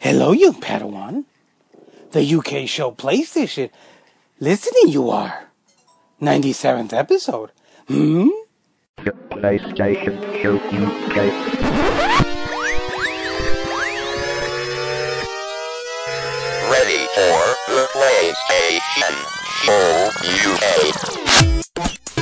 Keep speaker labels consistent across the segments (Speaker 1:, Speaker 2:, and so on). Speaker 1: Hello, young Padawan. The UK show PlayStation. Listening, you are. 97th episode. Hmm?
Speaker 2: Your PlayStation Show UK.
Speaker 3: Ready for the PlayStation Show UK.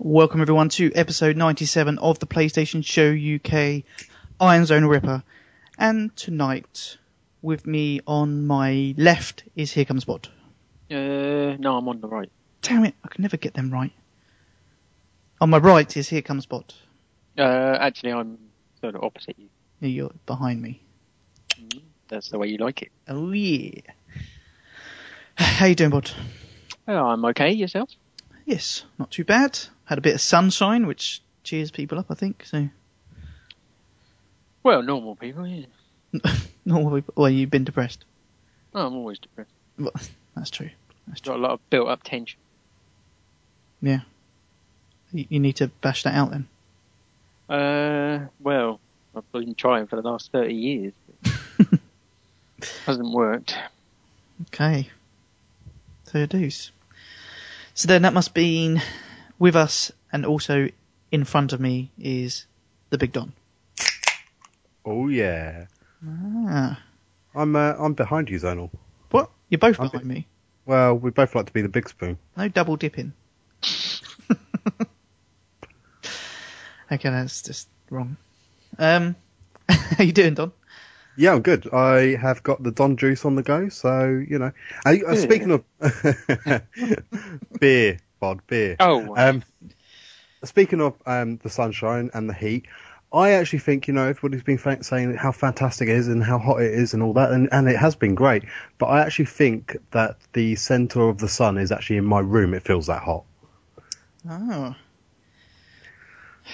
Speaker 4: Welcome everyone to episode 97 of the PlayStation Show UK. I am Zone Ripper, and tonight with me on my left is Here Comes Bod.
Speaker 5: Uh, no, I'm on the right.
Speaker 4: Damn it, I can never get them right. On my right is Here Comes Bod.
Speaker 5: Uh, actually, I'm sort of opposite you.
Speaker 4: You're behind me.
Speaker 5: That's the way you like it.
Speaker 4: Oh yeah. How you doing, Bod?
Speaker 5: Oh, I'm okay. Yourself?
Speaker 4: Yes, not too bad. Had a bit of sunshine, which cheers people up, I think. So,
Speaker 5: Well, normal people. Yeah.
Speaker 4: normal. Well, you've been depressed.
Speaker 5: Oh, I'm always depressed.
Speaker 4: Well, that's true.
Speaker 5: Got a lot of built-up tension.
Speaker 4: Yeah. You you need to bash that out then.
Speaker 5: Uh, well, I've been trying for the last thirty years. Hasn't worked.
Speaker 4: Okay. So it is. So then that must be with us and also in front of me is the Big Don.
Speaker 6: Oh yeah.
Speaker 4: Ah.
Speaker 6: I'm uh, I'm behind you, Zonal.
Speaker 4: What? You're both
Speaker 6: I'm
Speaker 4: behind me.
Speaker 6: Well, we both like to be the big spoon.
Speaker 4: No double dipping. okay, that's just wrong. Um, how you doing, Don?
Speaker 6: Yeah, I'm good. I have got the Don Juice on the go, so you know. Uh, uh, speaking of beer, Bod, beer.
Speaker 5: Oh,
Speaker 6: Um, speaking of um, the sunshine and the heat, I actually think you know everybody's been fa- saying how fantastic it is and how hot it is and all that, and, and it has been great. But I actually think that the centre of the sun is actually in my room. It feels that hot.
Speaker 4: Oh,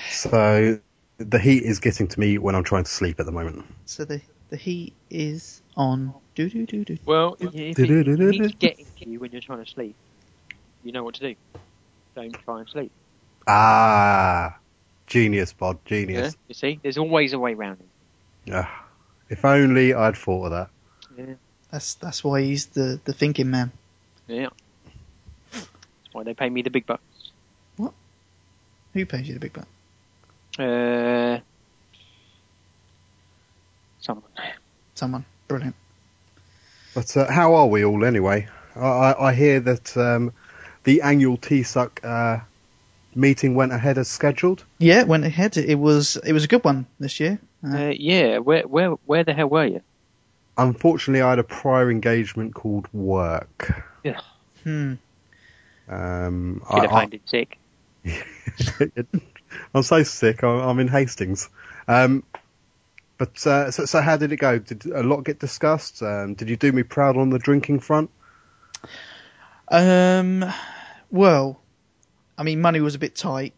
Speaker 6: So the heat is getting to me when I'm trying to sleep at the moment.
Speaker 4: so the the heat is on. Do do do do.
Speaker 5: well, if it-
Speaker 6: Du-du-du-du-du.
Speaker 5: if it's getting to you when you're trying to sleep, you know what to do. Don't try and sleep.
Speaker 6: Ah, genius, Bod, genius.
Speaker 5: Yeah? You see, there's always a way round it.
Speaker 6: Ah, if only I'd thought of that.
Speaker 4: That's that's why he's the the thinking man.
Speaker 5: Yeah. That's why they pay me the big bucks.
Speaker 4: Who pays you the big bucks?
Speaker 5: Uh, someone.
Speaker 4: Someone brilliant.
Speaker 6: But uh, how are we all anyway? I, I, I hear that um, the annual TSUC uh, meeting went ahead as scheduled.
Speaker 4: Yeah, it went ahead. It was it was a good one this year.
Speaker 5: Uh, yeah, where where where the hell were you?
Speaker 6: Unfortunately, I had a prior engagement called work.
Speaker 4: Hmm.
Speaker 6: Um,
Speaker 5: You'd
Speaker 6: I,
Speaker 5: have
Speaker 6: I,
Speaker 5: found it sick.
Speaker 6: I'm so sick. I'm, I'm in Hastings. Um, but uh, so, so how did it go? Did a lot get discussed? Um, did you do me proud on the drinking front?
Speaker 4: Um. Well, I mean, money was a bit tight.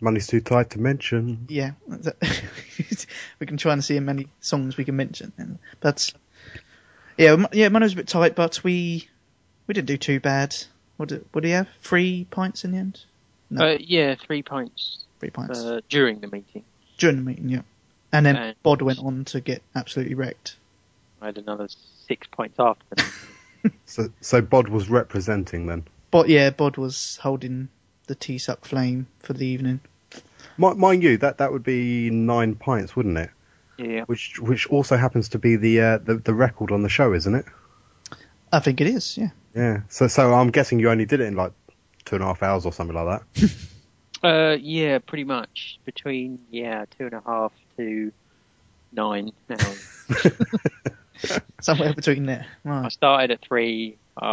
Speaker 6: Money's too tight to mention.
Speaker 4: Yeah, we can try and see how many songs we can mention. But yeah, m- yeah, money was a bit tight, but we we didn't do too bad. What did, what do you have? Three pints in the end. No.
Speaker 5: Uh, yeah, three pints
Speaker 4: Three pints
Speaker 5: uh, during the meeting.
Speaker 4: during the meeting. Yeah, and then
Speaker 5: and-
Speaker 4: Bod went on to get absolutely wrecked.
Speaker 5: I had another six pints after. that.
Speaker 6: So, so Bod was representing then.
Speaker 4: But yeah, Bod was holding the tea suck flame for the evening.
Speaker 6: Mi- Mind you, that, that would be nine pints, wouldn't it?
Speaker 5: yeah,
Speaker 6: Which which also happens to be the uh, the, the record on the show, isn't it?
Speaker 4: I think it is. Yeah.
Speaker 6: Yeah. So so I'm guessing you only did it in like two and a half hours or something like that.
Speaker 5: uh, yeah, pretty much between yeah two and a half to nine hours.
Speaker 4: somewhere between there. Right.
Speaker 5: I started at three. Uh,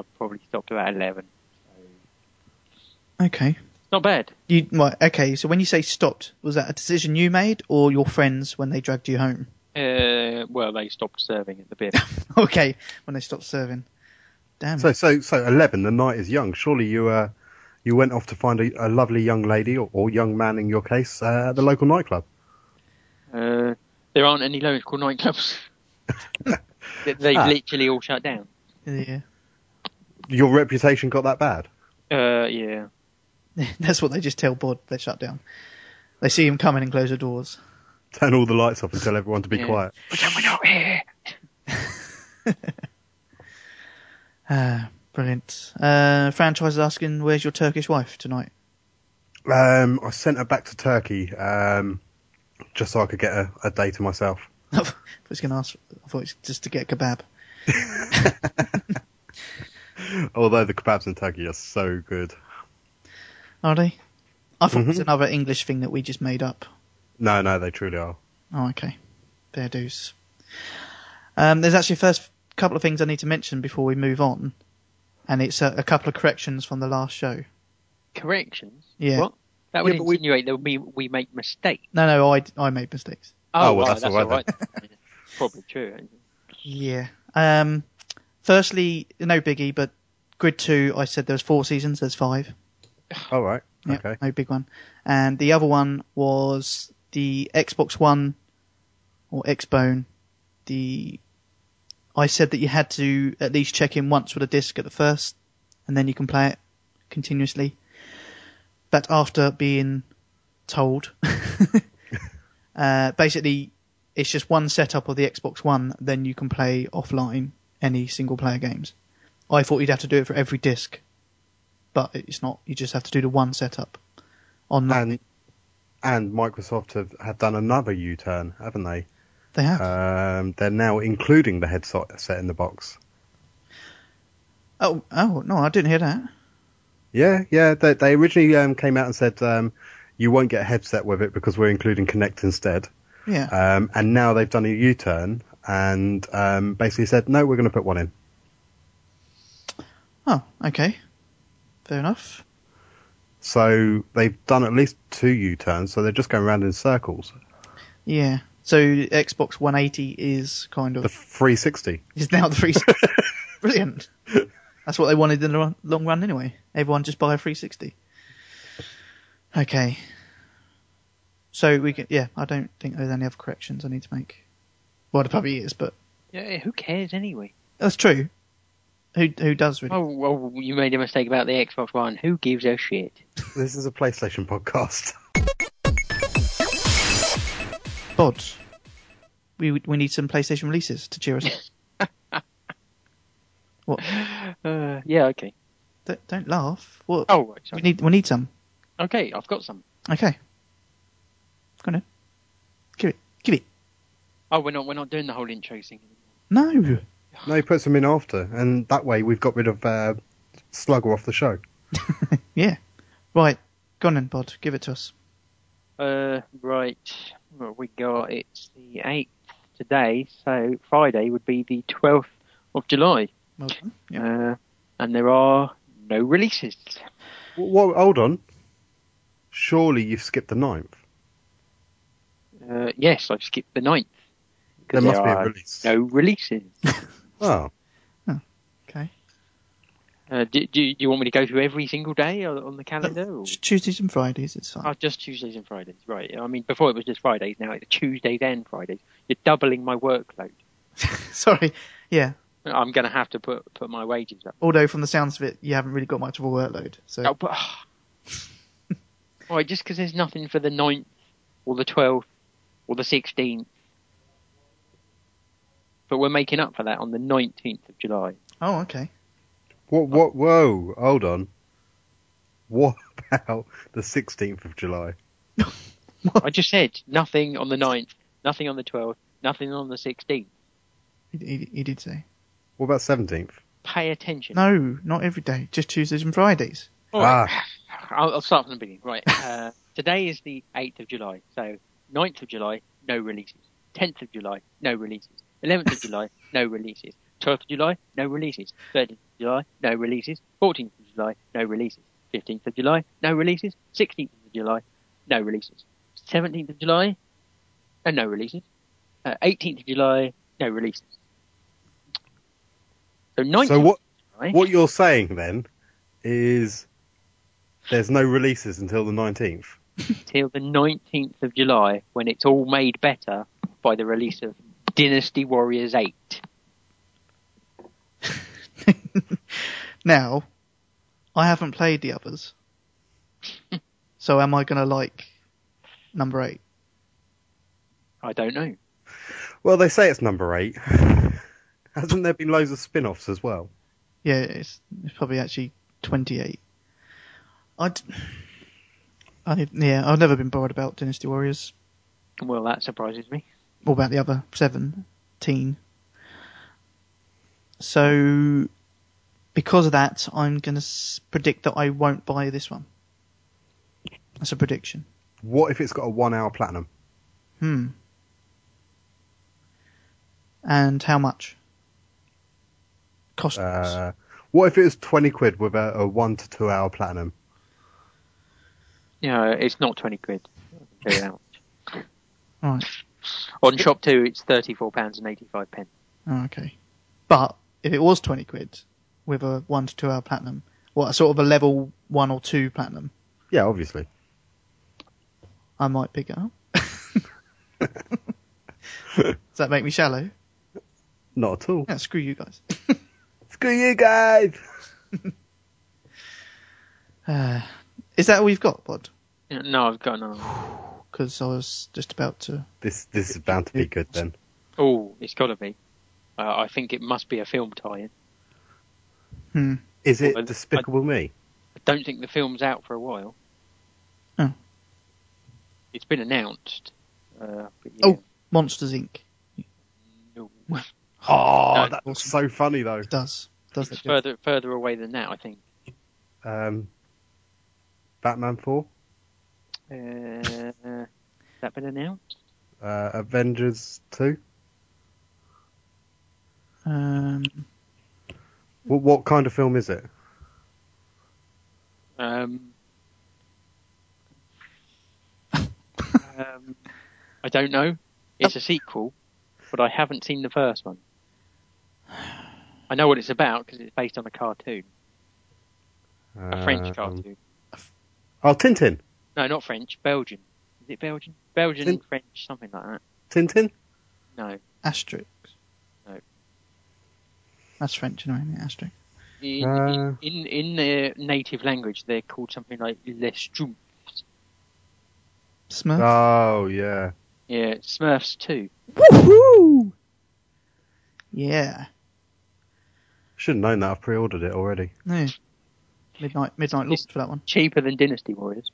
Speaker 5: I probably stopped about eleven.
Speaker 4: Okay.
Speaker 5: Not bad.
Speaker 4: You right, okay. So when you say stopped, was that a decision you made or your friends when they dragged you home?
Speaker 5: Uh, well, they stopped serving at the beer.
Speaker 4: okay, when they stopped serving. Damn.
Speaker 6: So
Speaker 4: it.
Speaker 6: so so eleven. The night is young. Surely you uh you went off to find a, a lovely young lady or, or young man in your case uh, at the local nightclub.
Speaker 5: Uh, there aren't any local nightclubs. They- They've
Speaker 6: Ah.
Speaker 5: literally all shut down.
Speaker 4: Yeah,
Speaker 6: Your reputation got that bad.
Speaker 5: Uh, yeah.
Speaker 4: that's what they just tell Bod. They shut down. They see him coming and close the doors.
Speaker 6: Turn all the lights off and tell everyone to be
Speaker 5: Yeah.
Speaker 6: quiet.
Speaker 4: Ah, brilliant. Uh, franchise is asking, "Where's your Turkish wife tonight?"
Speaker 6: Um, I sent her back to Turkey um, just so I could get a, a day to myself.
Speaker 4: I was going to ask. I thought it was just to get a kebab.
Speaker 6: Although the kebabs in Turkey are so good.
Speaker 4: Are they? I thought it was another English thing that we just made up.
Speaker 6: No, no, they truly are.
Speaker 4: Oh, okay. Fair dues. Um, there's actually first couple of things I need to mention before we move on, and it's a, a couple of corrections from the last show.
Speaker 5: Corrections?
Speaker 4: Yeah.
Speaker 5: What? That would
Speaker 6: Yeah, but we-
Speaker 5: insinuate that we, we make mistakes.
Speaker 4: No, no, I, I made mistakes.
Speaker 6: Oh, well,
Speaker 5: right,
Speaker 6: that's all right
Speaker 5: then. Probably true. ain't it?
Speaker 4: Yeah. Um, firstly, no biggie, but Grid Two, I said there was four seasons. There's five.
Speaker 6: All right.
Speaker 4: Yep,
Speaker 6: Okay.
Speaker 4: No big one. And the other one was the Xbox One or Xbone. The I said that you had to at least check in once with a disc at the first, and then you can play it continuously. But after being told, uh, basically, it's just one setup of the Xbox One. Then you can play offline any single player games. I thought you'd have to do it for every disc, but it's not. You just have to do the one setup online.
Speaker 6: And and Microsoft have, have done another U turn, haven't they?
Speaker 4: they have.
Speaker 6: Um, they're now including the headset set in the box.
Speaker 4: oh, oh no, I didn't hear that.
Speaker 6: Yeah, yeah. They, they originally um, came out and said um, you won't get a headset with it because we're including Connect instead.
Speaker 4: Yeah.
Speaker 6: Um, and now they've done a U turn and um, basically said no, we're going to put one in.
Speaker 4: oh, okay. Fair enough.
Speaker 6: So they've done at least two U turns. So they're just going around in circles.
Speaker 4: Yeah. So Xbox 180 is kind of
Speaker 6: The 360.
Speaker 4: is now the free. Brilliant. That's what they wanted in the run- long run anyway. Everyone just buy a 360. Okay. So we can, yeah, I don't think there's any other corrections I need to make. Well, there probably is, but
Speaker 5: Yeah, who cares anyway?
Speaker 4: that's true. Who who does really?
Speaker 5: Oh, well, you made a mistake about the Xbox One. Who gives a shit?
Speaker 6: This is a PlayStation podcast.
Speaker 4: Bod. We we need some PlayStation releases to cheer us up.
Speaker 5: Uh, yeah, okay.
Speaker 4: don't, don't laugh. What?
Speaker 5: Oh, right,
Speaker 4: We
Speaker 5: sorry.
Speaker 4: need we need some.
Speaker 5: Okay, I've got some.
Speaker 4: Okay. Go on. then. Give it. Give it.
Speaker 5: Oh, we're not we're not doing the whole intro thing.
Speaker 4: No.
Speaker 6: No, he puts them in after, and that way we've got rid of uh, Slugger off the show.
Speaker 4: Yeah. Right. Go on then, Bod. Give it to us.
Speaker 5: Uh, right. Well, we got it's the eighth today, so Friday would be the twelfth of July.
Speaker 4: Well done. Yeah.
Speaker 5: Uh, and there are no releases.
Speaker 6: W- Whoa, hold on. Surely you've skipped the ninth.
Speaker 5: Uh, yes, I've skipped the ninth. 'cause
Speaker 6: There must be a
Speaker 5: are
Speaker 6: release.
Speaker 5: No releases.
Speaker 6: Oh,
Speaker 4: Okay.
Speaker 5: Uh, do, do, do you want me to go through every single day on on the calendar? Or?
Speaker 4: Just Tuesdays and Fridays. It's fine.
Speaker 5: Oh, just Tuesdays and Fridays, right. I mean, before it was just Fridays, now it's Tuesdays and Fridays. You're doubling my workload.
Speaker 4: Sorry. Yeah.
Speaker 5: I'm going to have to put, put my wages up.
Speaker 4: Although from the sounds of it, you haven't really got much of a workload. So
Speaker 5: Oh, but, all right, just because there's nothing for the 9th or the 12th or the 16th. But we're making up for that on the 19th of July.
Speaker 4: oh, okay.
Speaker 6: what? What? Whoa, hold on. What about the 16th of July?
Speaker 5: I just said nothing on the 9th, nothing on the 12th, nothing on the 16th.
Speaker 4: He, he, he did say
Speaker 6: What about 17th?
Speaker 5: Pay attention.
Speaker 4: no, not every day. Just Tuesdays and Fridays.
Speaker 5: All right. I'll, I'll start from the beginning. Right. Uh, today is the 8th of July. So 9th of July, no releases. 10th of July, no releases. 11th of July, no releases. 12th of July, no releases. 13th of July, no releases. 14th of July, no releases. 15th of July, no releases. 16th of July, no releases. 17th of July, uh, no releases. Uh, 18th of July, no releases. So 9th
Speaker 6: So what?
Speaker 5: of July.
Speaker 6: What you're saying then is there's no releases until the 19th.
Speaker 5: till the 19th of July when it's all made better by the release of Dynasty Warriors 8.
Speaker 4: Now, I haven't played the others, so am I going to like number eight?
Speaker 5: I don't know.
Speaker 6: Well, they say it's number eight. Hasn't there been loads of spin offs as well?
Speaker 4: Yeah, it's, it's probably actually 28. I'd, I, yeah, I've never been bored about Dynasty Warriors
Speaker 5: Well, that surprises me.
Speaker 4: or about the other 17. So, because of that, I'm going to s- predict that I won't buy this one. That's a prediction.
Speaker 6: What if it's got a one hour platinum?
Speaker 4: Hmm. And how much? Cost.
Speaker 6: Uh, what if it was 20 quid with a, a one to two hour platinum?
Speaker 5: You know, it's not 20 quid. I'll tell you that much.
Speaker 4: Right.
Speaker 5: On Shop 2, it's £34.85. pence.
Speaker 4: Oh, okay. But if it was 20 quid with a 1 to 2 hour platinum, well, sort of a level 1 or 2 platinum,
Speaker 6: Yeah, obviously.
Speaker 4: I might pick it up. Does that make me shallow?
Speaker 6: Not at all.
Speaker 4: Yeah, screw you guys.
Speaker 6: Screw you guys!
Speaker 4: Uh, is that all you've got, Bod?
Speaker 5: Yeah, No, I've got another one.
Speaker 4: Because I was just about to.
Speaker 6: This, this is bound to be good then.
Speaker 5: Oh, it's got to be. Uh, I think it must be a film tie-in.
Speaker 4: Hmm.
Speaker 6: Is
Speaker 5: Well, I-
Speaker 6: it Despicable Me?
Speaker 5: I don't think the film's out for a while.
Speaker 4: Oh.
Speaker 5: It's been announced. Uh, but yeah,
Speaker 4: Oh, Monsters Inc.
Speaker 5: no.
Speaker 6: Oh,
Speaker 5: No,
Speaker 6: that was so funny though.
Speaker 4: It does. Does
Speaker 5: it's
Speaker 4: it?
Speaker 5: further further away than that, I think.
Speaker 6: Um, Batman 4,
Speaker 5: Uh, has that been announced?
Speaker 6: uh, Avengers 2.
Speaker 4: Um,
Speaker 6: What, what kind of film is it?
Speaker 5: Um, um, I don't know. It's a sequel, but I haven't seen the first one. I know what it's about because it's based on a cartoon, a French
Speaker 6: Um,
Speaker 5: cartoon.
Speaker 6: Oh, Tintin.
Speaker 5: No, not French. Belgian. Is it Belgian? Belgian,
Speaker 6: Then-
Speaker 5: French, something like that.
Speaker 6: Tintin?
Speaker 5: No.
Speaker 4: asterisk.
Speaker 5: No.
Speaker 4: That's French, anyway, isn't it? Asterisk.
Speaker 5: In,
Speaker 6: Uh.
Speaker 5: in in their native language, they're called something like Les Schtroumpfs.
Speaker 4: Smurf.
Speaker 6: Oh, yeah.
Speaker 5: Yeah, Smurfs too.
Speaker 4: Woohoo! Yeah.
Speaker 6: Should have known that. I've pre ordered it already.
Speaker 4: No. Midnight Midnight
Speaker 5: It's-
Speaker 4: Lost for that one.
Speaker 5: Cheaper than Dynasty Warriors.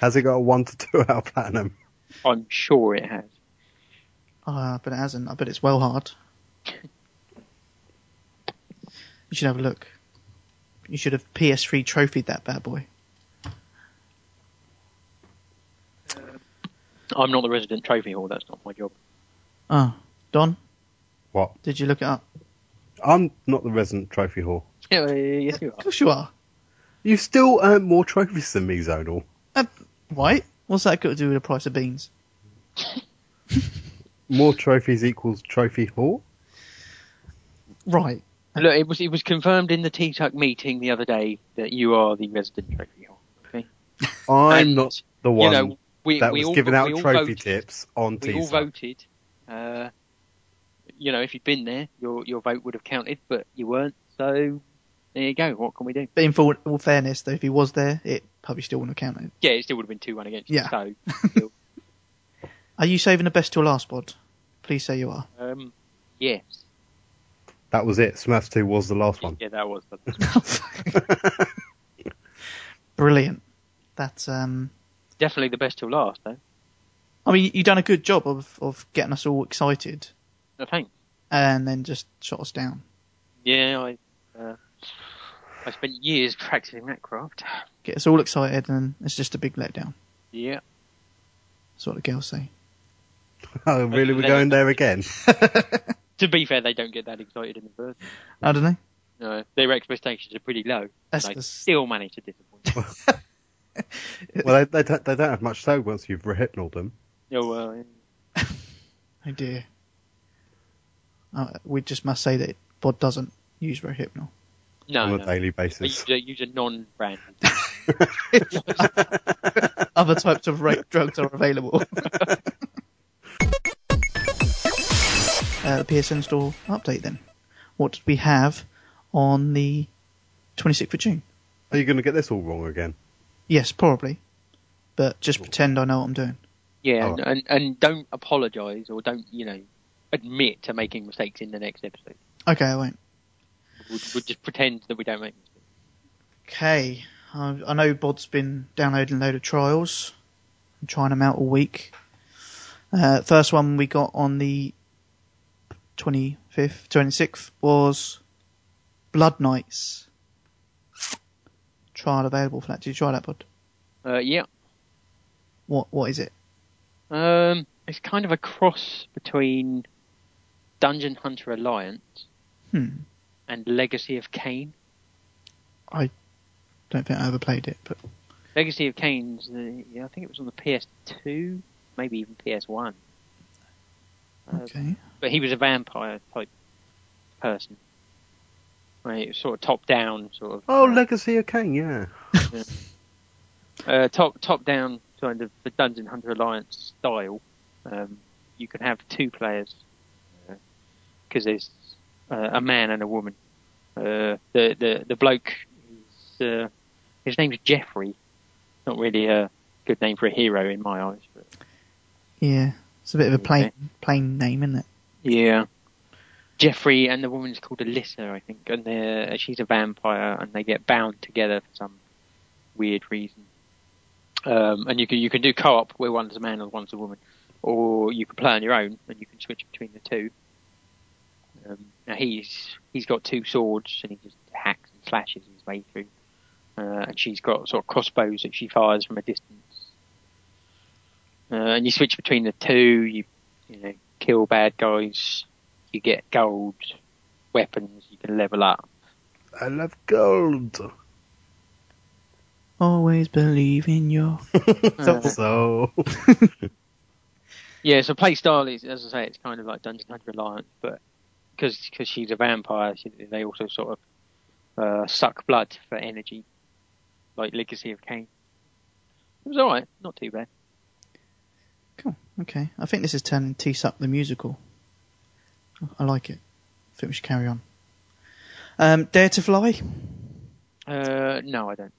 Speaker 6: Has it got a one to two hour platinum?
Speaker 5: I'm sure it has.
Speaker 4: Ah, but it hasn't. I bet it's well hard. You should have a look. You should have PS3 trophied that bad boy.
Speaker 5: I'm not the resident trophy hall. That's not my job.
Speaker 4: Oh, Don,
Speaker 6: What?
Speaker 4: did you look it up?
Speaker 6: I'm not the resident trophy whore.
Speaker 5: Yeah, yes, you
Speaker 4: Of
Speaker 5: are.
Speaker 4: course you are.
Speaker 6: You've still earned more trophies than me, Zonal.
Speaker 4: Uh, right? What's that got to do with the price of beans?
Speaker 6: More trophies equals trophy whore?
Speaker 4: Right.
Speaker 5: Look, it was it was confirmed in the T-Tuck meeting the other day that you are the resident trophy hall.
Speaker 6: I'm
Speaker 5: And,
Speaker 6: not the one
Speaker 5: you know, we,
Speaker 6: that
Speaker 5: we
Speaker 6: was
Speaker 5: all,
Speaker 6: giving
Speaker 5: we
Speaker 6: out
Speaker 5: all
Speaker 6: trophy
Speaker 5: voted.
Speaker 6: tips on
Speaker 5: we all
Speaker 6: Teaser.
Speaker 5: voted. Uh, you know, if you'd been there, your your vote would have counted, but you weren't. So there you go. What can we do?
Speaker 4: But in full, all fairness, though, if he was there, it probably still wouldn't have counted.
Speaker 5: Yeah, it still would have been two one against.
Speaker 4: Yeah.
Speaker 5: You,
Speaker 4: Are you saving the best till last, Bod? Please say you are.
Speaker 5: so um, yes,
Speaker 6: That was it. Smurfs 2 was the last one.
Speaker 5: yeah, that was. The,
Speaker 4: Brilliant. That's um.
Speaker 5: definitely the best till last, though.
Speaker 4: I mean, you've done a good job of of getting us all excited,
Speaker 5: No thanks.
Speaker 4: and then just shot us down.
Speaker 5: Yeah, I uh, I spent years practicing that craft.
Speaker 4: Get us all excited, and it's just a big letdown.
Speaker 5: Yeah.
Speaker 4: That's what the girls say.
Speaker 6: Oh, really? We're going there again?
Speaker 5: To be fair, they don't get that excited in the first.
Speaker 4: I don't know.
Speaker 5: No, their expectations are pretty low.
Speaker 4: That's
Speaker 5: They
Speaker 4: the s-
Speaker 5: still manage to disappoint. you.
Speaker 6: Well, they, they, don't, they don't have much say once you've rehypnoled them.
Speaker 5: oh well. yeah.
Speaker 4: Oh dear. Uh, we just must say that Bod doesn't use Rohypnol.
Speaker 5: No,
Speaker 6: on
Speaker 5: no.
Speaker 6: a
Speaker 5: They
Speaker 6: daily basis.
Speaker 5: use a, use a non-brand.
Speaker 4: Other types of rape drugs are available. uh, the PSN store update then. What did we have on the 26th of June.
Speaker 6: Are you going to get this all wrong again?
Speaker 4: Yes, probably. But just pretend I know what I'm doing.
Speaker 5: Yeah,
Speaker 4: Oh.
Speaker 6: Alright.
Speaker 5: and, and don't apologise or don't, you know, admit to making mistakes in the next episode.
Speaker 4: Okay, I won't.
Speaker 5: We'll, we'll just pretend that we don't make mistakes.
Speaker 4: Okay. I, I know Bod's been downloading a load of trials. I'm trying them out all week. Uh, first one we got on the 25th, 26th was Blood Knights. Trial available for that. Did you try that, Bod?
Speaker 5: Uh, yeah.
Speaker 4: What What is it?
Speaker 5: Um, it's kind of a cross between Dungeon Hunter Alliance
Speaker 4: Hmm.
Speaker 5: and Legacy of Kane.
Speaker 4: Don't think I ever played it, but
Speaker 5: Legacy of Kane's, the, yeah, I think it was on the PS2, maybe even PS1. Uh,
Speaker 4: okay.
Speaker 5: but he was a vampire type person. Right, it was sort of top down, sort of.
Speaker 6: Oh,
Speaker 5: uh,
Speaker 6: Legacy of Kane, yeah.
Speaker 5: uh, top top down kind of the Dungeon Hunter Alliance style. Um, you can have two players because there's uh, a man and a woman. Uh, the the the bloke, is, uh, his name's Jeffrey. Not really a good name for a hero in my eyes, but
Speaker 4: Yeah. It's a bit of a plain plain name, isn't it?
Speaker 5: yeah. Jeffrey and the woman's called Alyssa, I think, and they're, she's a vampire, and they get bound together for some weird reason. Um, and you can you can do co-op where one's a man and one's a woman, or you can play on your own and you can switch between the two. Um, now he's he's got two swords and he just hacks and slashes his way through, uh, and she's got sort of crossbows that she fires from a distance. Uh, and you switch between the two. You you know kill bad guys, you get gold, weapons you can level up.
Speaker 6: I love gold.
Speaker 4: Always believe in your.
Speaker 6: so,
Speaker 5: Yeah, so play style is, as I say, it's kind of like Dungeon Hunter Alliance, but because she's a vampire, she, they also sort of uh, suck blood for energy, like Legacy of Kane. It was alright, not too bad.
Speaker 4: Cool. Okay. I think this is turning T Sup the musical. I like it. I think we should carry on. Um, Dare to Fly,
Speaker 5: Uh, no, I don't.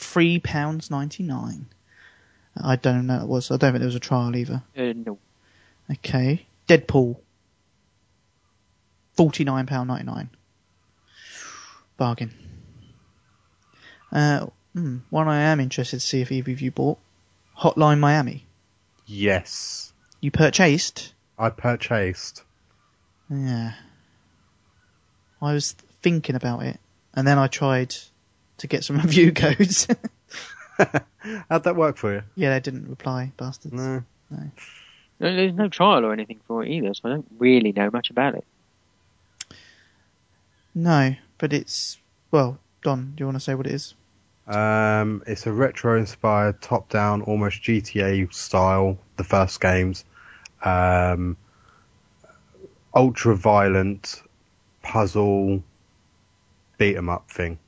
Speaker 4: three pounds ninety nine. I don't know what it was. I don't think there was a trial either.
Speaker 5: Uh, no.
Speaker 4: Okay. Deadpool, forty nine pound ninety nine. Bargain. Uh, hmm, one I am interested to see if either of you bought. Hotline Miami.
Speaker 6: yes.
Speaker 4: You purchased.
Speaker 6: I purchased.
Speaker 4: Yeah. I was thinking about it, and then I tried to get some review codes.
Speaker 6: How'd that work for you?
Speaker 4: yeah, they didn't reply, bastards.
Speaker 6: No.
Speaker 5: No, There's no trial or anything for it either, so I don't really know much about it.
Speaker 4: No, but it's well, Don. Do you want to say what it is?
Speaker 6: Um, it's a retro-inspired, top-down, almost GTA style. The first games, um, ultra-violent puzzle beat 'em up thing.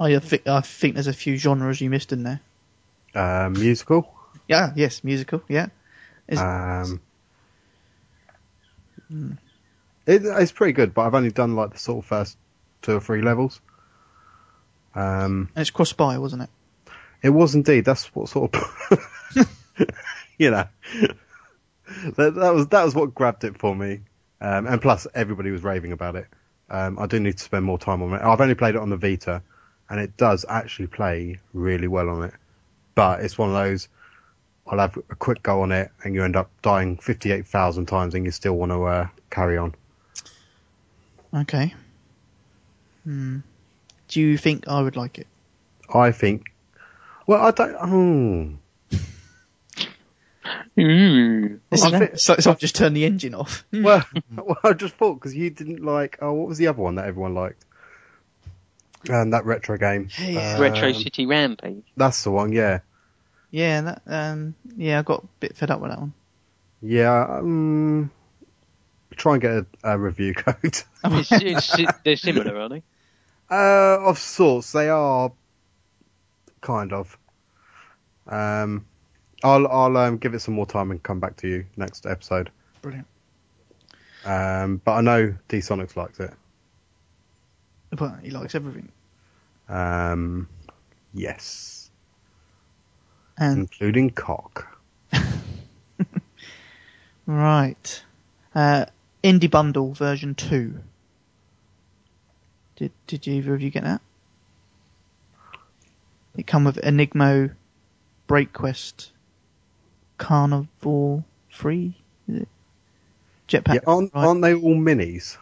Speaker 4: I think I think there's a few genres you missed in there.
Speaker 6: Uh, musical.
Speaker 4: Yeah. Yes, musical. Yeah. Is-
Speaker 6: Um, it, it's pretty good, but I've only done like the sort of first two or three levels. Um,
Speaker 4: And it's cross by, wasn't it?
Speaker 6: it was indeed. That's what sort of, you know, that, that was that was what grabbed it for me. Um, and plus, everybody was raving about it. Um, I do need to spend more time on it. I've only played it on the Vita, and it does actually play really well on it. But it's one of those. I'll have a quick go on it, and you end up dying fifty-eight thousand times, and you still want to uh, carry on.
Speaker 4: Okay. Hmm. Do you think I would like it?
Speaker 6: I think. Well, I don't. Oh,
Speaker 5: Mm.
Speaker 4: Listen,
Speaker 6: I
Speaker 4: now,
Speaker 6: think-
Speaker 4: so, so I've just turned the engine off.
Speaker 6: well, well, I just thought because you didn't like. Oh, what was the other one that everyone liked? Um, that retro game. Um,
Speaker 5: Retro City Rampage.
Speaker 6: That's the one. Yeah,
Speaker 4: Yeah. That, um. Yeah, I got a bit fed up with that one.
Speaker 6: yeah. Um, try and get a, a review code
Speaker 5: It's, it's, they're similar, aren't they?
Speaker 6: uh, of sorts. They are kind of. Um, I'll I'll um, give it some more time and come back to you next episode.
Speaker 4: Brilliant.
Speaker 6: Um, but I know D Sonics likes it.
Speaker 4: But he likes everything.
Speaker 6: Um, yes,
Speaker 4: And
Speaker 6: including cock.
Speaker 4: right, uh, indie bundle version two. Did did either of you get that? It come with Enigmo, Break Quest, Carnivore Free, is it? Jetpack.
Speaker 6: Yeah, aren't,
Speaker 4: Ride.
Speaker 6: aren't they all minis?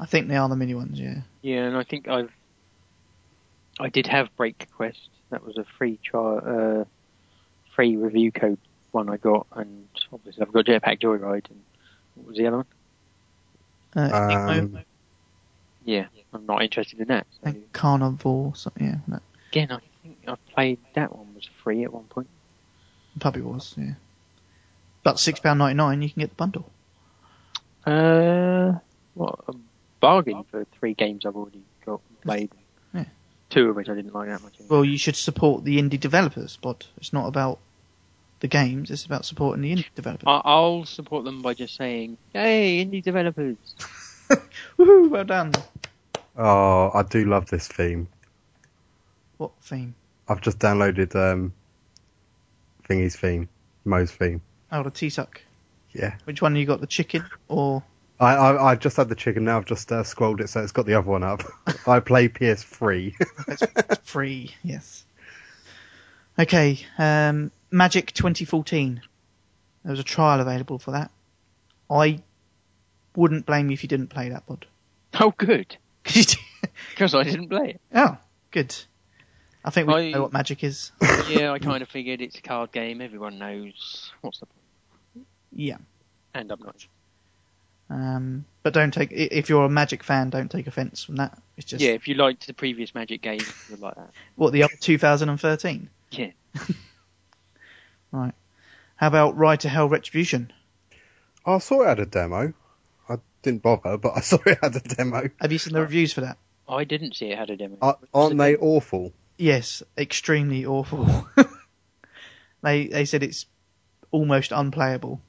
Speaker 4: I think they are the mini ones. Yeah.
Speaker 5: Yeah, and I think I've I did have Break Quest. That was a free char, uh, free review code one I got, and obviously I've got Jetpack Joyride. And what was the other one?
Speaker 4: Uh,
Speaker 6: Um,
Speaker 4: Enigmo
Speaker 5: Yeah, I'm not interested in that. So
Speaker 4: and Carnivore. Something, yeah. No,
Speaker 5: again, I think I played that one was free at one point.
Speaker 4: probably was. Yeah. About six pound ninety nine. You can get the bundle.
Speaker 5: Uh, what a bargain for three games I've already got and played.
Speaker 4: Yeah.
Speaker 5: Two of which I didn't like that much. anyway.
Speaker 4: Well, you should support the indie developers, but it's not about the games, it's about supporting the indie developers.
Speaker 5: I- I'll support them by just saying, "Hey, indie developers!"
Speaker 4: Woohoo, well done.
Speaker 6: Oh, I do love this theme.
Speaker 4: What theme?
Speaker 6: I've just downloaded um, Thingy's theme, Mo's theme.
Speaker 4: Oh, the T-Suck.
Speaker 6: Yeah.
Speaker 4: Which one you got, the chicken or...
Speaker 6: I, I I just had the chicken now. I've just uh, scrolled it, so it's got the other one up. I play PS3.
Speaker 4: It's free, yes. Okay, um, Magic 2014. There was a trial available for that. I wouldn't blame you if you didn't play that, bud.
Speaker 5: Oh, good, because I didn't play it.
Speaker 4: oh, good. I think we
Speaker 5: I-
Speaker 4: know what Magic is.
Speaker 5: Yeah, I kind of figured it's a card game. Everyone knows what's the point.
Speaker 4: Yeah.
Speaker 5: And I'm not.
Speaker 4: Um, but don't take i- if you're a Magic fan, don't take offence from that. It's just
Speaker 5: Yeah, if you liked the previous Magic game, you'd like that.
Speaker 4: what the other 2013.
Speaker 5: Yeah.
Speaker 4: right. How about Ride to Hell Retribution?
Speaker 6: I saw it had a demo. I didn't bother, but I saw it had a demo.
Speaker 4: Have you seen
Speaker 5: Oh.
Speaker 4: the reviews for that?
Speaker 5: I didn't see it had a demo.
Speaker 4: Uh,
Speaker 6: Are, aren't they awful?
Speaker 4: Yes, extremely
Speaker 5: Oh.
Speaker 4: awful. they they said it's almost unplayable.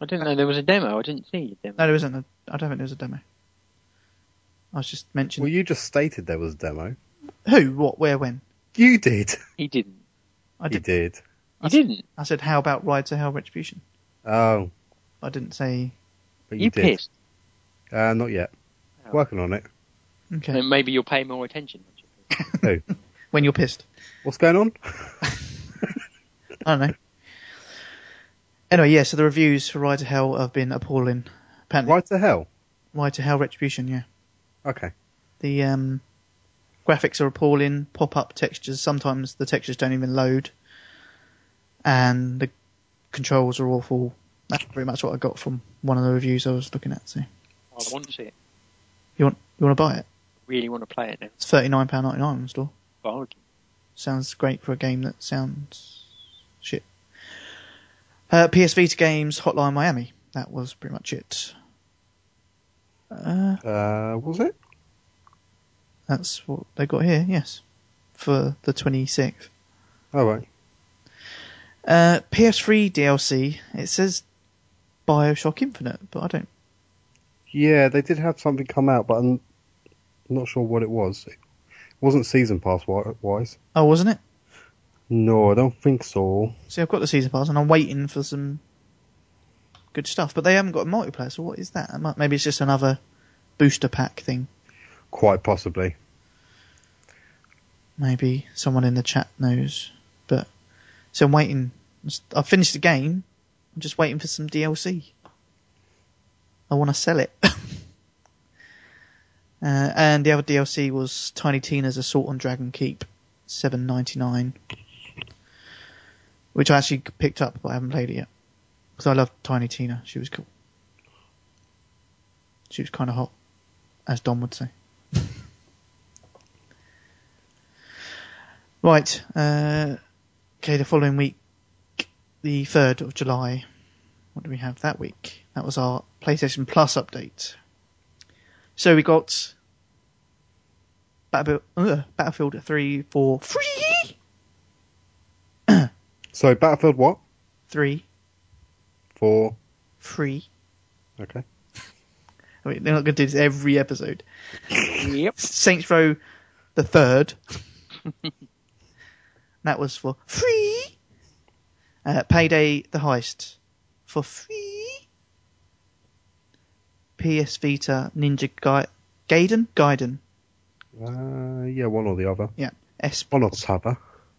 Speaker 5: I didn't know there was a demo. I didn't see a demo.
Speaker 4: No, there isn't. A, I don't think there's a demo. I was just
Speaker 6: Well,
Speaker 4: mentioning
Speaker 6: you just stated there was a demo.
Speaker 4: who, what, where, when.
Speaker 6: You did.
Speaker 5: He didn't.
Speaker 4: I
Speaker 6: You
Speaker 4: did.
Speaker 6: did.
Speaker 5: He didn't.
Speaker 4: I said, how about Ride to Hell Retribution?
Speaker 6: Oh,
Speaker 4: I didn't say.
Speaker 6: but you,
Speaker 5: You
Speaker 6: did.
Speaker 5: pissed.
Speaker 6: Uh, not yet.
Speaker 5: Oh.
Speaker 6: Working on it.
Speaker 4: Okay.
Speaker 5: Then Maybe you'll pay more attention.
Speaker 4: When you're pissed.
Speaker 6: What's going on?
Speaker 4: I don't know. Anyway, yeah, so the reviews for Ride to Hell have been appalling. Apparently, Ride,
Speaker 6: Right to hell.
Speaker 4: to Hell Retribution, yeah.
Speaker 6: Okay.
Speaker 4: The um, graphics are appalling, pop up textures, sometimes the textures don't even load, and the controls are awful. That's pretty much what I got from one of the reviews I was looking at. So,
Speaker 5: I want to see it.
Speaker 4: you want you want to buy it?
Speaker 5: Really want to play it now.
Speaker 4: It's thirty nine pound ninety nine on the store.
Speaker 5: Bargain.
Speaker 4: Sounds great for a game that sounds shit. Uh, PS Vita games, Hotline Miami. That was pretty much it. Uh,
Speaker 6: Uh, was it?
Speaker 4: that's what they got here, yes, for the 26th.
Speaker 6: Oh, right.
Speaker 4: Uh, PS3 DLC. It says Bioshock Infinite, but I don't.
Speaker 6: Yeah, they did have something come out, but I'm not sure what it was. It wasn't season pass wi- wise.
Speaker 4: Oh, wasn't it?
Speaker 6: No, I don't think so.
Speaker 4: See, I've got the season pass and I'm waiting for some good stuff, but they haven't got a multiplayer. So what is that? It might- Maybe it's just another booster pack thing.
Speaker 6: Quite possibly.
Speaker 4: maybe someone in the chat knows. But so I'm waiting. I've finished the game. I'm just waiting for some DLC. I want to sell it. uh, and the other DLC was Tiny Tina's Assault on Dragon Keep, seven ninety nine, which I actually picked up, but I haven't played it yet because I loved Tiny Tina. She was cool. She was kind of hot, as Don would say. Right. Uh, okay, the following week, the 3rd of July. What do we have that week? That was our PlayStation Plus update. So we got Battlefield, uh, Battlefield 3 for free!
Speaker 6: So Battlefield what?
Speaker 4: 3
Speaker 6: Four.
Speaker 4: free.
Speaker 6: Okay.
Speaker 4: I mean, they're not going to do this every episode.
Speaker 5: Yep.
Speaker 4: Saints Row the Third. that was for free. Uh, Payday the Heist for free. PS Vita Ninja Ga- Gaiden? Gaiden.
Speaker 6: Uh, yeah, one or the other.
Speaker 4: Yeah. S-
Speaker 6: One or the other.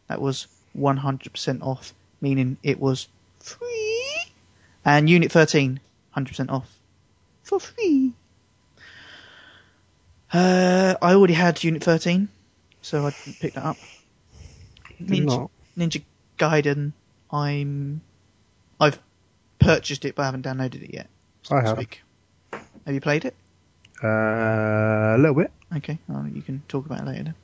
Speaker 4: that was 100% off, meaning it was free. And Unit 13, 100% off for free. Uh, I already had Unit 13, so I didn't pick that up. Ninja,
Speaker 6: not.
Speaker 4: Ninja Gaiden, I'm, I've purchased it, but I haven't downloaded it yet.
Speaker 6: I
Speaker 4: This
Speaker 6: have.
Speaker 4: week. Have you played it?
Speaker 6: Uh, a little bit.
Speaker 4: Okay, well, you can talk about it later then.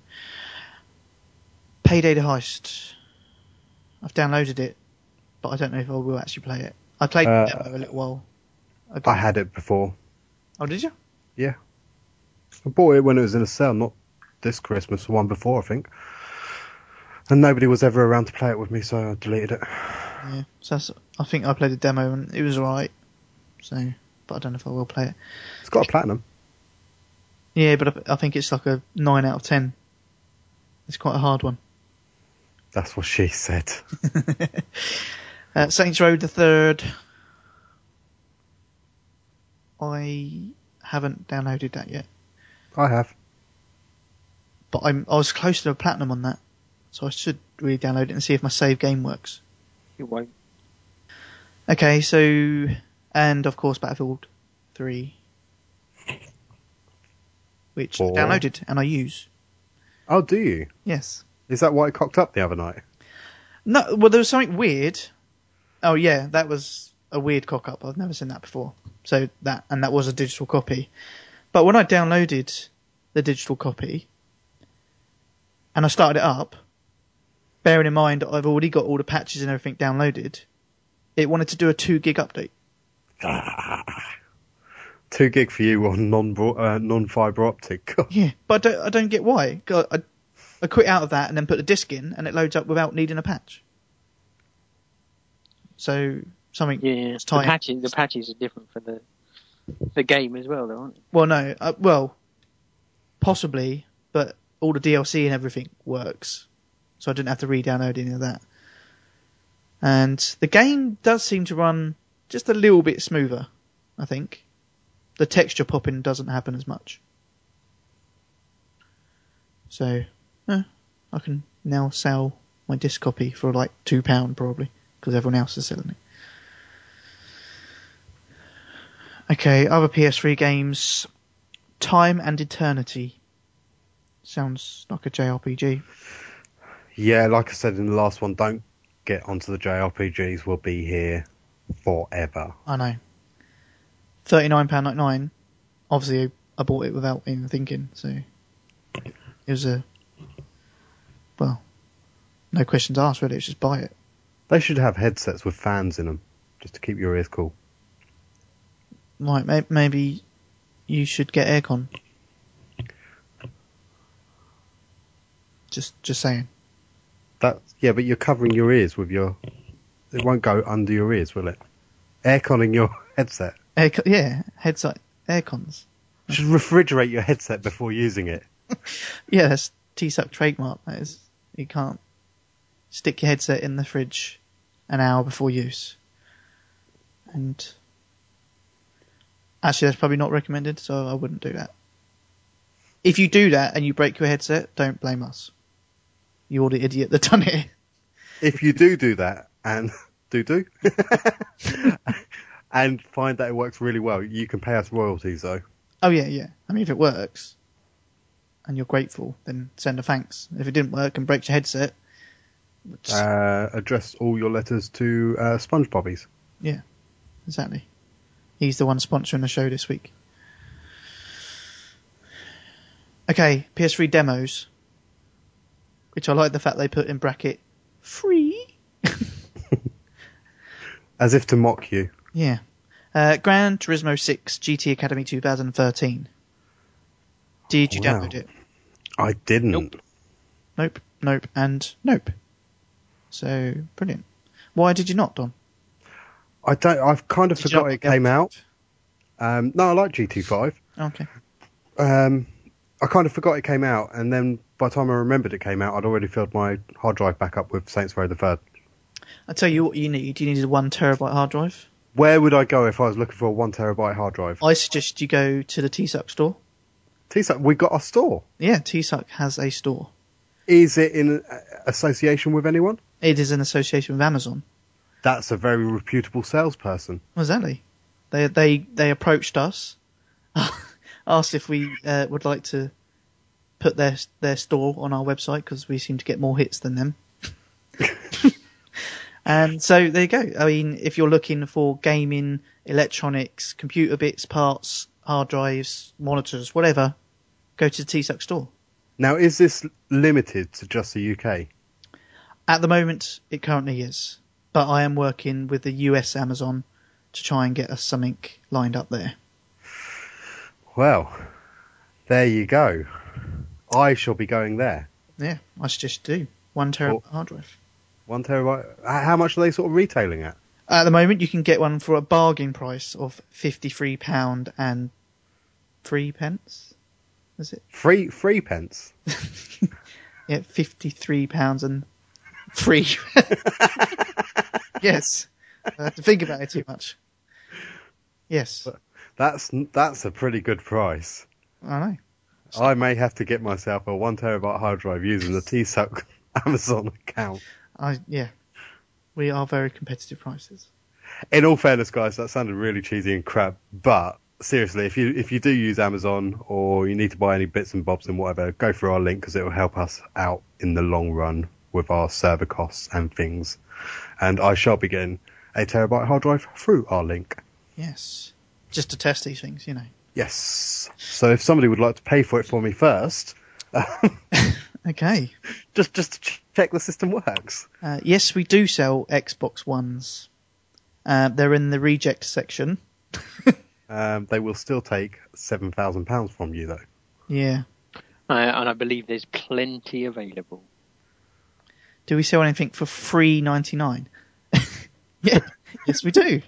Speaker 4: Payday the Heist. I've downloaded it, but I don't know if I will actually play it. I played
Speaker 6: Uh,
Speaker 4: the demo a little while ago.
Speaker 6: I had it before.
Speaker 4: Oh, did you?
Speaker 6: I bought it when it was in a sale, not this Christmas, the one before, I think. And nobody was ever around to play it with me, so I deleted it.
Speaker 4: Yeah. So that's, I think I played the demo and it was alright. So, but I don't know if I will play it.
Speaker 6: It's got a platinum.
Speaker 4: Yeah, but I, I think it's like a nine out of ten. It's quite a hard one.
Speaker 6: That's what she said.
Speaker 4: Uh, Saints Row the Third. I haven't downloaded that yet.
Speaker 6: I have.
Speaker 4: but I'm I was close to a platinum on that, so I should really download it and see if my save game works.
Speaker 5: It won't.
Speaker 4: Okay, so and of course Battlefield Three, which
Speaker 6: Four.
Speaker 4: I downloaded and I use.
Speaker 6: Oh, do you?
Speaker 4: Yes.
Speaker 6: Is that why it cocked up the other night?
Speaker 4: No, well there was something weird. Oh yeah, that was a weird cock up. I've never seen that before. So that and that was a digital copy. But when I downloaded the digital copy and I started it up, bearing in mind I've already got all the patches and everything downloaded, it wanted to do a two gig update.
Speaker 6: Two gig for you on non uh, non fiber optic. God.
Speaker 4: Yeah, but I don't, I don't get why. 'Cause I, I quit out of that and then put the disc in, and it loads up without needing a patch. So something.
Speaker 5: Yeah, the
Speaker 4: tight.
Speaker 5: patches, the patches are different for the the game as well, though, aren't they?
Speaker 4: Well, no. Uh, well, possibly, but all the DLC and everything works, so I didn't have to re-download any of that. And the game does seem to run just a little bit smoother. I think the texture popping doesn't happen as much. So, eh, I can now sell my disc copy for like two pound probably because everyone else is selling it. Okay, other PS3 games. Time and Eternity. Sounds like a JRPG.
Speaker 6: Yeah, like I said in the last one, don't get onto the JRPGs. We'll be here forever.
Speaker 4: I know. £39.99. Obviously, I bought it without even thinking, so. It was a. Well, no questions asked, really. It's just buy it.
Speaker 6: They should have headsets with fans in them, just to keep your ears cool.
Speaker 4: Like, may- maybe you should get aircon. Just, just saying.
Speaker 6: That yeah, but you're covering your ears with your. It won't go under your ears, will it? Airconning your headset.
Speaker 4: Airco- yeah, headset aircons.
Speaker 6: You should refrigerate your headset before using it.
Speaker 4: Yeah, that's T-Suck trademark. That is, you can't stick your headset in the fridge an hour before use. And actually, that's probably not recommended, so I wouldn't do that. If you do that and you break your headset, don't blame us. You're the idiot that done it.
Speaker 6: If you do do that and do do, and find that it works really well, you can pay us royalties though.
Speaker 4: Oh yeah, yeah. I mean, if it works and you're grateful, then send a thanks. If it didn't work and breaks your headset, just-
Speaker 6: Uh, address all your letters to uh, SpongeBobbies.
Speaker 4: Exactly. He's the one sponsoring the show this week. Okay, PS3 demos, which I like the fact they put in bracket free.
Speaker 6: as if to mock you.
Speaker 4: Yeah. Uh, Gran Turismo 6 GT Academy 2013. Did you
Speaker 6: Oh, Wow.
Speaker 4: download it?
Speaker 6: I didn't.
Speaker 5: Nope.
Speaker 4: Nope, nope, and nope. So, brilliant. Why did you not, Don?
Speaker 6: I don't. I've kind of
Speaker 4: Did you
Speaker 6: forgot
Speaker 4: not
Speaker 6: it
Speaker 4: get the
Speaker 6: came out. Um, no, I like GT5.
Speaker 4: Okay.
Speaker 6: Um, I kind of forgot it came out, and then by the time I remembered it came out, I'd already filled my hard drive back up with Saints Row the Third.
Speaker 4: I tell you what you need. You need a one terabyte hard drive.
Speaker 6: Where would I go if I was looking for a one terabyte hard drive?
Speaker 4: I suggest you go to the TSUC store.
Speaker 6: TSUC, we got a store.
Speaker 4: Yeah, TSUC has a store.
Speaker 6: Is it in uh, association with anyone?
Speaker 4: It is in association with Amazon.
Speaker 6: That's a very reputable salesperson.
Speaker 4: Well, exactly. They they they approached us, asked if we uh, would like to put their their store on our website because we seem to get more hits than them. and so there you go. I mean, if you're looking for gaming, electronics, computer bits, parts, hard drives, monitors, whatever, go to the TSUC store.
Speaker 6: Now, is this limited to just the UK?
Speaker 4: At the moment, it currently is, but I am working with the US Amazon to try and get us something lined up there.
Speaker 6: Well, there you go. I shall be going there.
Speaker 4: Yeah, I suggest you do one terabyte hard drive.
Speaker 6: One terabyte. h- How much are they sort of retailing at?
Speaker 4: At the moment, you can get one for a bargain price of fifty-three pound and three pence.
Speaker 6: Three, three pence.
Speaker 4: Yeah, fifty-three pounds and three. yes, I had to think about it too much. Yes,
Speaker 6: That's that's a pretty good price.
Speaker 4: I know.
Speaker 6: I may have to get myself a one terabyte hard drive using the TSUC Amazon account.
Speaker 4: I yeah, we are very competitive prices.
Speaker 6: In all fairness, guys, that sounded really cheesy and crap. But seriously, if you if you do use Amazon or you need to buy any bits and bobs and whatever, go through our link because it will help us out in the long run with our server costs and things. And I shall begin a terabyte hard drive through our link.
Speaker 4: Yes, just to test these things, you know.
Speaker 6: Yes. So if somebody would like to pay for it for me first,
Speaker 4: Okay.
Speaker 6: just just to ch- check the system works.
Speaker 4: Uh, yes, we do sell Xbox Ones. Uh, they're in the reject section.
Speaker 6: Um, they will still take seven thousand pounds from you though.
Speaker 4: Yeah.
Speaker 5: Uh, and I believe there's plenty available.
Speaker 4: Do we sell anything for three ninety nine? yeah. Yes, we do.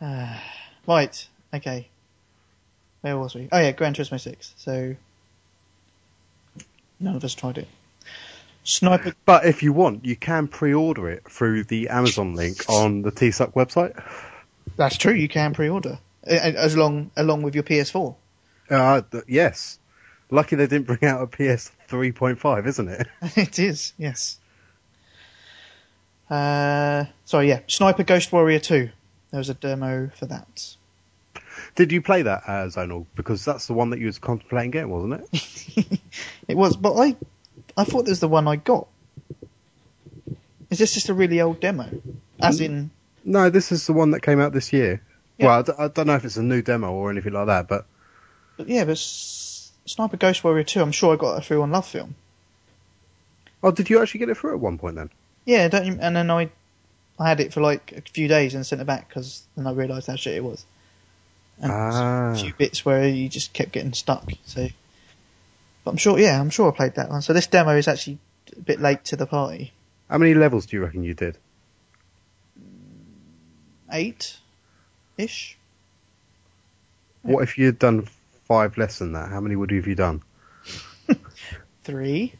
Speaker 4: uh, right. Okay. Where was we? Oh yeah, Gran Turismo Six. So none of us tried it. Sniper.
Speaker 6: But if you want, you can pre-order it through the Amazon link on the TSUC website.
Speaker 4: That's true. You can pre-order Uh, as long along with your PS4.
Speaker 6: Uh, th- yes. Lucky they didn't bring out a PS 3.5, isn't it?
Speaker 4: it is, yes. Uh, sorry, yeah, Sniper Ghost Warrior 2. There was a demo for that.
Speaker 6: Did you play that, uh, Zonal? Because that's the one that you was contemplating getting, wasn't it?
Speaker 4: It was, but I, I thought it was the one I got. Is this just a really old demo? As in,
Speaker 6: No, this is the one that came out this year.
Speaker 4: Yeah.
Speaker 6: Well, I d- I don't know if it's a new demo or anything like that, but
Speaker 4: but yeah, but S- Sniper Ghost Warrior 2, I'm sure I got that through on Love Film.
Speaker 6: oh, did you actually get it through at one point then?
Speaker 4: Yeah, don't you, and then I, I had it for like a few days and sent it back because then I realised how shit it was. And
Speaker 6: Ah.
Speaker 4: a few bits where you just kept getting stuck. So, but I'm sure, yeah, I'm sure I played that one. So this demo is actually a bit late to the party.
Speaker 6: How many levels do you reckon you did?
Speaker 4: Eight, ish.
Speaker 6: What if you had done five less than that? How many would you have you done?
Speaker 4: Three.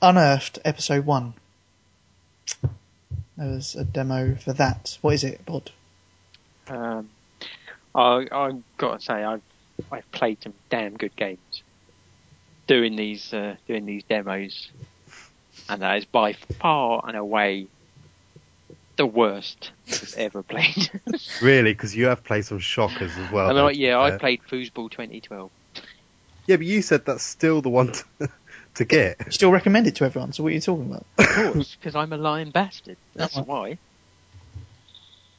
Speaker 4: Unearthed episode one. There was a demo for that. What is it, Bod?
Speaker 5: Um, I, I've got to say, I've, I've played some damn good games doing these uh, doing these demos, and that is by far and away the worst I've ever played.
Speaker 6: Really? Because you have played some shockers as well.
Speaker 5: I mean,
Speaker 6: though,
Speaker 5: like, yeah, I
Speaker 6: uh,
Speaker 5: played Foosball 2012.
Speaker 6: Yeah, but you said that's still the one to, to get.
Speaker 4: Still recommend it to everyone. So what are you talking about?
Speaker 5: Of course, because I'm a lying bastard. That's
Speaker 4: Oh.
Speaker 5: why.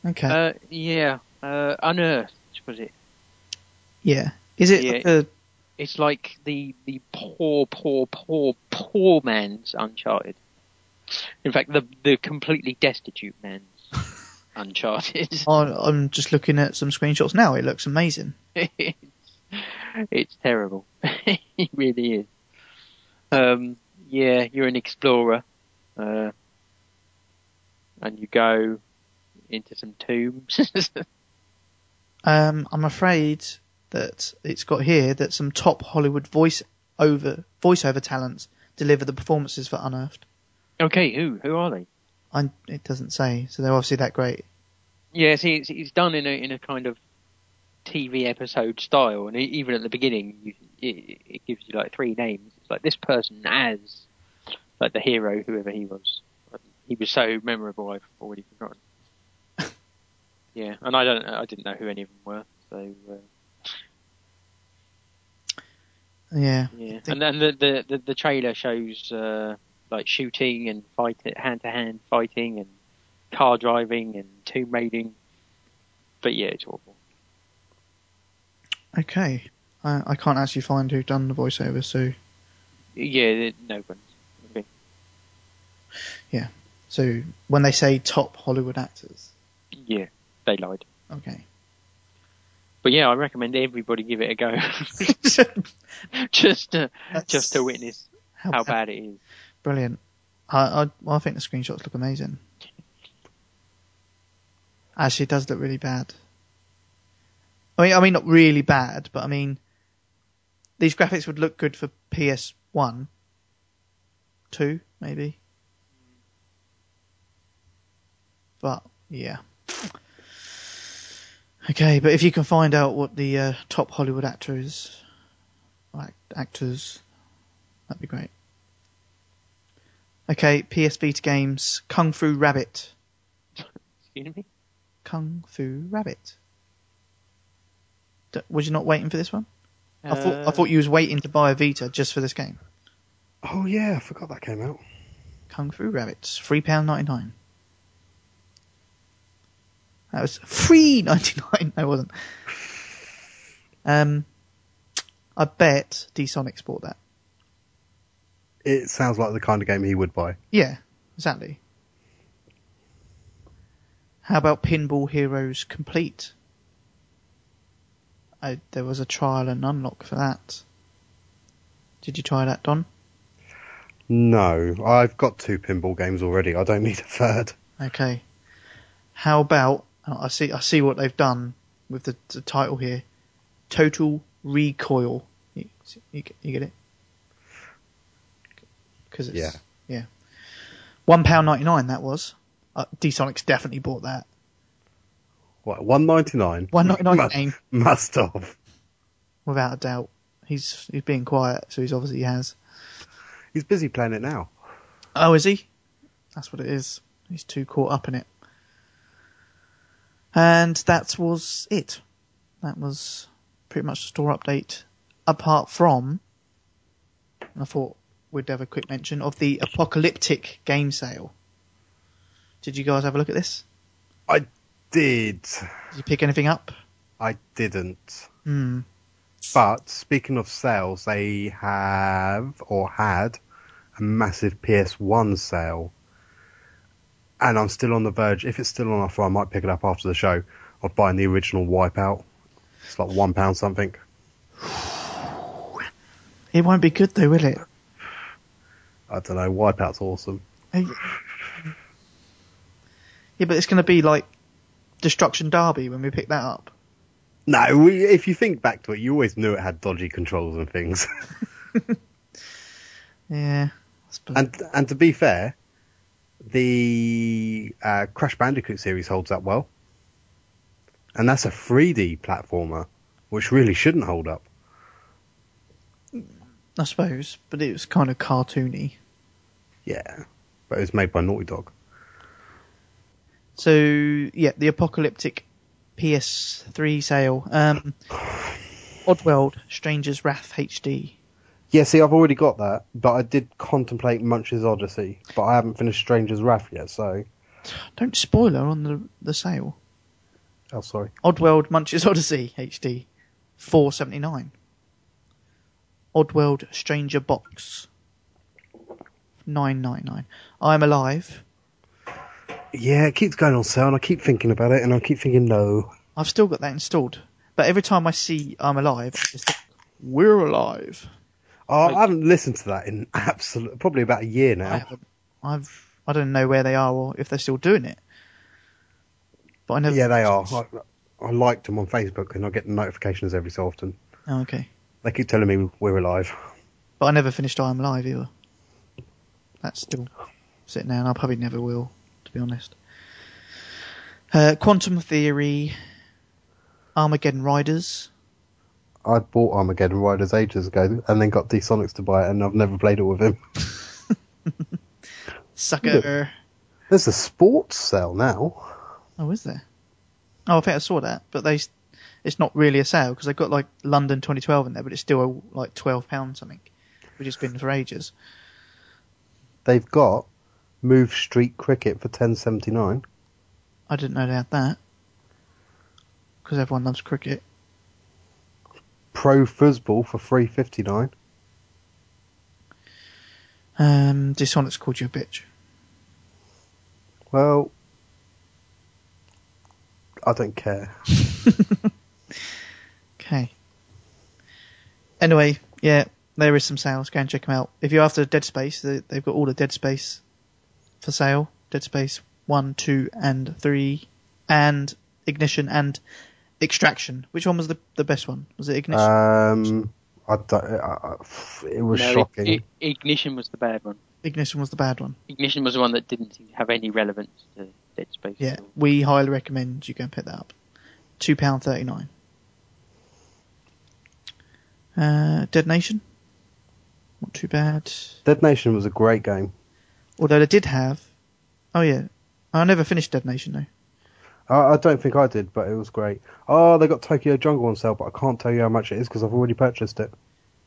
Speaker 4: Okay.
Speaker 5: Uh, yeah, uh, Unearthed was it?
Speaker 4: yeah. Is it
Speaker 5: yeah.
Speaker 4: like a
Speaker 5: It's like the the poor, poor, poor, poor man's Uncharted. In fact, the the completely destitute man's Uncharted.
Speaker 4: I'm- I'm just looking at some screenshots now. It looks amazing.
Speaker 5: it's terrible. it really is. Um, yeah, you're an explorer, uh, and you go into some tombs.
Speaker 4: Um, I'm afraid that it's got here that some top Hollywood voice over voiceover talents deliver the performances for Unearthed.
Speaker 5: okay, who who are they?
Speaker 4: I, it doesn't say, so they're obviously that great.
Speaker 5: Yeah, see, it's, it's done in a in a kind of TV episode style, and e- even at the beginning, you, it, it gives you like three names. It's like this person as like the hero, whoever he was. He was so memorable, I've already forgotten. yeah, and I don't, I didn't know who any of them were. So uh,
Speaker 4: Yeah,
Speaker 5: yeah,
Speaker 4: think-
Speaker 5: and then the the, the, the trailer shows uh, like shooting and fight hand to hand fighting and car driving and tomb raiding. But yeah, it's awful.
Speaker 4: okay. I, I can't actually find who done the voiceover, so
Speaker 5: Yeah, the- no one. Okay.
Speaker 4: so when they say top Hollywood actors,
Speaker 5: Yeah, they lied.
Speaker 4: okay.
Speaker 5: But yeah, I recommend everybody give it a go, just to, just to witness
Speaker 4: how,
Speaker 5: how bad it is.
Speaker 4: Brilliant. I, I, well, I think the screenshots look amazing. Actually, it does look really bad. I mean, I mean, not really bad, but I mean, these graphics would look good for PS One, two, maybe. But yeah. Okay, but if you can find out what the uh, top Hollywood actors, act, actors, that'd be great. Okay, PS Vita games, Kung Fu Rabbit.
Speaker 5: Excuse me.
Speaker 4: Kung Fu Rabbit. D- was you not waiting for this one? I thought I
Speaker 5: Uh,
Speaker 4: thought you was waiting to buy a Vita just for this game.
Speaker 6: Oh yeah, I forgot that came out.
Speaker 4: Kung Fu Rabbit, three pound ninety nine. That was three ninety nine. No, it wasn't. Um, I bet D Sonics bought that.
Speaker 6: It sounds like the kind of game he would buy.
Speaker 4: Yeah, exactly. How about Pinball Heroes Complete? I, there was a trial and unlock for that. Did you try that, Don?
Speaker 6: No, I've got two pinball games already. I don't need a third.
Speaker 4: Okay. How about oh, I see I see what they've done with the, the title here. Total Recoil. You, you, get- you get it? Because it's
Speaker 6: Yeah.
Speaker 4: yeah. One pound ninety nine. That was. Uh, D Sonic's definitely bought that.
Speaker 6: What one ninety nine?
Speaker 4: One ninety nine
Speaker 6: Must,
Speaker 4: game
Speaker 6: must have.
Speaker 4: without a doubt. He's he's being quiet, so he's obviously has.
Speaker 6: He's busy playing it now.
Speaker 4: Oh, is he? That's what it is. He's too caught up in it. And that was it. That was pretty much the store update. Apart from, and I thought we'd have a quick mention of the apocalyptic game sale. Did you guys have a look at this?
Speaker 6: Did
Speaker 4: Did you pick anything up?
Speaker 6: I didn't.
Speaker 4: Hmm.
Speaker 6: But speaking of sales, they have or had a massive PS1 sale. And I'm still on the verge, if it's still on offer, I might pick it up after the show, of buying the original Wipeout. It's like £1 something.
Speaker 4: It won't be good though, will it?
Speaker 6: I don't know, Wipeout's awesome.
Speaker 4: Hey. Yeah, but it's going to be like Destruction Derby when we pick that up.
Speaker 6: No, we, if you think back to it, you always knew it had dodgy controls and things.
Speaker 4: Yeah. I suppose.
Speaker 6: and and to be fair, the uh, Crash Bandicoot series holds up well. And that's a 3D platformer, which really shouldn't hold up.
Speaker 4: I suppose, but it was kind of cartoony.
Speaker 6: Yeah, but it was made by Naughty Dog.
Speaker 4: So yeah, the apocalyptic PS3 sale. Um, Oddworld, Stranger's Wrath HD.
Speaker 6: Yeah, see, I've already got that, but I did contemplate Munch's Odyssey, but I haven't finished Stranger's Wrath yet, so.
Speaker 4: Don't spoiler on the the sale.
Speaker 6: Oh, sorry.
Speaker 4: Oddworld, Munch's Odyssey HD, four seventy nine. Oddworld, Stranger Box, nine nine nine. I'm alive.
Speaker 6: Yeah, it keeps going on sale, and I keep thinking about it, and I keep thinking, no.
Speaker 4: I've still got that installed, but every time I see I'm alive, I just think, we're alive.
Speaker 6: Oh, I haven't listened to that in absolute, probably about a year
Speaker 4: I
Speaker 6: now.
Speaker 4: haven't. I've I don't know where they are or if they're still doing it. But I never.
Speaker 6: Yeah, they are. I, I liked them on Facebook, and I get notifications every so often.
Speaker 4: Oh, okay.
Speaker 6: They keep telling me we're alive.
Speaker 4: But I never finished I Am Alive either. That's still sitting there, and I probably never will, to be honest. Uh, Quantum Theory, Armageddon Riders.
Speaker 6: I bought Armageddon Riders ages ago, and then got D Sonics to buy it, and I've never played it with him.
Speaker 4: Sucker.
Speaker 6: There's a sports sale now.
Speaker 4: Oh, is there? Oh, I think I saw that, but they, it's not really a sale because they've got like London 2012 in there, but it's still like 12 pounds something, which it's been for ages.
Speaker 6: They've got Move Street Cricket for ten seventy nine.
Speaker 4: I didn't know they had that because everyone loves cricket.
Speaker 6: Pro Fuzzball for three fifty nine.
Speaker 4: Um, Dishonored's called you a bitch.
Speaker 6: Well, I don't care.
Speaker 4: Okay. Anyway, yeah, there is some sales. Go and check them out. If you're after Dead Space, they- they've got all the Dead Space for sale. Dead Space 1, 2, and 3, and Ignition and Extraction. Which one was the, the best one? Was it Ignition?
Speaker 6: Um, I don't. I, I- it was
Speaker 5: No,
Speaker 6: shocking.
Speaker 5: I- I- ignition was the bad one.
Speaker 4: Ignition was the bad one.
Speaker 5: Ignition was the one that didn't seem to have any relevance to Dead Space.
Speaker 4: Yeah, we highly recommend you go and pick that up. £2.39. Uh, Dead Nation? Not too bad.
Speaker 6: Dead Nation was a great game.
Speaker 4: Although they did have. Oh, yeah. I never finished Dead Nation, though.
Speaker 6: I, I don't think I did, but it was great. Oh, they got Tokyo Jungle on sale, but I can't tell you how much it is because I've already purchased it.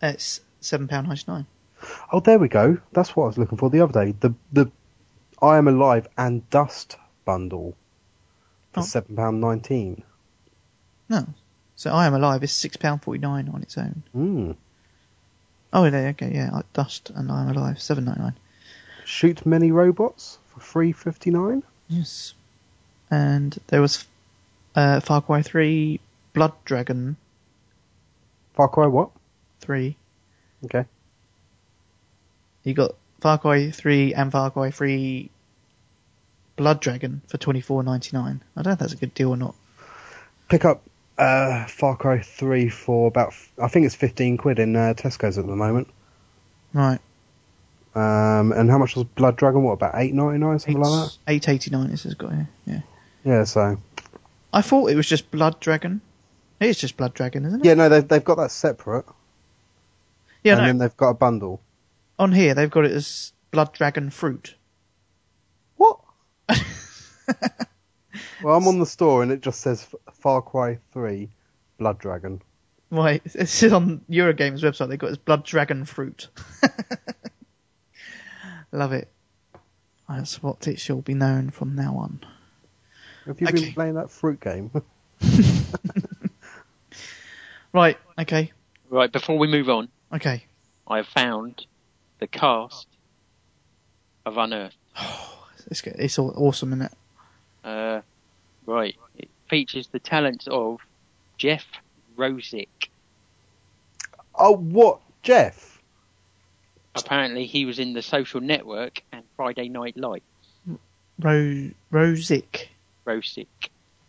Speaker 4: It's £7.99.
Speaker 6: Oh, there we go. That's what I was looking for the other day. The the I Am Alive and Dust bundle for
Speaker 4: Oh.
Speaker 6: seven pound nineteen.
Speaker 4: No. So I Am Alive is £6.49 on its own.
Speaker 6: Mm.
Speaker 4: Oh, yeah, okay, yeah. I- Dust and I Am Alive, seven ninety nine.
Speaker 6: Shoot many robots for three fifty nine.
Speaker 4: Yes. And there was uh, Far Cry 3 Blood Dragon
Speaker 6: Far Cry what?
Speaker 4: 3.
Speaker 6: Okay.
Speaker 4: You got Far Cry 3 and Far Cry 3 Blood Dragon for twenty four ninety nine. I don't know if that's a good deal or not.
Speaker 6: Pick up uh, Far Cry three for about f- I think it's fifteen quid in uh, Tesco's at the moment.
Speaker 4: Right,
Speaker 6: Um, and how much was Blood Dragon? What about eight ninety nine something like that?
Speaker 4: eight eighty nine. This has got here. Yeah,
Speaker 6: Yeah. So
Speaker 4: I thought it was just Blood Dragon. It is just Blood Dragon, isn't it?
Speaker 6: yeah, no, they've they've got that separate,
Speaker 4: Yeah,
Speaker 6: and
Speaker 4: no.
Speaker 6: then they've got a bundle.
Speaker 4: On here they've got it as Blood Dragon Fruit.
Speaker 6: What? well, I'm on the store and it just says F- Far Cry 3 Blood Dragon.
Speaker 4: Right, it's just on Eurogames website. They've got it as Blood Dragon Fruit. Love it. That's what it shall be known from now on.
Speaker 6: Have you
Speaker 4: Okay.
Speaker 6: been playing that fruit game?
Speaker 4: Right. Okay.
Speaker 5: Right, before we move on,
Speaker 4: Okay.
Speaker 5: I have found the cast of Unearthed.
Speaker 4: It's good. It's aw- awesome, isn't it?
Speaker 5: Uh, right, it features the talents of Jeff Rosick.
Speaker 6: oh, what? Jeff?
Speaker 5: Apparently, he was in The Social Network and Friday Night Lights.
Speaker 4: Ro- Rosick.
Speaker 5: Rosick,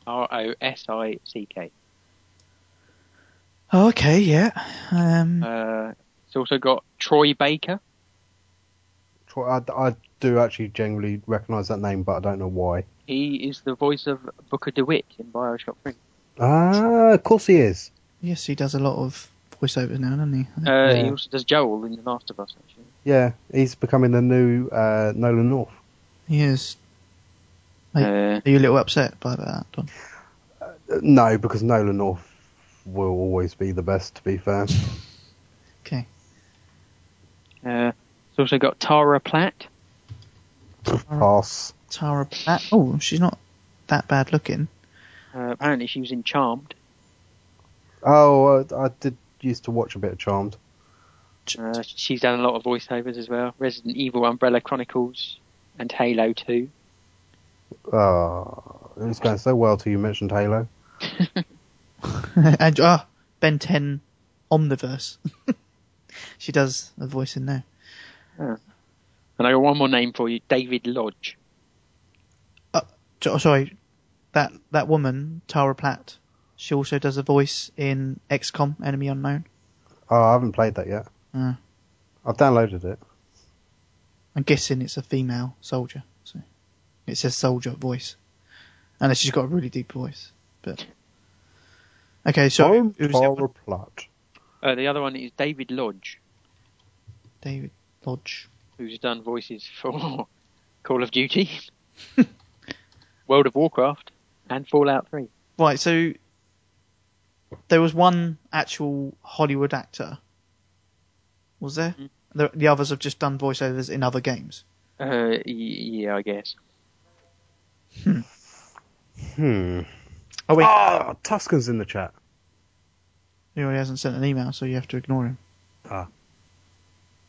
Speaker 5: R O S I C K.
Speaker 4: Oh, okay, yeah. Um,
Speaker 5: Uh, it's also got Troy Baker.
Speaker 6: Troy- I, I do actually generally recognise that name, but I don't know why.
Speaker 5: He is the voice of Booker DeWitt in Bioshock 3.
Speaker 6: Ah, of course he is.
Speaker 4: yes, he does a lot of voiceovers now, doesn't he?
Speaker 5: Uh, He
Speaker 6: Yeah.
Speaker 5: also does Joel in The Last of Us, actually.
Speaker 6: Yeah, he's becoming the new uh, Nolan North.
Speaker 4: He is.
Speaker 5: Uh,
Speaker 4: Are you a little upset by that, Don?
Speaker 6: Uh, No, because Nolan North will always be the best, to be fair.
Speaker 4: Okay.
Speaker 5: uh, it's also got Tara Platt.
Speaker 6: Pass.
Speaker 4: Tara Platt. Oh, she's not that bad looking.
Speaker 5: Uh, apparently, she was in Charmed.
Speaker 6: Oh, I, I did used to watch a bit of Charmed.
Speaker 5: Uh, she's done a lot of voiceovers as well. Resident Evil, Umbrella Chronicles, and Halo 2.
Speaker 6: Oh, it was going so well till you mentioned Halo.
Speaker 4: and, ah, Ben 10 Omniverse. she does a voice in there.
Speaker 5: Oh. And I got one more name for you, David Lodge.
Speaker 4: Jo- oh, sorry, that that woman Tara Platt. She also does a voice in XCOM: Enemy Unknown.
Speaker 6: Oh, I haven't played that yet.
Speaker 4: Uh.
Speaker 6: I've downloaded it.
Speaker 4: I'm guessing it's a female soldier. So it says soldier voice, unless she's got a really deep voice. But okay, so
Speaker 6: Sorry,
Speaker 4: who's that
Speaker 6: Tara
Speaker 4: one?
Speaker 6: Platt.
Speaker 5: Uh, the other one is David Lodge,
Speaker 4: David Lodge.
Speaker 5: who's done voices for Call of Duty, World of Warcraft, and Fallout 3.
Speaker 4: Right, so there was one actual Hollywood actor, was there? The, the others have just done voiceovers in other games.
Speaker 5: Uh, y- yeah, I guess.
Speaker 6: Hmm.
Speaker 4: Oh wait,
Speaker 6: Oh, Tuscan's in the chat.
Speaker 4: he already hasn't sent an email, so you have to ignore him.
Speaker 6: Ah.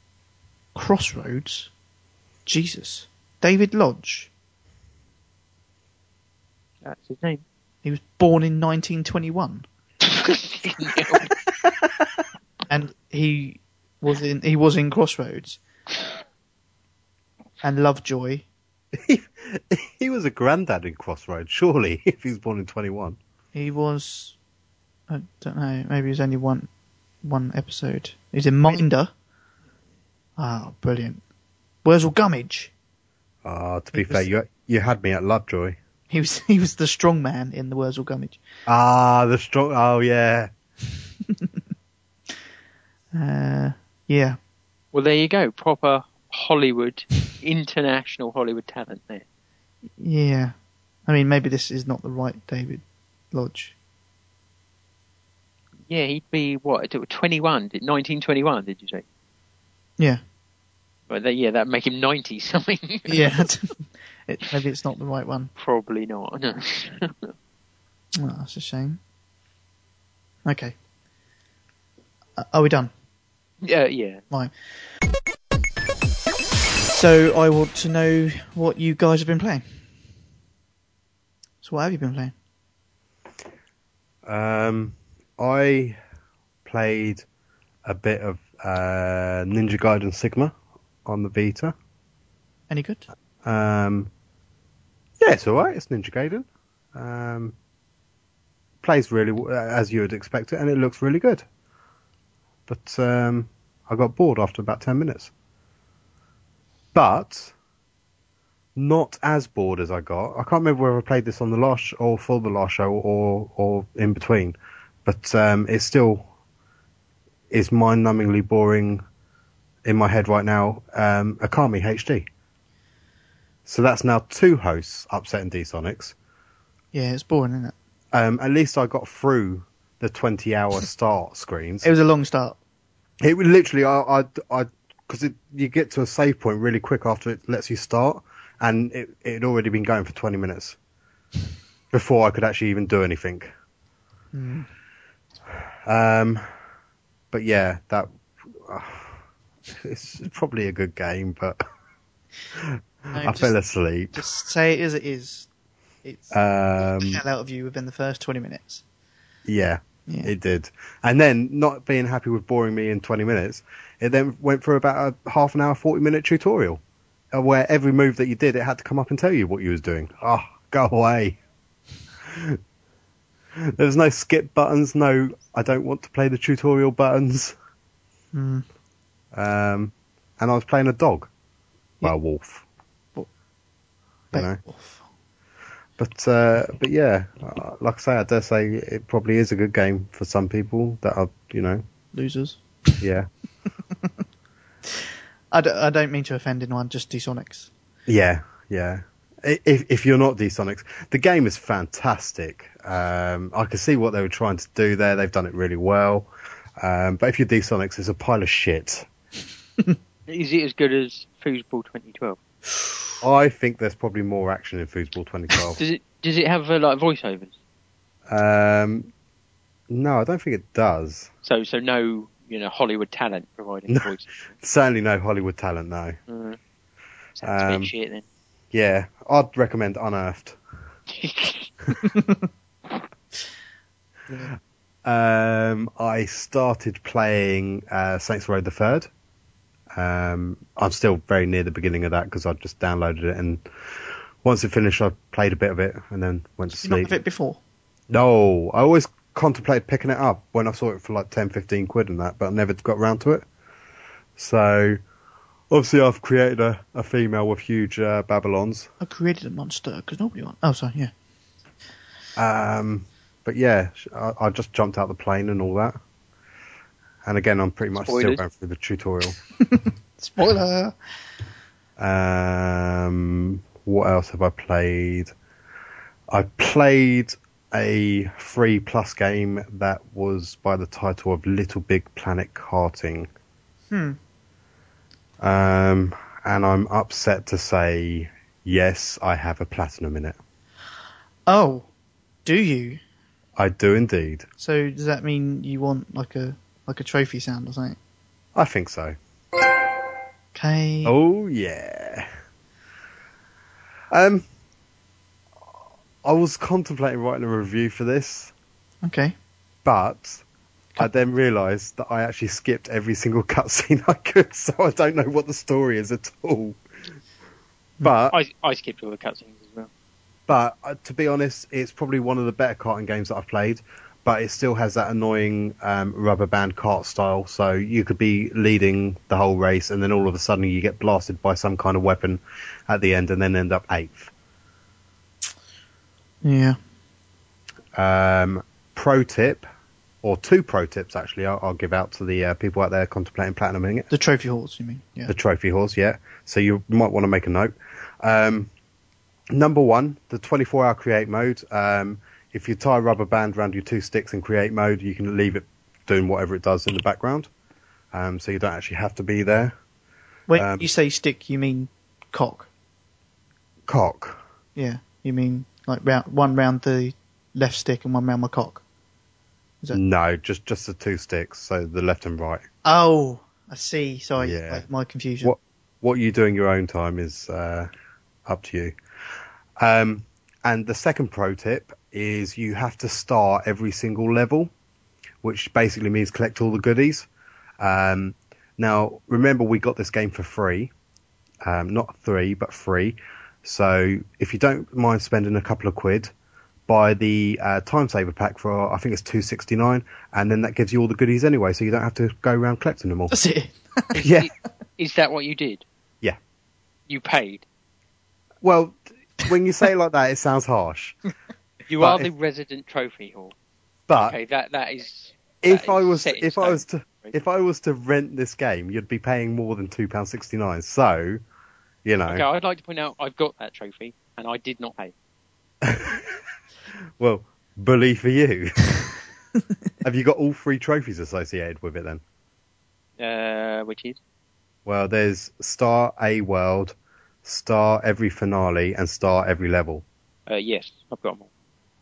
Speaker 4: Crossroads, Jesus, David Lodge.
Speaker 5: That's his name.
Speaker 4: He was born in 1921, and he was in he was in Crossroads, and Lovejoy.
Speaker 6: He was a granddad in Crossroads, surely, if he was born in 21.
Speaker 4: He was, I don't know, maybe it was only one one episode. He's in Minder. Ah, brilliant. Wurzel Gummidge.
Speaker 6: Ah, to be
Speaker 4: It was-
Speaker 6: fair, you you had me at Lovejoy.
Speaker 4: He was he was the strong man in the Wurzel Gummidge.
Speaker 6: Ah, the strong. Oh, yeah.
Speaker 4: Uh, yeah,
Speaker 5: well, there you go. Proper Hollywood, international Hollywood talent there.
Speaker 4: yeah. I mean, maybe this is not the right David Lodge.
Speaker 5: Yeah, he'd be what? It was 21, did 1921, did you say?
Speaker 4: Yeah,
Speaker 5: Well, that- yeah, that'd make him 90 something.
Speaker 4: yeah. it, maybe it's not the right one.
Speaker 5: Probably not. No.
Speaker 4: Oh, that's a shame. Okay. Uh, are we done?
Speaker 5: yeah, yeah.
Speaker 4: Right. So I want to know what you guys have been playing. So what have you been playing?
Speaker 6: Um, I played a bit of uh, Ninja Gaiden Sigma on the Vita.
Speaker 4: Any good?
Speaker 6: Um, yeah, it's all right. It's Ninja Gaiden. Um, plays really w- as you would expect it, and it looks really good. But um, I got bored after about ten minutes. But not as bored as I got. I can't remember whether I played this on the last sh- or for the last show or or in between. But um, it still is mind-numbingly boring in my head right now. Um, Akami HD. So that's now two hosts upsetting D-Sonics.
Speaker 4: Yeah, it's boring, isn't it?
Speaker 6: Um, at least I got through the 20-hour start screens.
Speaker 4: It was a long start.
Speaker 6: It would literally, I, I, I, because you get to a save point really quick after it lets you start, and it it had already been going for 20 minutes before I could actually even do anything.
Speaker 4: Hmm.
Speaker 6: Um, but yeah, that it's probably a good game, but I
Speaker 4: just,
Speaker 6: fell asleep.
Speaker 4: just say it as it is. It's
Speaker 6: Um,
Speaker 4: hell out of you within the first twenty minutes.
Speaker 6: Yeah,
Speaker 4: Yeah.
Speaker 6: it did. And then not being happy with boring me in 20 minutes, it then went for about a half an hour, 40 minute tutorial uh, where every move that you did, it had to come up and tell you what you was doing. Oh, go away. there was no skip buttons, no I don't want to play the tutorial buttons.
Speaker 4: Hmm.
Speaker 6: Um, and I was playing a dog. Well, a wolf.
Speaker 4: Wo-
Speaker 6: You know?
Speaker 4: Beowulf.
Speaker 6: But uh, but yeah, uh, like I say, I dare say it probably is a good game for some people that are you know
Speaker 4: Losers.
Speaker 6: yeah
Speaker 4: I d- I don't mean to offend anyone, just D-Sonics.
Speaker 6: yeah yeah. I- If if you're not DeSonics, the game is fantastic. Um, I can see what they were trying to do there. They've done it really well. Um, but if you're DeSonics, it's a pile of shit.
Speaker 5: Is it as good as Foosball 2012?
Speaker 6: I think there's probably more action in Foosball 2012.
Speaker 5: Does it does it have uh, like voiceovers?
Speaker 6: um, no, I don't think it does.
Speaker 5: So so no you know Hollywood talent providing
Speaker 6: No.
Speaker 5: voice.
Speaker 6: Certainly no Hollywood talent, no.
Speaker 5: Uh, sounds a bit
Speaker 6: Um,
Speaker 5: shit then.
Speaker 6: Yeah, I'd recommend Unearthed. Um, I started playing uh, Saints Row the Third, Um, I'm still very near the beginning of that because I just downloaded it and once it finished, I played a bit of it and then went to
Speaker 4: Did you not
Speaker 6: sleep.
Speaker 4: have it before?
Speaker 6: No, I always contemplated picking it up when I saw it for like 10, 15 quid and that, but I never got round to it. So obviously, I've created a, a female with huge uh, Babylons.
Speaker 4: I created a monster because nobody wants. Oh, sorry, yeah.
Speaker 6: Um, but yeah, sh- I, I just jumped out the plane and all that. And again, I'm pretty much still
Speaker 5: Spoilers.
Speaker 6: going through the tutorial.
Speaker 4: Spoiler.
Speaker 6: Um, what else have I played? I played a free plus game that was by the title of Little Big Planet Karting.
Speaker 4: Hmm.
Speaker 6: Um, and I'm upset to say, yes, I have a platinum in it.
Speaker 4: Oh, do you?
Speaker 6: I do indeed.
Speaker 4: So does that mean you want like a like a trophy sound or something?
Speaker 6: I think so.
Speaker 4: Okay.
Speaker 6: Oh yeah. Um, I was contemplating writing a review for this,
Speaker 4: Okay.
Speaker 6: but I then realised that I actually skipped every single cutscene I could, so I don't know what the story is at all. But
Speaker 5: I, I skipped all the cutscenes as well.
Speaker 6: but uh, to be honest, it's probably one of the better karting games that I've played. But it still has that annoying um, rubber band kart style, so you could be leading the whole race, and then all of a sudden you get blasted by some kind of weapon at the end, and then end up eighth.
Speaker 4: Yeah.
Speaker 6: Um, pro tip, or two pro tips actually, I'll, I'll give out to the uh, people out there contemplating platinuming it.
Speaker 4: The trophy horse, you mean? Yeah.
Speaker 6: the trophy horse, yeah. So you might want to make a note. Um, number one, the 24 hour create mode. Um, if you tie a rubber band around your two sticks in create mode, you can leave it doing whatever it does in the background. Um, so you don't actually have to be there.
Speaker 4: when
Speaker 6: um,
Speaker 4: you say stick, you mean cock.
Speaker 6: Cock.
Speaker 4: Yeah. You mean like round one round the left stick and one round my cock. Yeah.
Speaker 6: No, just just the two sticks, so the left and right.
Speaker 4: Oh, I see. Sorry,
Speaker 6: Yeah.
Speaker 4: like my confusion.
Speaker 6: What- What you do in your own time is uh, up to you. Um, and the second pro tip is you have to star every single level, which basically means collect all the goodies. Um, now, remember, we got this game for free. Um, not three, but free. So if you don't mind spending a couple of quid, buy the uh, time saver pack for I think it's two sixty nine, and then that gives you all the goodies anyway, so you don't have to go around collecting them all.
Speaker 4: That's it.
Speaker 6: yeah.
Speaker 5: Is that what you did?
Speaker 6: Yeah.
Speaker 5: You paid.
Speaker 6: Well, when you say it like that, it sounds harsh.
Speaker 5: You
Speaker 6: But Uh,
Speaker 5: are the
Speaker 6: if-
Speaker 5: resident trophy hall.
Speaker 6: But
Speaker 5: Okay, that that is.
Speaker 6: if
Speaker 5: that
Speaker 6: I
Speaker 5: is
Speaker 6: was
Speaker 5: set in
Speaker 6: if I
Speaker 5: stone.
Speaker 6: was to if I was to rent this game, you'd be paying more than two pounds sixty nine. So, you know,
Speaker 5: Okay, I'd like to point out I've got that trophy and I did not pay.
Speaker 6: well, bully for you. Have you got all three trophies associated with it then?
Speaker 5: Uh, which is
Speaker 6: Well, there's Star A World, Star Every Finale, and Star Every Level.
Speaker 5: uh, yes, I've got them all.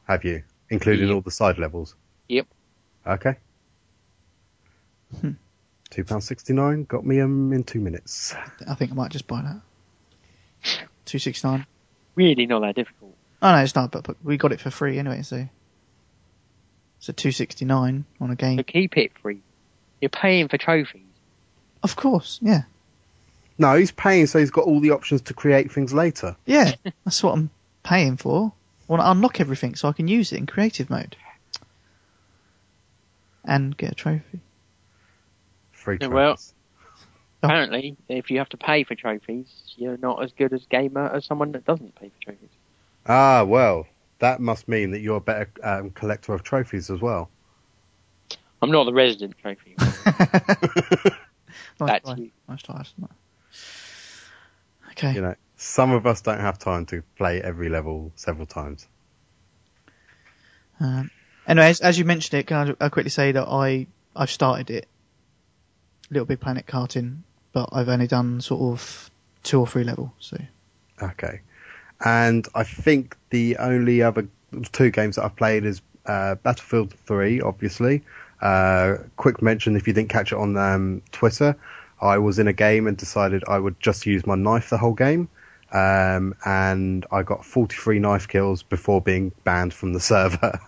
Speaker 6: Have you, including
Speaker 5: Yep.
Speaker 6: all the side levels?
Speaker 5: Yep.
Speaker 6: Okay. Two pounds sixty nine got me um, in two minutes.
Speaker 4: I think I might just buy that. Two six nine.
Speaker 5: Really not that difficult.
Speaker 4: Oh no, it's not. But, but we got it for free anyway, so it's a two sixty nine on a game.
Speaker 5: So keep it free. You're paying for trophies.
Speaker 4: Of course, yeah,
Speaker 6: No, he's paying, so he's got all the options to create things later.
Speaker 4: yeah. That's what I'm paying for. I want to unlock everything so I can use it in creative mode and get a trophy.
Speaker 6: Free
Speaker 5: Yeah,
Speaker 6: trophies.
Speaker 5: well-
Speaker 6: Oh.
Speaker 5: Apparently, if you have to pay for trophies, you're not as good as gamer as someone that doesn't pay for trophies.
Speaker 6: Ah, well, that must mean that you're a better um, collector of trophies as well.
Speaker 5: I'm not the resident trophy. Uh,
Speaker 4: Nice
Speaker 5: That's
Speaker 4: try.
Speaker 5: you.
Speaker 4: Nice try. isn't it? Okay.
Speaker 6: You know, some of us don't have time to play every level several times.
Speaker 4: Um, anyway, as, as you mentioned it, can I, I quickly say that I I've started it, Little Big Planet karting, but I've only done sort of two or three level. So
Speaker 6: Okay. And I think the only other two games that I've played is uh, Battlefield 3, obviously. Uh, quick mention if you didn't catch it on um, Twitter, I was in a game and decided I would just use my knife the whole game. Um, and I got 43 knife kills before being banned from the server.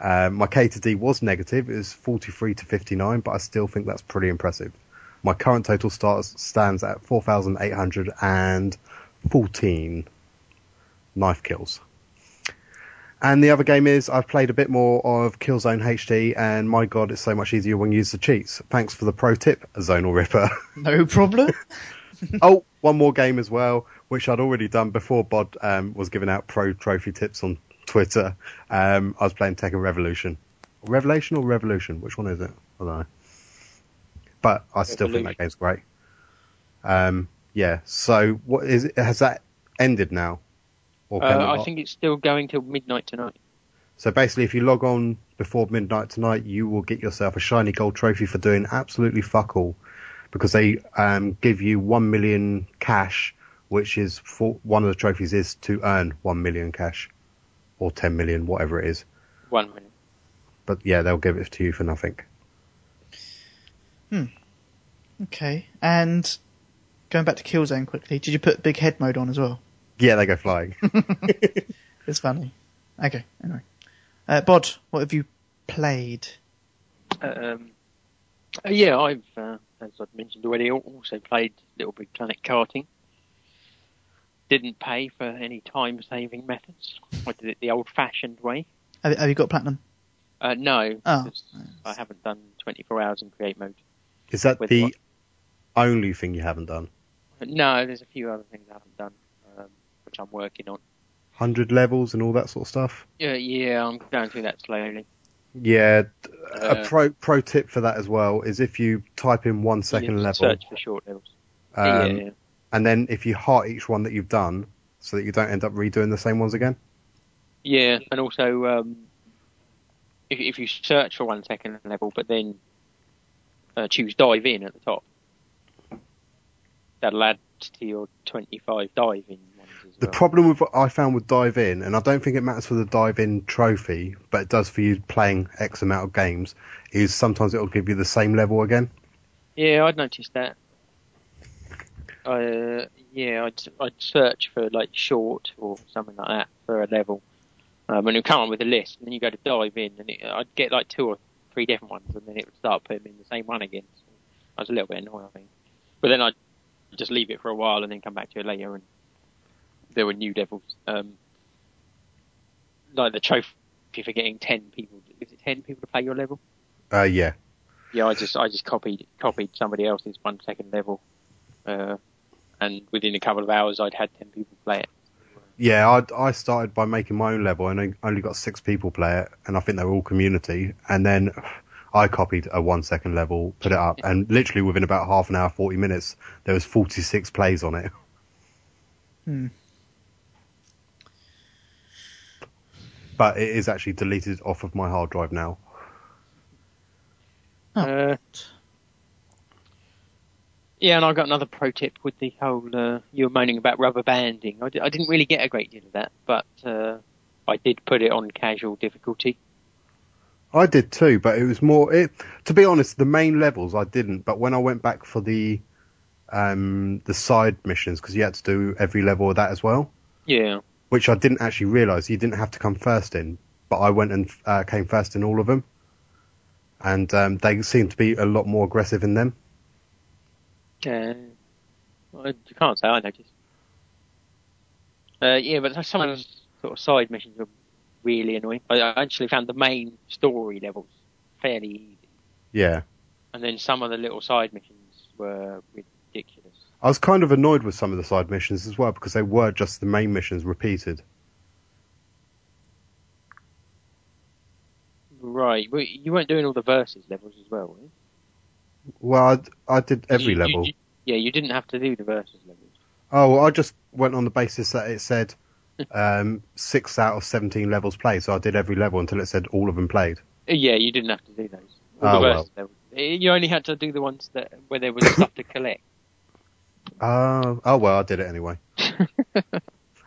Speaker 6: Uh, Um, my K to D was negative, it was 43 to 59, but I still think that's pretty impressive. My current total starts stands at 4,814 knife kills. And the other game is I've played a bit more of Killzone HD, and my god, it's so much easier when you use the cheats. Thanks for the pro tip, Zonal Ripper.
Speaker 4: No problem.
Speaker 6: oh, one more game as well, which I'd already done before Bod um, was giving out pro trophy tips on Twitter. Um, I was playing Tekken Revolution. Revelation or Revolution? Which one is it? I don't know. But I still think that game's great. Um, yeah. So what is it, has that ended now? Or
Speaker 5: Uh,
Speaker 6: can it
Speaker 5: I
Speaker 6: not?
Speaker 5: think it's still going till midnight tonight.
Speaker 6: So basically, if you log on before midnight tonight, you will get yourself a shiny gold trophy for doing absolutely fuck all, because they um, give you one million cash, which is for, one of the trophies is to earn one million cash, or ten million, whatever it is.
Speaker 5: One minute.
Speaker 6: But yeah, they'll give it to you for nothing.
Speaker 4: okay. And going back to Killzone quickly, did you put big head mode on as well?
Speaker 6: Yeah, they go flying.
Speaker 4: It's funny. Okay. Anyway, uh, Bod, what have you played?
Speaker 5: Um, uh, yeah, I've, uh, as I've mentioned already, al- also played Little Big Planet karting. Didn't pay for any time saving methods. I did it the old fashioned way.
Speaker 4: Have, have you got platinum?
Speaker 5: Uh, no,
Speaker 4: Oh.
Speaker 5: because I haven't done 24 hours in create mode.
Speaker 6: Is that
Speaker 5: With
Speaker 6: the
Speaker 5: what?
Speaker 6: only thing you haven't done?
Speaker 5: But no, there's a few other things I haven't done, um, which I'm working on.
Speaker 6: Hundred levels and all that sort of stuff.
Speaker 5: Yeah, yeah, I'm going through that slowly.
Speaker 6: Yeah. d-
Speaker 5: Uh,
Speaker 6: a pro pro tip for that as well is if you type in one second
Speaker 5: You
Speaker 6: level,
Speaker 5: Search for short levels.
Speaker 6: um,
Speaker 5: yeah.
Speaker 6: and then if you heart each one that you've done, so that you don't end up redoing the same ones again.
Speaker 5: Yeah, and also um, if, if you search for one second level, but then uh, choose dive in at the top, that'll add to your 25 dive in ones as
Speaker 6: The
Speaker 5: well.
Speaker 6: problem with what I found with dive in, and I don't think it matters for the dive in trophy, but it does for you playing X amount of games, is sometimes it'll give you the same level again.
Speaker 5: yeah, I'd noticed that. Uh, yeah, I'd, I'd search for like short or something like that for a level, um, and it'll come up with a list, and then you go to dive in, and it, I'd get like two or three different ones, and then it would start putting me in the same one again. So I was a little bit annoying, but then I'd just leave it for a while and then come back to it later, and there were new levels, um, like the trophy for getting ten people. Is it ten people to play your level?
Speaker 6: Uh, yeah.
Speaker 5: yeah, I just I just copied copied somebody else's one second level, uh, and within a couple of hours I'd had ten people play it.
Speaker 6: Yeah, I, I started by making my own level and I only got six people play it, and I think they were all community. And then I copied a one second level, put it up, and literally within about half an hour, 40 minutes, there was 46 plays on it. But it is actually deleted off of my hard drive now.
Speaker 4: Oh.
Speaker 5: Uh, yeah, and I got another pro tip with the whole uh, you were moaning about rubber banding. I, d- I didn't really get a great deal of that, but uh, I did put it on casual difficulty.
Speaker 6: I did too, but it was more. It, to be honest, the main levels I didn't, but when I went back for the um, the side missions, because you had to do every level of that as well,
Speaker 5: Yeah,
Speaker 6: which I didn't actually realise you didn't have to come first in, but I went and uh, came first in all of them, and um, they seemed to be a lot more aggressive in them.
Speaker 5: uh, I can't say I noticed. Uh, yeah, but some of the sort of side missions were really annoying. I I actually found the main story levels fairly easy.
Speaker 6: Yeah,
Speaker 5: and then some of the little side missions were ridiculous.
Speaker 6: I was kind of annoyed with some of the side missions as well because they were just the main missions repeated.
Speaker 5: Right, but you weren't doing all the versus levels as well. Were you?
Speaker 6: Well, I, I did every
Speaker 5: You- you-
Speaker 6: level.
Speaker 5: you- yeah, you didn't have to do the versus levels.
Speaker 6: Oh, well, I just went on the basis that it said um, six out of 17 levels played, so I did every level until it said all of them played.
Speaker 5: Uh, Yeah, you didn't have to do those. All
Speaker 6: Oh,
Speaker 5: the versus levels. Uh, You only had to do the ones that where there was stuff to collect.
Speaker 6: Oh, oh well, I did it anyway.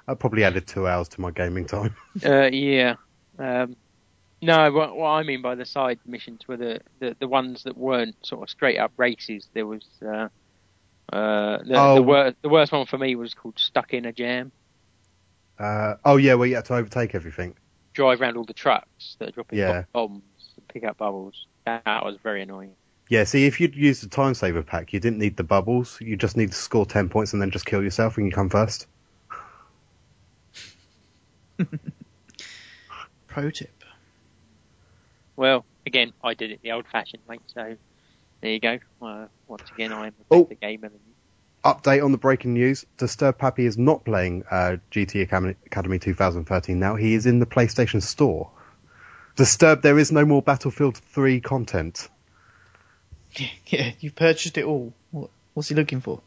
Speaker 6: I probably added two hours to my gaming time.
Speaker 5: Uh, yeah. Um, no, what, what I mean by the side missions were the, the, the ones that weren't sort of straight up races. There was uh, uh, the,
Speaker 6: Oh.
Speaker 5: the, wor- the worst one for me was called Stuck in a Jam.
Speaker 6: Uh, oh, yeah, well, you had to overtake everything.
Speaker 5: drive around all the trucks that are dropping
Speaker 6: Yeah.
Speaker 5: bombs and pick up bubbles. That, that was very annoying.
Speaker 6: Yeah, see, if you'd used the time saver pack, you didn't need the bubbles. You just need to score 10 points and then just kill yourself when you come first.
Speaker 4: Pro tip.
Speaker 5: Well, again, I did it the old-fashioned way. So there you go. Uh, once again, I am a
Speaker 6: Oh.
Speaker 5: better gamer than you.
Speaker 6: Update on the breaking news Disturb Pappy is not playing uh, GT Academy, Academy 2013 now. He is in the PlayStation Store. Disturb, there is no more Battlefield 3 content.
Speaker 4: Yeah, you've purchased it all. What, what's he looking for?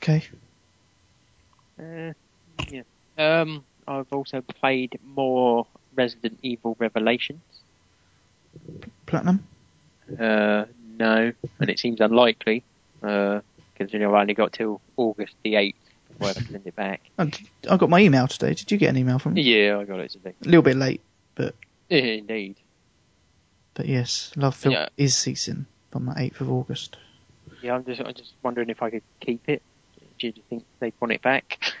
Speaker 4: Okay.
Speaker 5: Uh, yeah. Um, I've also played more Resident Evil Revelations.
Speaker 4: Platinum?
Speaker 5: Uh, no, and it seems unlikely, uh, considering I've only got till August the 8th before I have to send it back.
Speaker 4: I, Oh, I got my email today. Did you get an email from me?
Speaker 5: Yeah, I got it today.
Speaker 4: A little bit late,
Speaker 5: Yeah, Indeed.
Speaker 4: but yes, Love Film
Speaker 5: Yeah.
Speaker 4: is ceasing on the 8th of August.
Speaker 5: Yeah, I'm just, I'm just wondering if I could keep it. Do you think they'd want it back?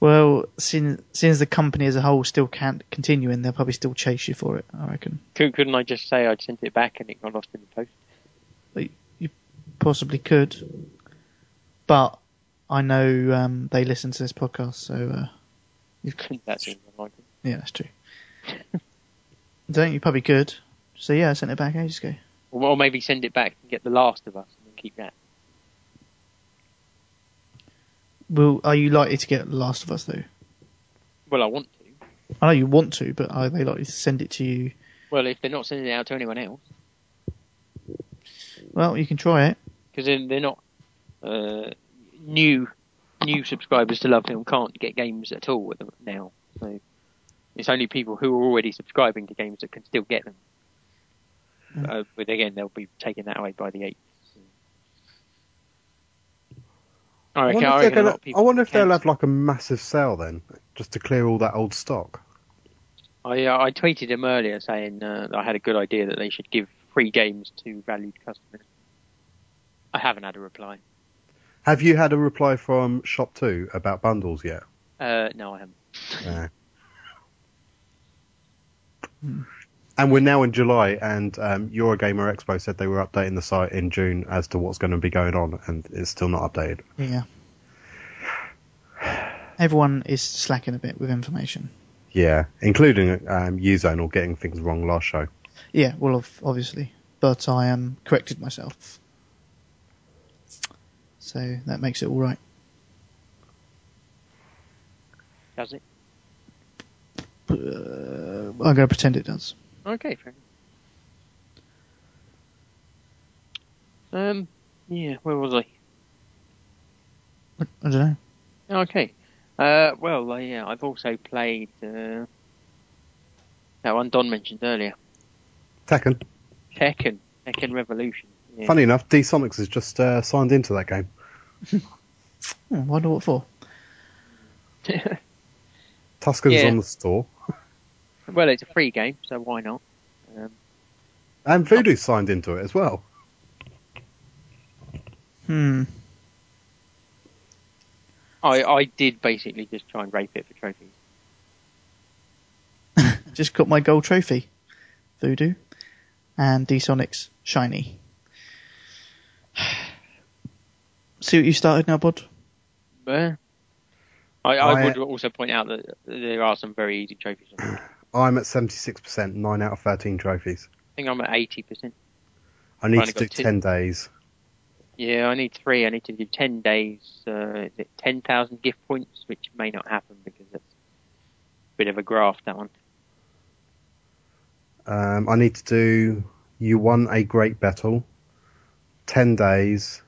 Speaker 4: Well, since, since the company as a whole still can't continue in, they'll probably still chase you for it, I reckon.
Speaker 5: Could- Couldn't I just say I'd sent it back and it got lost in the post?
Speaker 4: Possibly could. But I know um, they listen to this podcast, so uh, you've
Speaker 5: That seems unlikely.
Speaker 4: Yeah, that's true. Don't you probably could. So yeah, I sent it back ages ago.
Speaker 5: Or, or maybe send it back and get The Last of Us and then keep that.
Speaker 4: Well, are you likely to get Last of Us though?
Speaker 5: Well, I want to.
Speaker 4: I know you want to, but are they likely to send it to you?
Speaker 5: Well, if they're not sending it out to anyone else,
Speaker 4: Well, you can try it.
Speaker 5: because then they're not uh, new new subscribers to Love Film can't get games at all with them now. So it's only people who are already subscribing to games that can still get them.
Speaker 6: Hmm.
Speaker 5: Uh, but again, they'll be taking that away by the eighth. I reckon, I
Speaker 6: I wonder
Speaker 5: reckon a lot
Speaker 6: if, they're gonna,
Speaker 5: of people
Speaker 6: I wonder if they'll
Speaker 5: cancel.
Speaker 6: have like a massive sale then, just to clear all that old stock.
Speaker 5: I, uh, I tweeted him earlier saying uh, I had a good idea that they should give free games to valued customers. I haven't had a reply.
Speaker 6: Have you had a reply from Shop 2 about bundles yet?
Speaker 5: Uh, no, I haven't.
Speaker 6: Yeah. And we're now in July, and um, Eurogamer Expo said they were updating the site in June as to what's going to be going on, and it's still not updated.
Speaker 4: Yeah. Everyone is slacking a bit with information.
Speaker 6: Yeah, including um, Uzone or getting things wrong last show.
Speaker 4: Yeah, well, of- obviously, but I um, corrected myself, so that makes it all right.
Speaker 5: Does it?
Speaker 4: Uh, I'm going to pretend it does.
Speaker 5: Okay, fair enough. Um, yeah, where was I?
Speaker 4: I don't know.
Speaker 5: Okay. Uh, well, uh, yeah, I've also played uh, that one Don mentioned earlier,
Speaker 6: Tekken.
Speaker 5: Tekken, Tekken Revolution. Yeah.
Speaker 6: Funny enough, D Sonics has just uh, signed into that game.
Speaker 4: Hmm, I wonder what for.
Speaker 6: Tuscan's
Speaker 5: Yeah.
Speaker 6: on the store,
Speaker 5: well, it's a free game, so why not? Um,
Speaker 6: and Voodoo signed into it as well.
Speaker 4: Hmm.
Speaker 5: I, I did basically just try and rape it for trophies.
Speaker 4: Just got my gold trophy, Voodoo, and D-Sonic's shiny. See what you started now, Bod?
Speaker 5: But I, I
Speaker 6: I-
Speaker 5: would also point out that there are some very easy trophies. on there. I
Speaker 6: I'm at 76%, 9 out of 13 trophies.
Speaker 5: think I'm at eighty percent.
Speaker 6: I need
Speaker 5: Only
Speaker 6: to
Speaker 5: got
Speaker 6: do
Speaker 5: two.
Speaker 6: 10 days.
Speaker 5: Yeah, I need three. I need to do ten days. Uh, is it ten thousand gift points, which may not happen because that's a bit of a graft. That one.
Speaker 6: Um, I need to do You Won a Great Battle, 10 days,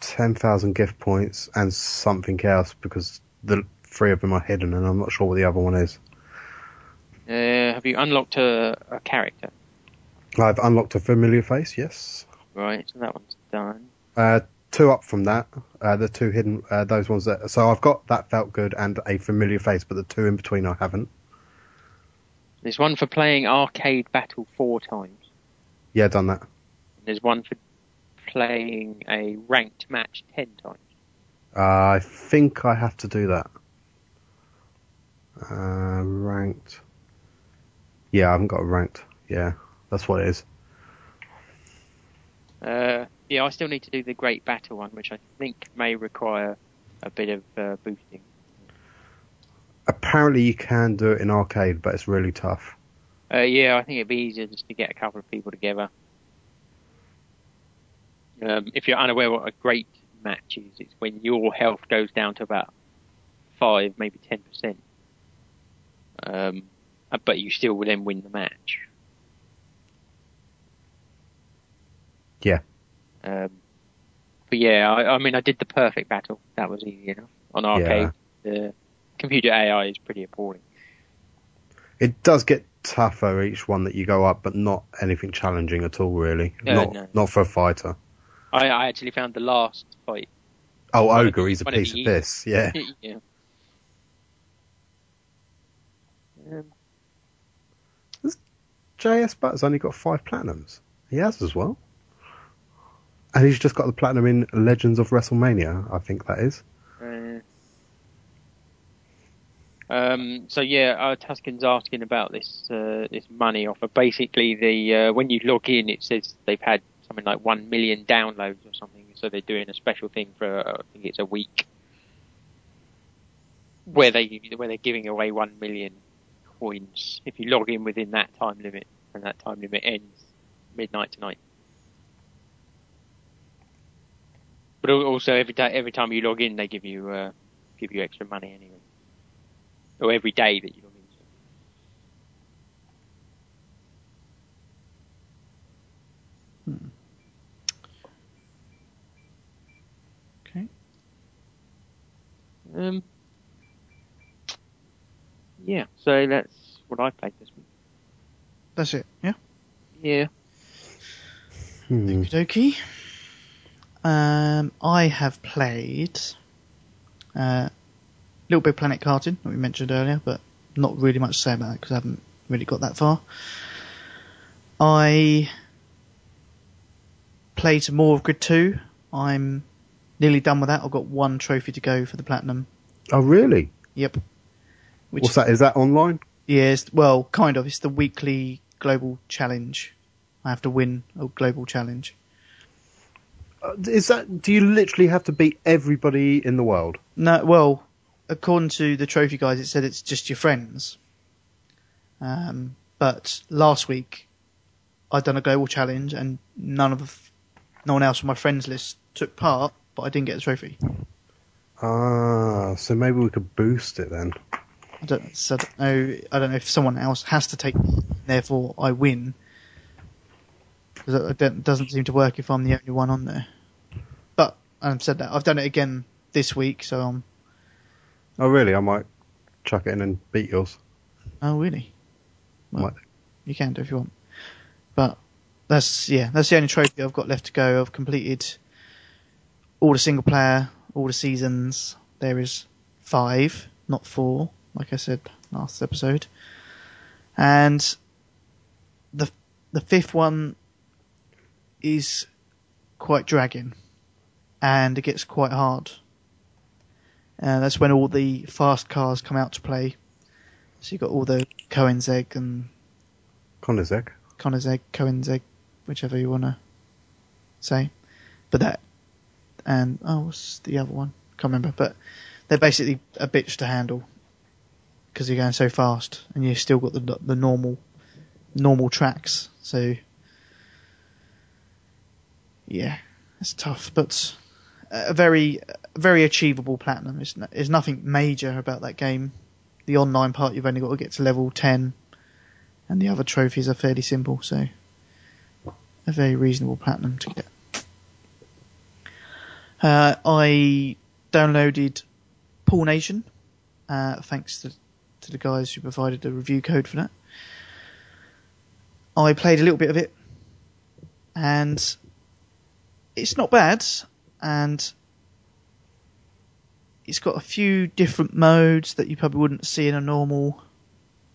Speaker 6: 10,000 gift points, and something else because the three of them are hidden and I'm not sure what the other one is.
Speaker 5: Uh, have you unlocked a, a character?
Speaker 6: I've unlocked a familiar face, yes.
Speaker 5: Right, so that one's done.
Speaker 6: Uh, two up from that, uh, the two hidden, uh, those ones that. So I've got That Felt Good and a familiar face, but the two in between I haven't.
Speaker 5: There's one for playing arcade battle four times.
Speaker 6: Yeah, done that.
Speaker 5: And there's one for playing a ranked match ten times.
Speaker 6: Uh, I think I have to do that. Uh, ranked. Yeah, I haven't got it ranked. Yeah, that's what it is.
Speaker 5: Uh, yeah, I still need to do the Great Battle one, which I think may require a bit of uh, boosting.
Speaker 6: Apparently, you can do it in arcade, but it's really tough.
Speaker 5: Uh, yeah, I think it'd be easier just to get a couple of people together. Um, if you're unaware what a great match is, it's when your health goes down to about five, maybe ten percent, um, uh, but you still will then win the match.
Speaker 6: Yeah.
Speaker 5: Um, but yeah, I, I mean, I did the perfect battle. That was easy enough on arcade. The computer AI is pretty appalling.
Speaker 6: It does get tougher each one that you go up, but not anything challenging at all, really.
Speaker 5: No,
Speaker 6: not
Speaker 5: no.
Speaker 6: not for a fighter.
Speaker 5: I, I actually found the last fight
Speaker 6: Oh,
Speaker 5: One of
Speaker 6: ogre,
Speaker 5: the-
Speaker 6: he's a
Speaker 5: one of
Speaker 6: piece
Speaker 5: the
Speaker 6: of
Speaker 5: easy-
Speaker 6: piss. Yeah.
Speaker 5: yeah. Um,
Speaker 6: JS Butt's only got five platinums. He has as well. And he's just got the platinum in Legends of WrestleMania, I think that is.
Speaker 5: uh, um, so yeah, uh, Tuscan's asking about this uh, this money offer. Basically, the uh, when you log in, it says they've had something like one million downloads or something. So they're doing a special thing for uh, I think it's a week where they where they're giving away one million coins if you log in within that time limit, and that time limit ends midnight tonight. But al- also every day, every time you log in, they give you uh, give you extra money anyway, or every day that you log in.
Speaker 4: Okay.
Speaker 5: Um, yeah, so that's what I played this week.
Speaker 4: That's it. Yeah.
Speaker 5: Yeah,
Speaker 6: Hmm.
Speaker 4: Okie dokie. Um, I have played uh, Little Big Planet Karting that we mentioned earlier, but not really much to say about it because I haven't really got that far. I played some more of Grid 2. I'm nearly done with that. I've got one trophy to go for the platinum.
Speaker 6: Oh, really?
Speaker 4: Yep. Which
Speaker 6: What's that? Is that online?
Speaker 4: yeah, it's, well, kind of. It's the weekly global challenge. I have to win a global challenge.
Speaker 6: Uh, Is that? Do you literally have to beat everybody in the world?
Speaker 4: No, well, according to the trophy guys, it said it's just your friends. Um, but last week, I'd done a global challenge, and none of no one else on my friends list took part, but I didn't get the trophy.
Speaker 6: Ah, so maybe we could boost it then.
Speaker 4: I don't, so I don't know. I don't know if someone else has to take, therefore I win. Because it don't- doesn't seem to work if I'm the only one on there. But I've said that I've done it again this week, so I'm.
Speaker 6: Oh, really? I might chuck it in and beat yours.
Speaker 4: Oh really? Well,
Speaker 6: Might-
Speaker 4: You can do if you want. But that's yeah, that's the only trophy I've got left to go. I've completed all the single player, all the seasons. There is five, not four, like I said last episode. And the the fifth one is quite dragging, and it gets quite hard. Uh, that's when all the fast cars come out to play. So you've got all the Cohen's egg and
Speaker 6: Konizek.
Speaker 4: Connor's egg, Cohen's egg, whichever you want to say. But that, and oh, what's the other one? Can't remember. But they're basically a bitch to handle because you're going so fast, and you've still got the the normal normal tracks. So yeah, it's tough, but a very a very achievable platinum. It's, no, there's nothing major about that game. The online part, you've only got to get to level ten and the other trophies are fairly simple, so a very reasonable platinum to get. Uh, I downloaded Paul Nation, uh, thanks to, to the guys who provided the review code for that. I played a little bit of it, and it's not bad, and it's got a few different modes that you probably wouldn't see in a normal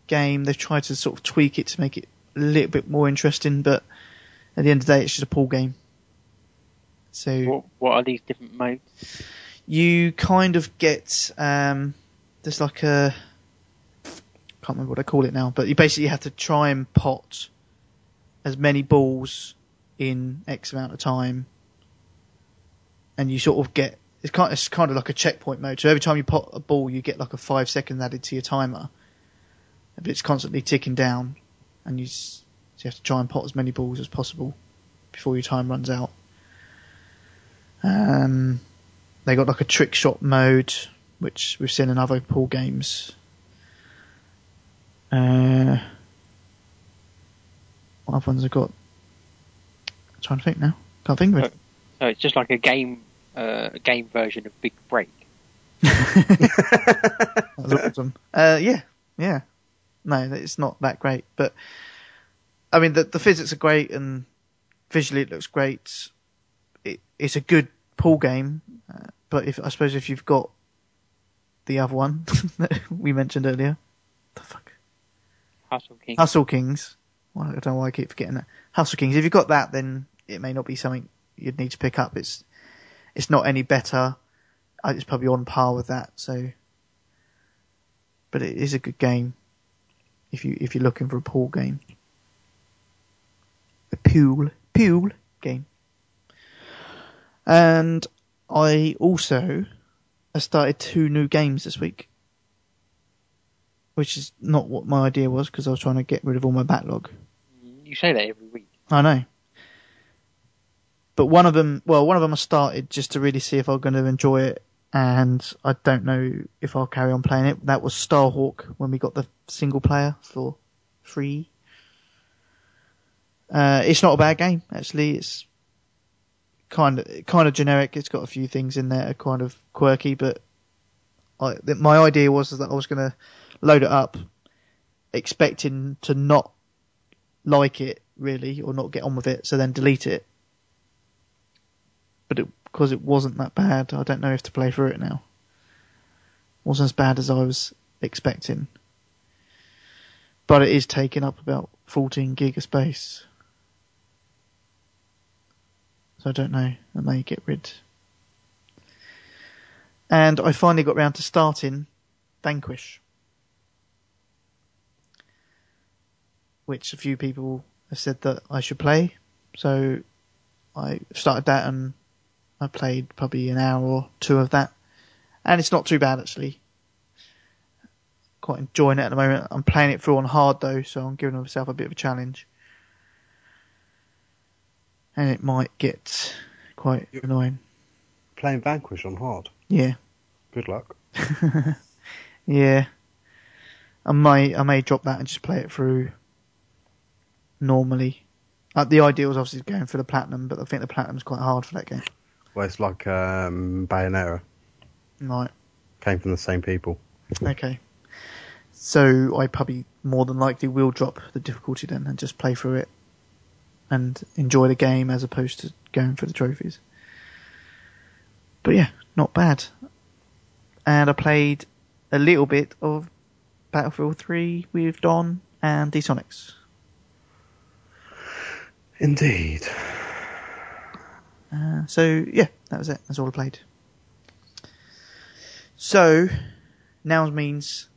Speaker 4: game. They've tried to sort of tweak it to make it a little bit more interesting, but at the end of the day, it's just a pool game. So
Speaker 5: what what are these different modes?
Speaker 4: you kind of get um, there's like a can't remember what I call it now, but you basically had to try and pot as many balls in X amount of time, and you sort of get it's kind it's kind of like a checkpoint mode. So every time you pot a ball, you get like a five second added to your timer, but it's constantly ticking down, and you s- so you have to try and pot as many balls as possible before your time runs out. Um, they got like a trick shot mode, which we've seen in other pool games. Uh, what other ones have got? I'm trying to think now. Can't think of it.
Speaker 5: So Oh, it's just like a game, uh, a game version of Big Break.
Speaker 4: That was awesome. Uh, yeah, yeah. No, it's not that great, but I mean the the physics are great and visually it looks great. It, it's a good pool game, uh, but if I suppose if you've got the other one that we mentioned earlier, the fuck
Speaker 5: Hustle King.
Speaker 4: Hustle Kings. Well, I don't know why I keep forgetting that. Hustle Kings. If you've got that, then it may not be something you'd need to pick up. It's it's not any better. Uh, It's probably on par with that. So, but it is a good game if you if you're looking for a pool game, a pool pool game. And I also I started two new games this week which is not what my idea was because I was trying to get rid of all my backlog.
Speaker 5: You say that every week.
Speaker 4: I know. But one of them, well, one of them I started just to really see if I'm going to enjoy it, and I don't know if I'll carry on playing it. That was Starhawk when we got the single player for free. Uh, it's not a bad game actually. It's kind of kind of generic. It's got a few things in there that are kind of quirky, but I, th- my idea was that I was going to load it up, expecting to not like it really or not get on with it so then delete it but because it, wasn't that bad i don't know if to play through it now wasn't as bad as i was expecting but it is taking up about 14 gig of space so i don't know i may get rid and i finally got round to starting vanquish which a few people have said that I should play. So I started that and I played probably an hour or two of that. And it's not too bad actually. Quite enjoying it at the moment. I'm playing it through on hard though, so I'm giving myself a bit of a challenge. And it might get quite annoying.
Speaker 6: Playing Vanquish on hard.
Speaker 4: Yeah.
Speaker 6: Good luck.
Speaker 4: Yeah. I may I may drop that and just play it through normally. Uh, the ideal is obviously going for the platinum, but I think the platinum's quite hard for that game.
Speaker 6: Well, it's like um, Bayonetta.
Speaker 4: Right.
Speaker 6: Came from the same people.
Speaker 4: Okay. So I probably more than likely will drop the difficulty then and just play through it and enjoy the game as opposed to going for the trophies. But yeah, not bad. And I played a little bit of Battlefield 3 with Don and D-Sonics.
Speaker 6: Indeed.
Speaker 4: Uh, so yeah, that was it. That's all I played. So now means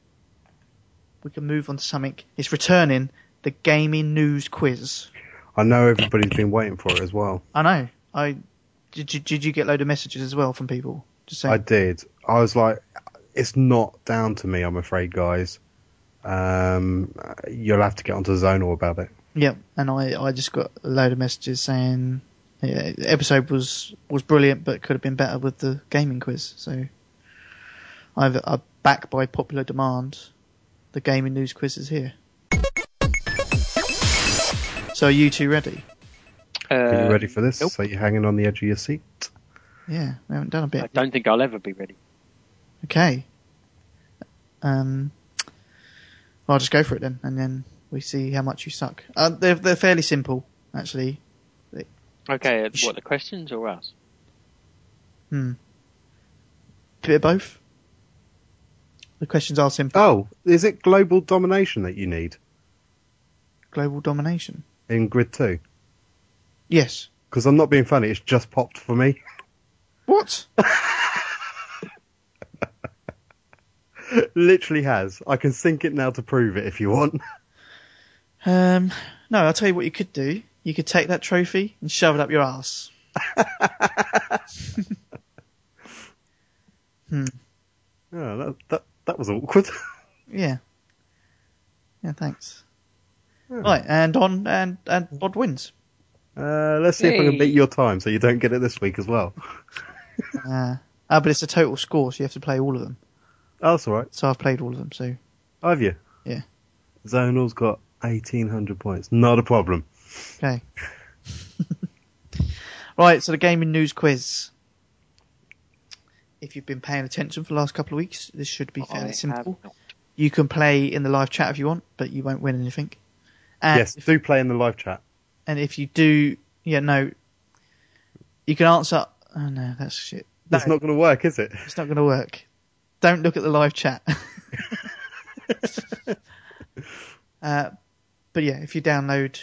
Speaker 4: we can move on to something. It's returning the gaming news quiz.
Speaker 6: I know everybody's been waiting for it as well.
Speaker 4: I know. I did. You, did you get load of messages as well from people? Just saying.
Speaker 6: I did. I was like, it's not down to me, I'm afraid, guys. Um, you'll have to get onto Zonal about it.
Speaker 4: Yeah, and I, I just got a load of messages saying yeah, the episode was was brilliant, but could have been better with the gaming quiz. So I've i back by popular demand. The gaming news quiz is here. So are you two ready?
Speaker 6: Are
Speaker 5: Uh,
Speaker 6: you ready for this?
Speaker 5: nope.
Speaker 6: So you're hanging on the edge of your seat.
Speaker 4: Yeah, we haven't done a
Speaker 5: I
Speaker 4: bit.
Speaker 5: don't think I'll ever be ready.
Speaker 4: Okay. Um, well, I'll just go for it then, and then we see how much you suck. Um, they're they're fairly simple actually.
Speaker 5: Okay, uh,
Speaker 4: Sh-
Speaker 5: what the questions or us?
Speaker 4: Hmm. Bit of both. The questions are simple.
Speaker 6: Oh, is it global domination that you need
Speaker 4: Global domination.
Speaker 6: in Grid 2?
Speaker 4: Yes.
Speaker 6: Because I'm not being funny, it's just popped for me.
Speaker 4: What?
Speaker 6: Literally has. I can sync it now to prove it if you want.
Speaker 4: Um, no, I'll tell you what you could do. You could take that trophy and shove it up your ass.
Speaker 6: Oh, that, that, that was awkward.
Speaker 4: Yeah. Yeah, thanks. Right, and on and and Bod wins.
Speaker 6: Uh, let's see if I can
Speaker 5: Hey.
Speaker 6: beat your time so you don't get it this week as well.
Speaker 4: Uh, uh, but it's a total score, so you have to play all of them.
Speaker 6: Oh, that's alright.
Speaker 4: So I've played all of them. So
Speaker 6: Have you?
Speaker 4: Yeah.
Speaker 6: Zonal's got 1800 points. Not a problem.
Speaker 4: okay. right, so the gaming news quiz. If you've been paying attention for the last couple of weeks, this should be
Speaker 5: I
Speaker 4: fairly
Speaker 5: have
Speaker 4: simple.
Speaker 5: not.
Speaker 4: You can play in the live chat if you want, but you won't win anything.
Speaker 5: Uh,
Speaker 4: And
Speaker 6: Yes, do play in the live chat.
Speaker 4: And if you do, yeah, no, you can answer. Oh no, that's shit. No,
Speaker 6: That's not going to work, is it?
Speaker 4: it's not going to work. Don't look at the live chat. uh, but yeah, if you download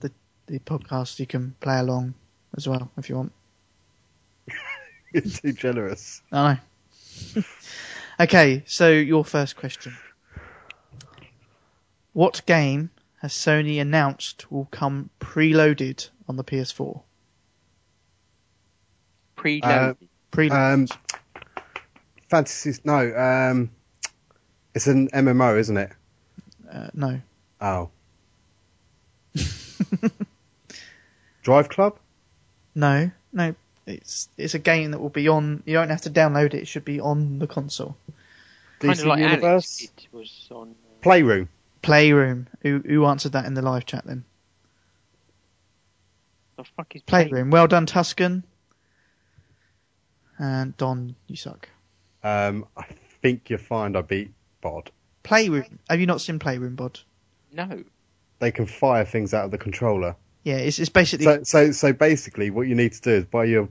Speaker 4: the the podcast, you can play along as well if you want.
Speaker 6: You're too generous.
Speaker 4: I know. okay, so your first question: What game has Sony announced will come preloaded on the PS4?
Speaker 5: Preloaded.
Speaker 4: Preloaded.
Speaker 6: Um, fantasies. No, um, it's an MMO, isn't it?
Speaker 4: Uh, no.
Speaker 6: Oh. Drive Club?
Speaker 4: No, no. It's it's a game that will be on. You don't have to download it. It should be on the console.
Speaker 5: kind
Speaker 6: DC
Speaker 5: of like
Speaker 6: Universe?
Speaker 5: Alex. It was on. uh,
Speaker 6: Playroom.
Speaker 4: Playroom. Who who answered that in the live chat then?
Speaker 5: The fuck is
Speaker 4: Playroom. Well done, Tuscan. And Don, you suck.
Speaker 6: Um, I think you'll find I beat Bod.
Speaker 4: Playroom. Have you not seen Playroom, Bod?
Speaker 5: No.
Speaker 6: They can fire things out of the controller.
Speaker 4: Yeah, it's it's basically
Speaker 6: So, so, so basically, what you need to do is buy your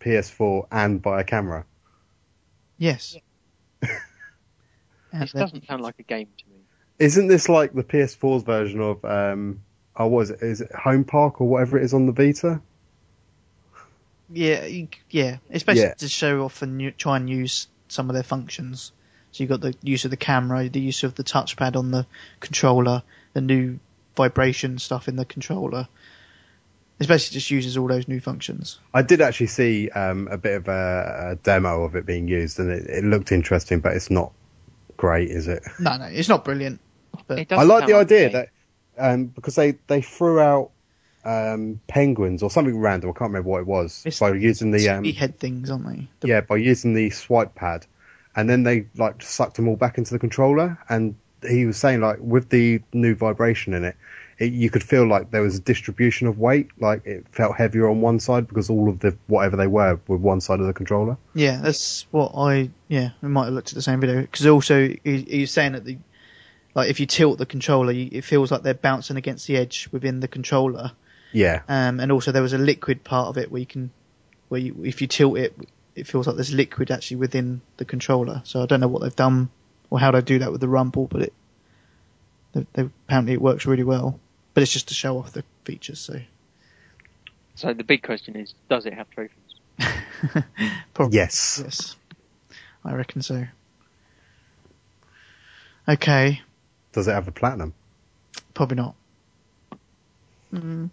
Speaker 6: PS4 and buy a camera.
Speaker 4: yes. and
Speaker 5: This
Speaker 4: then,
Speaker 5: doesn't sound like a game to me.
Speaker 6: Isn't this like the PS4's version of um? Oh, what is it? Is it Home Park or whatever it is on the Vita?
Speaker 4: yeah, you, yeah. It's basically
Speaker 6: Yeah.
Speaker 4: to show off and u- try and use some of their functions. So you've got the use of the camera, the use of the touchpad on the controller, the new vibration stuff in the controller. It's basically just uses all those new functions.
Speaker 6: I did actually see um, a bit of a, a demo of it being used, and it, it looked interesting, but it's not great, is it?
Speaker 4: No, no, it's not brilliant. But
Speaker 5: It
Speaker 6: I
Speaker 5: doesn't
Speaker 6: like
Speaker 5: sound
Speaker 6: the
Speaker 5: a
Speaker 6: idea
Speaker 5: game.
Speaker 6: that um, because they they threw out um, penguins or something random. I can't remember what it was
Speaker 4: It's-
Speaker 6: by using the um,
Speaker 4: TV head things, aren't they? The-
Speaker 6: yeah by using the swipe pad, and then they like sucked them all back into the controller. And he was saying like with the new vibration in it, it you could feel like there was a distribution of weight. Like it felt heavier on one side because all of the whatever they were were one side of the controller.
Speaker 4: Yeah, that's what I. Yeah, we might have looked at the same video because also he- he's saying that the like if you tilt the controller, you, it feels like they're bouncing against the edge within the controller.
Speaker 6: Yeah,
Speaker 4: Um, and also there was a liquid part of it where you can, where you, if you tilt it, it feels like there's liquid actually within the controller. So I don't know what they've done or how they do that with the rumble, but it, they, they, apparently it works really well. But it's just to show off the features, so
Speaker 5: So the big question is, does it have trophies?
Speaker 4: probably
Speaker 6: yes.
Speaker 4: yes, I reckon so. Okay,
Speaker 6: Does it have a platinum?
Speaker 4: probably not. Mm.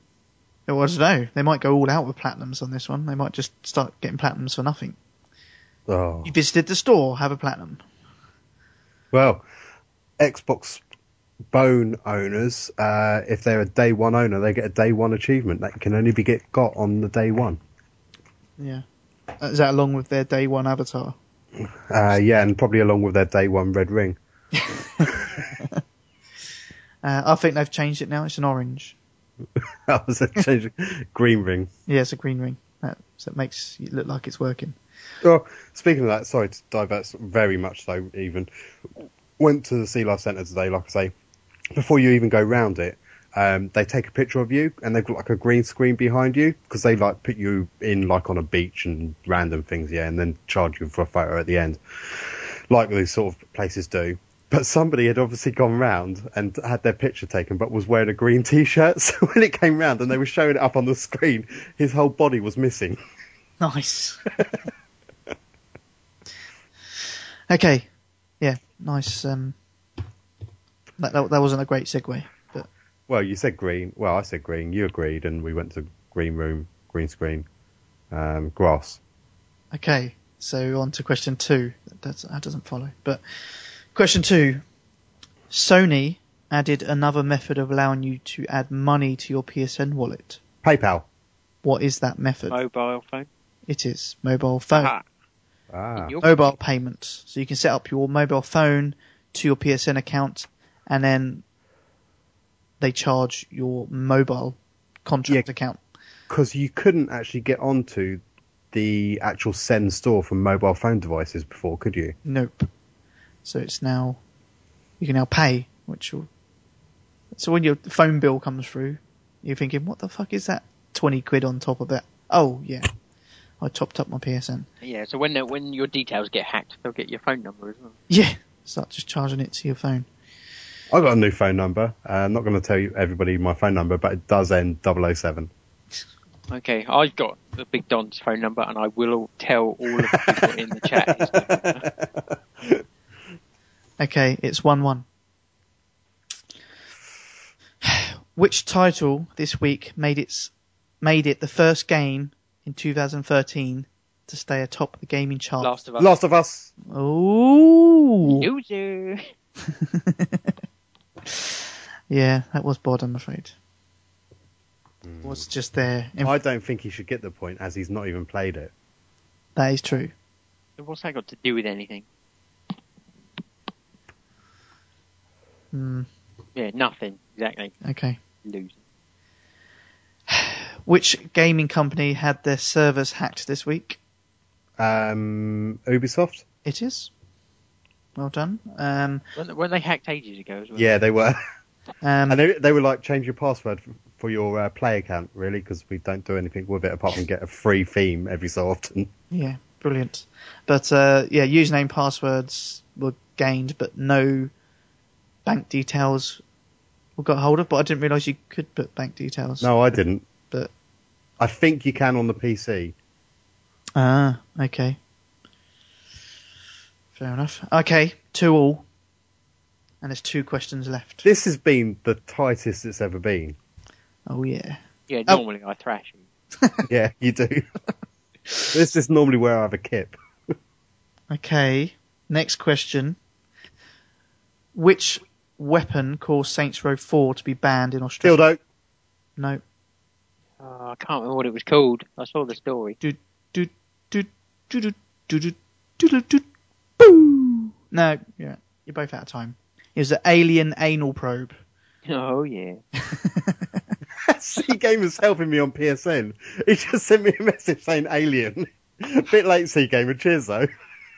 Speaker 4: Well, I don't know. They might go all out with platinums on this one. They might just start getting platinums for nothing.
Speaker 6: Oh
Speaker 4: You visited the store, have a platinum.
Speaker 6: well, Xbox Bone owners, uh, if they're a day one owner, they get a day one achievement that can only be get got on the day one.
Speaker 4: Yeah. Uh, Is that along with their day one avatar?
Speaker 6: Uh, yeah, and probably along with their day one red ring.
Speaker 4: Uh, I think they've changed it now. It's an orange.
Speaker 6: That was a change. Green ring.
Speaker 4: Yeah, it's a green ring. That, so it makes it look like it's working.
Speaker 6: Oh, speaking of that, sorry to divert very much so, even. Went to the Sea Life Centre today, like I say. Before you even go round it, um, they take a picture of you and they've got like a green screen behind you because they like put you in like on a beach and random things, yeah, and then charge you for a photo at the end, like these sort of places do. But somebody had obviously gone round and had their picture taken, but was wearing a green t-shirt. So when it came round and they were showing it up on the screen, his whole body was missing.
Speaker 4: Nice. okay. Yeah, nice. Um, that, that that wasn't a great segue, but
Speaker 6: Well, you said green. Well, I said green. You agreed, and we went to green room, green screen, um, grass.
Speaker 4: Okay, so on to question two. That's, that doesn't follow. But question two Sony added another method of allowing you to add money to your PSN wallet.
Speaker 6: PayPal.
Speaker 4: What is that method?
Speaker 5: Mobile phone.
Speaker 4: It is mobile phone,
Speaker 5: Ah,
Speaker 6: Ah,
Speaker 5: your-
Speaker 4: mobile payments. So you can set up your mobile phone to your PSN account and then they charge your mobile contract
Speaker 6: Yeah.
Speaker 4: account.
Speaker 6: because you couldn't actually get onto the actual send store from mobile phone devices before, could you?
Speaker 4: Nope. So it's now you can now pay, which will. So when your phone bill comes through, you're thinking, "What the fuck is that? Twenty quid on top of that? Oh yeah, I topped up my PSN.
Speaker 5: Yeah, so when they- when your details get hacked, they'll get your phone number as well.
Speaker 4: Yeah, start just charging it to your phone.
Speaker 6: I got a new phone number. Uh, I'm not going to tell you everybody my phone number, but it does end 007.
Speaker 5: Okay, I've got the Big Don's phone number, and I will tell all of the people in the chat. his phone number.
Speaker 4: Okay, it's one one. Which title this week made its made it the first game in 2013 to stay atop the gaming chart?
Speaker 5: Last of Us.
Speaker 6: Last of Us.
Speaker 4: Ooh.
Speaker 5: User.
Speaker 4: Yeah, that was bod, I'm afraid. Was just there. In-
Speaker 6: I don't think he should get the point as he's not even played it.
Speaker 4: that is true.
Speaker 5: What's that got to do with anything?
Speaker 4: Hmm,
Speaker 5: Yeah, nothing. Exactly.
Speaker 4: okay.
Speaker 5: Loser.
Speaker 4: Which gaming company had their servers hacked this week?
Speaker 6: Um, Ubisoft?
Speaker 4: It is. Well done. Um,
Speaker 5: Weren't they- weren't they hacked ages ago as well?
Speaker 6: Yeah, they were.
Speaker 4: um,
Speaker 6: And they, they were like, change your password f- for your uh, play account, really, because we don't do anything with it apart from get a free theme every so often.
Speaker 4: yeah, brilliant. But uh, yeah, username passwords were gained, but no bank details were got hold of. But I didn't realise you could put bank details.
Speaker 6: No, I didn't.
Speaker 4: But-
Speaker 6: I think you can on the PC.
Speaker 4: Ah, okay. Fair enough. Okay, two all. And there's two questions left.
Speaker 6: This has been the tightest it's ever been.
Speaker 4: Oh yeah.
Speaker 5: Yeah,
Speaker 4: Oh.
Speaker 5: normally I thrash them.
Speaker 6: yeah, you do. this is normally where I have a kip.
Speaker 4: Okay. Next question. Which weapon caused Saints Row 4 to be banned in Australia?
Speaker 6: Dildo.
Speaker 4: No.
Speaker 5: Oh, I can't remember what it was called. I saw the story.
Speaker 4: Do do do do do do do do do. Boo. No. Yeah. You're both out of time. It was an alien anal probe.
Speaker 5: Oh, yeah.
Speaker 6: C Game is helping me on PSN. He just sent me a message saying alien. Bit late, C Gamer. Cheers though.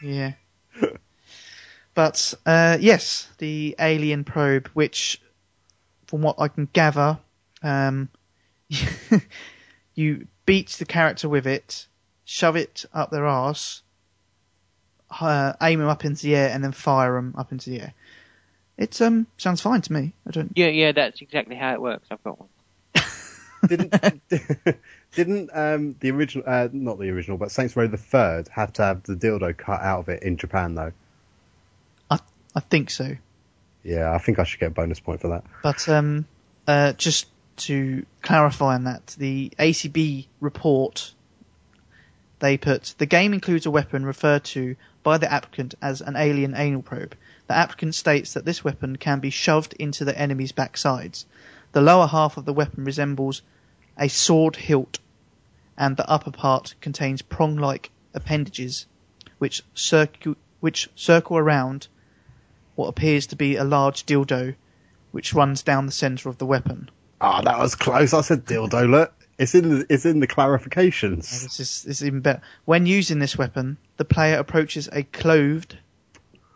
Speaker 4: Yeah. but uh, yes, the alien probe, which, from what I can gather, um, you beat the character with it, shove it up their arse, uh, aim them up into the air, and then fire them up into the air. It um sounds fine to me. I don't.
Speaker 5: Yeah, yeah, that's exactly how it works. I've got one.
Speaker 6: Didn't didn't um, the original, uh, not the original, but Saints Row the Third had to have the dildo cut out of it in Japan though.
Speaker 4: I think so.
Speaker 6: Yeah, I think I should get a bonus point for that.
Speaker 4: But um, uh, just to clarify on that, the ACB report they put the game includes a weapon referred to by the applicant as an alien anal probe. The applicant states that this weapon can be shoved into the enemy's backsides. The lower half of the weapon resembles a sword hilt, and the upper part contains prong-like appendages, which circu- which circle around what appears to be a large dildo, which runs down the centre of the weapon.
Speaker 6: Ah, that was close. I said dildo. Look, it's in the it's in the
Speaker 4: Yeah,
Speaker 6: clarifications.
Speaker 4: This is, this is even better. When using this weapon, the player approaches a clothed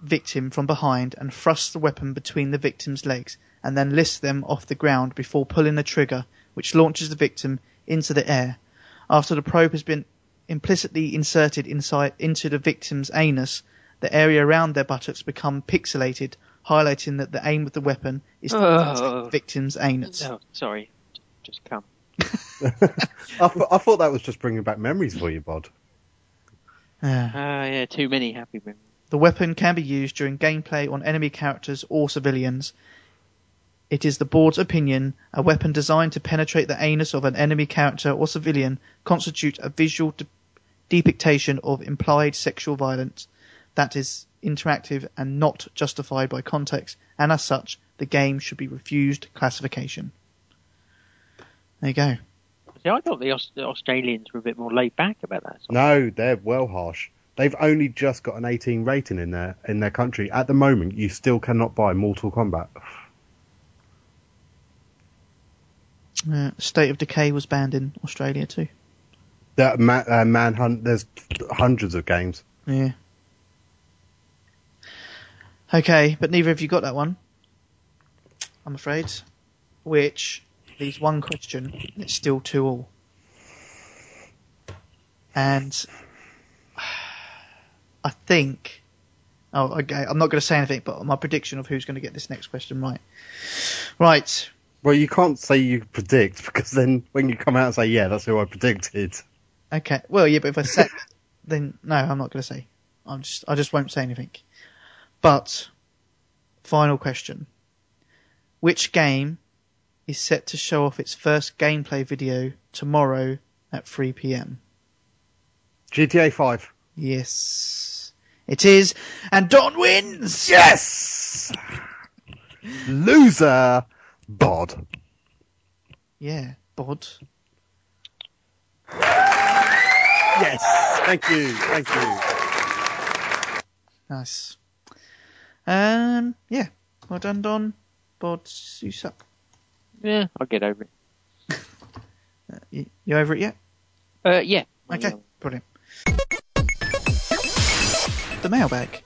Speaker 4: victim from behind and thrusts the weapon between the victim's legs and then lifts them off the ground before pulling the trigger, which launches the victim into the air. After the probe has been implicitly inserted inside into the victim's anus, the area around their buttocks become pixelated, highlighting that the aim of the weapon is to
Speaker 5: Oh.
Speaker 4: the victim's anus.
Speaker 5: Oh, sorry. Just come.
Speaker 6: I, th- I thought that was just bringing back memories for you, Bod.
Speaker 4: Ah.
Speaker 5: Ah, yeah, too many happy women.
Speaker 4: The weapon can be used during gameplay on enemy characters or civilians. It is the board's opinion a weapon designed to penetrate the anus of an enemy character or civilian constitutes a visual de- depiction of implied sexual violence that is interactive and not justified by context, and as such, the game should be refused classification. There you go.
Speaker 5: See, I thought the, Aus- the Australians were a bit more laid back about that. sort of-
Speaker 6: No, they're well harsh. They've only just got an 18 rating in their in their country at the moment. You still cannot buy Mortal Kombat.
Speaker 4: Uh, State of Decay was banned in Australia too.
Speaker 6: That ma- uh, Manhunt. There's hundreds of games.
Speaker 4: Yeah. Okay, but neither of you got that one. I'm afraid. Which leaves one question, and it's still two all. And I think. Oh, okay. I'm not going to say anything, but my prediction of who's going to get this next question right. Right.
Speaker 6: Well, you can't say you predict because then when you come out and say, "Yeah, that's who I predicted,"
Speaker 4: Okay. Well, yeah, but if I say, then no, I'm not going to say. I'm just, I just won't say anything. But final question: Which game is set to show off its first gameplay video tomorrow at 3 p.m.?
Speaker 6: GTA 5.
Speaker 4: Yes, it is, and Don wins.
Speaker 6: Yes. Loser. Bod.
Speaker 4: Yeah, bod.
Speaker 6: Yes. Thank you. Thank you.
Speaker 4: Nice. Um, yeah. Well done, Don. Bod, you suck.
Speaker 5: Yeah, I'll get over it.
Speaker 4: You, you over it yet?
Speaker 5: Uh, yeah.
Speaker 4: Okay, brilliant. The mailbag.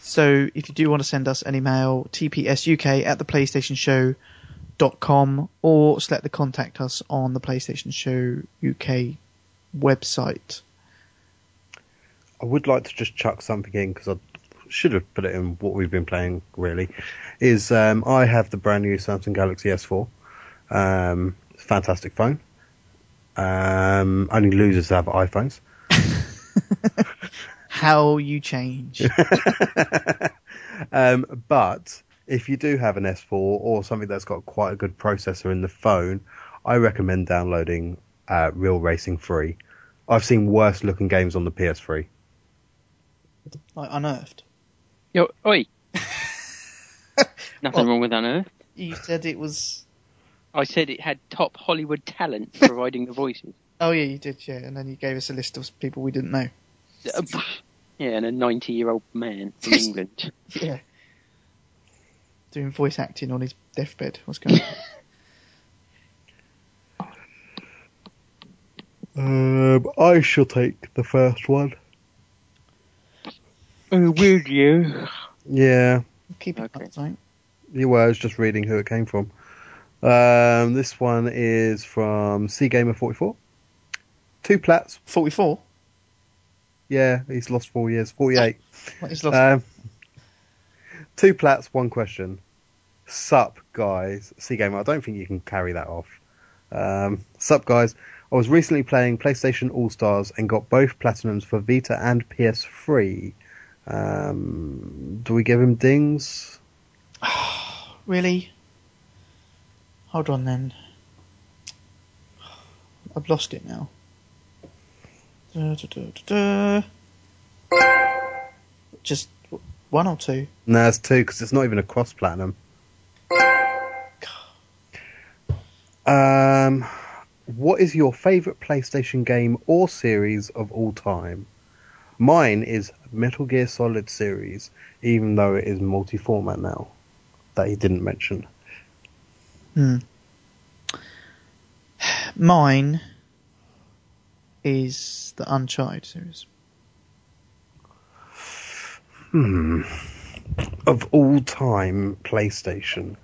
Speaker 4: So if you do want to send us any mail, tpsuk at the PlayStation Show dot com or select the contact us on the PlayStation Show UK website.
Speaker 6: I would like to just chuck something in because I should have put it in what we've been playing. Really, is um, I have the brand new Samsung Galaxy S4. Um, fantastic phone. Um, only losers have iPhones.
Speaker 4: How you change.
Speaker 6: Um, but if you do have an S4 or something that's got quite a good processor in the phone, I recommend downloading uh, Real Racing 3. I've seen worse looking games on the PS3.
Speaker 4: like unearthed.
Speaker 5: Yo, oi. Nothing wrong with that, Earth.
Speaker 4: You said it was
Speaker 5: I said it had top Hollywood talent providing the voices.
Speaker 4: Oh yeah, you did, yeah, and then you gave us a list of people we didn't know.
Speaker 5: Uh, Yeah, and a 90 year old man from England.
Speaker 4: Yeah. Doing voice acting on his deathbed. What's going on?
Speaker 6: Um, I shall take the first one.
Speaker 5: Oh, will you?
Speaker 6: Yeah,
Speaker 4: Keep it
Speaker 5: Okay.
Speaker 4: up, mate.
Speaker 6: you were. I was just reading who it came from. Um, this one is from C Gamer 44. Two plats.
Speaker 4: 44?
Speaker 6: Yeah, he's lost four years. 48.
Speaker 4: What is lost?
Speaker 6: Um, two plats, one question. Sup, guys. Sea Gamer, I don't think you can carry that off. Um, sup, guys. I was recently playing PlayStation All Stars and got both platinums for Vita and PS3. Um, do we give him dings?
Speaker 4: Really? Hold on then. I've lost it now. Da, da, da, da, da. Just w- one or two.
Speaker 6: No, it's two because it's not even a cross platinum. Um, what is your favourite PlayStation game or series of all time? Mine is Metal Gear Solid series, even though it is multi-format now. That he didn't mention.
Speaker 4: Hmm. Mine is the Uncharted series.
Speaker 6: Of all time PlayStation,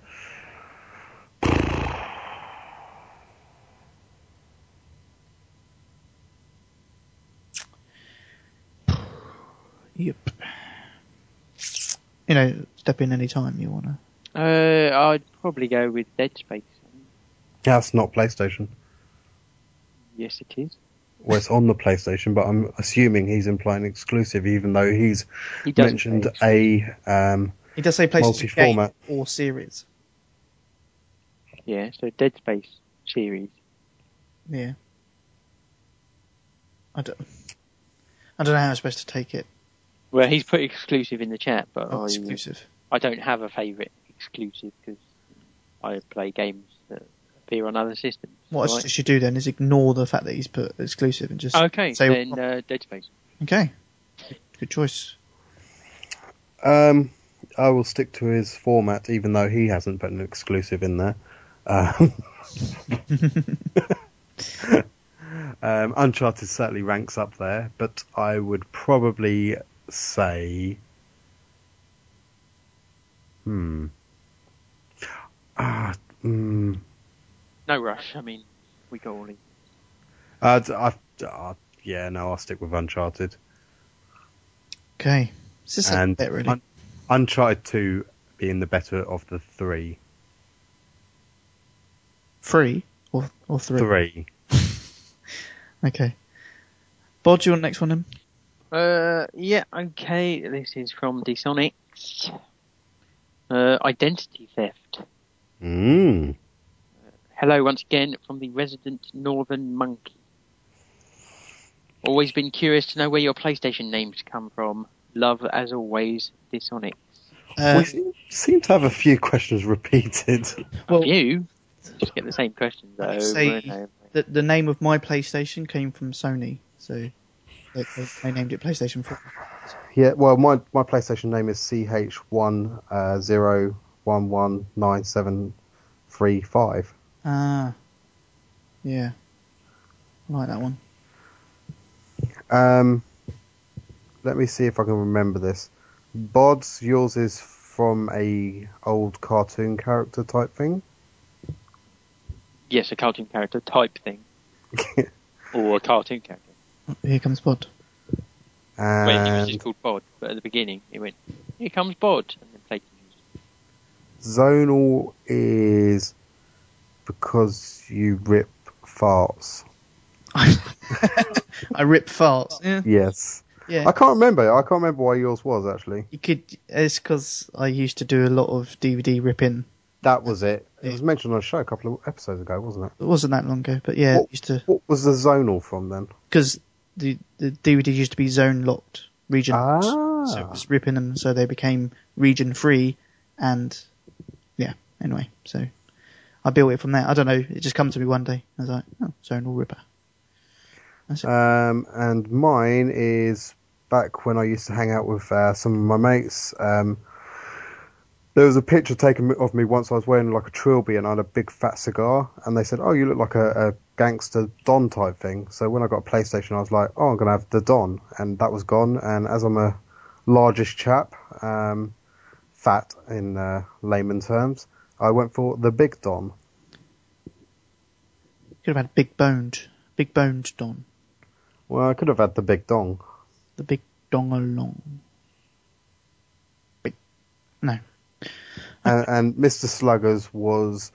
Speaker 4: Yep. You know, step in any time you want to.
Speaker 5: Uh, I'd probably go with Dead Space.
Speaker 6: that's not PlayStation.
Speaker 5: Yes, it is.
Speaker 6: Well, it's on the PlayStation, but I'm assuming he's implying exclusive, even though he's
Speaker 5: He doesn't
Speaker 6: mentioned
Speaker 5: say
Speaker 6: a. Um,
Speaker 4: He does say PlayStation game
Speaker 6: Multi-format.
Speaker 4: or series.
Speaker 5: Yeah, so Dead Space series.
Speaker 4: Yeah. I don't. I don't know how I'm supposed to take it.
Speaker 5: Well, he's put exclusive in the chat, but
Speaker 4: Oh,
Speaker 5: I,
Speaker 4: exclusive.
Speaker 5: I don't have a favourite exclusive because I play games that appear on other systems.
Speaker 4: What I
Speaker 5: right?
Speaker 4: should do then is ignore the fact that he's put exclusive and just
Speaker 5: Okay,
Speaker 4: say
Speaker 5: then uh, Dead Space.
Speaker 4: okay. Good choice.
Speaker 6: um, I will stick to his format, even though he hasn't put an exclusive in there. Um, um, Uncharted certainly ranks up there, but I would probably say. Hmm. Ah, hmm.
Speaker 5: No rush. I mean, we got all these.
Speaker 6: Uh, d- I, uh, yeah, no, I'll stick with Uncharted.
Speaker 4: Okay. It's just a
Speaker 6: and
Speaker 4: bit really.
Speaker 6: Un- Uncharted 2 being the better of the three.
Speaker 4: Three or or three.
Speaker 6: Three.
Speaker 4: Okay. Bod, you want next one? Then?
Speaker 5: Uh, yeah, okay. This is from Disonics. Uh, identity theft.
Speaker 6: Mm.
Speaker 5: Hello once again from the resident northern monkey. Always been curious to know where your PlayStation names come from. Love as always, Disonic.
Speaker 4: Uh,
Speaker 6: we seem, seem to have a few questions repeated.
Speaker 4: Well-
Speaker 5: you just get the same questions
Speaker 4: I
Speaker 5: over
Speaker 4: would say-
Speaker 5: and over.
Speaker 4: the, the name of my PlayStation came from Sony, so they, they, they named it PlayStation 4.
Speaker 6: Yeah, well, my, my PlayStation name is uh, CH10119735.
Speaker 4: Ah, yeah, I like that one.
Speaker 6: Um, let me see if I can remember this. Bods, yours is from a old cartoon character type thing.
Speaker 5: Yes, a cartoon character type thing. or a cartoon character.
Speaker 4: Here comes Bod.
Speaker 5: When he
Speaker 4: Um,
Speaker 5: was
Speaker 6: And
Speaker 5: just called Bod, but at the beginning it went, Here comes Bod and then played the music.
Speaker 6: Zonal is because you rip farts.
Speaker 4: I rip farts. Yeah,
Speaker 6: Yes.
Speaker 4: yeah.
Speaker 6: I can't remember. I can't remember why yours was actually.
Speaker 4: You could. It's because I used to do a lot of DVD ripping.
Speaker 6: That was it. It was mentioned on a show a couple of episodes ago, wasn't it?
Speaker 4: It wasn't that long ago, but yeah,
Speaker 6: What-
Speaker 4: it used to
Speaker 6: What was the zonal from then?
Speaker 4: because the the DVD used to be zone locked, region locked, so it
Speaker 6: Ah.
Speaker 4: was ripping them, so they became region free, and yeah. Anyway, so I built it from there. I don't know. It just come to me one day. I was like, oh, zonal ripper.
Speaker 6: Um, and mine is back when I used to hang out with uh, some of my mates. Um, there was a picture taken of me once I was wearing like a trilby and I had a big fat cigar, and they said, "Oh, you look like a, a gangster don type thing." So when I got a PlayStation, I was like, "Oh, I'm gonna have the don," and that was gone. And as I'm a largest chap, um, fat in uh, layman terms, I went for the big don.
Speaker 4: Could have had big boned, big boned Don,
Speaker 6: Well, I could have had the big dong.
Speaker 4: the big dongalong. Big, no,
Speaker 6: and, and Mr. Sluggers was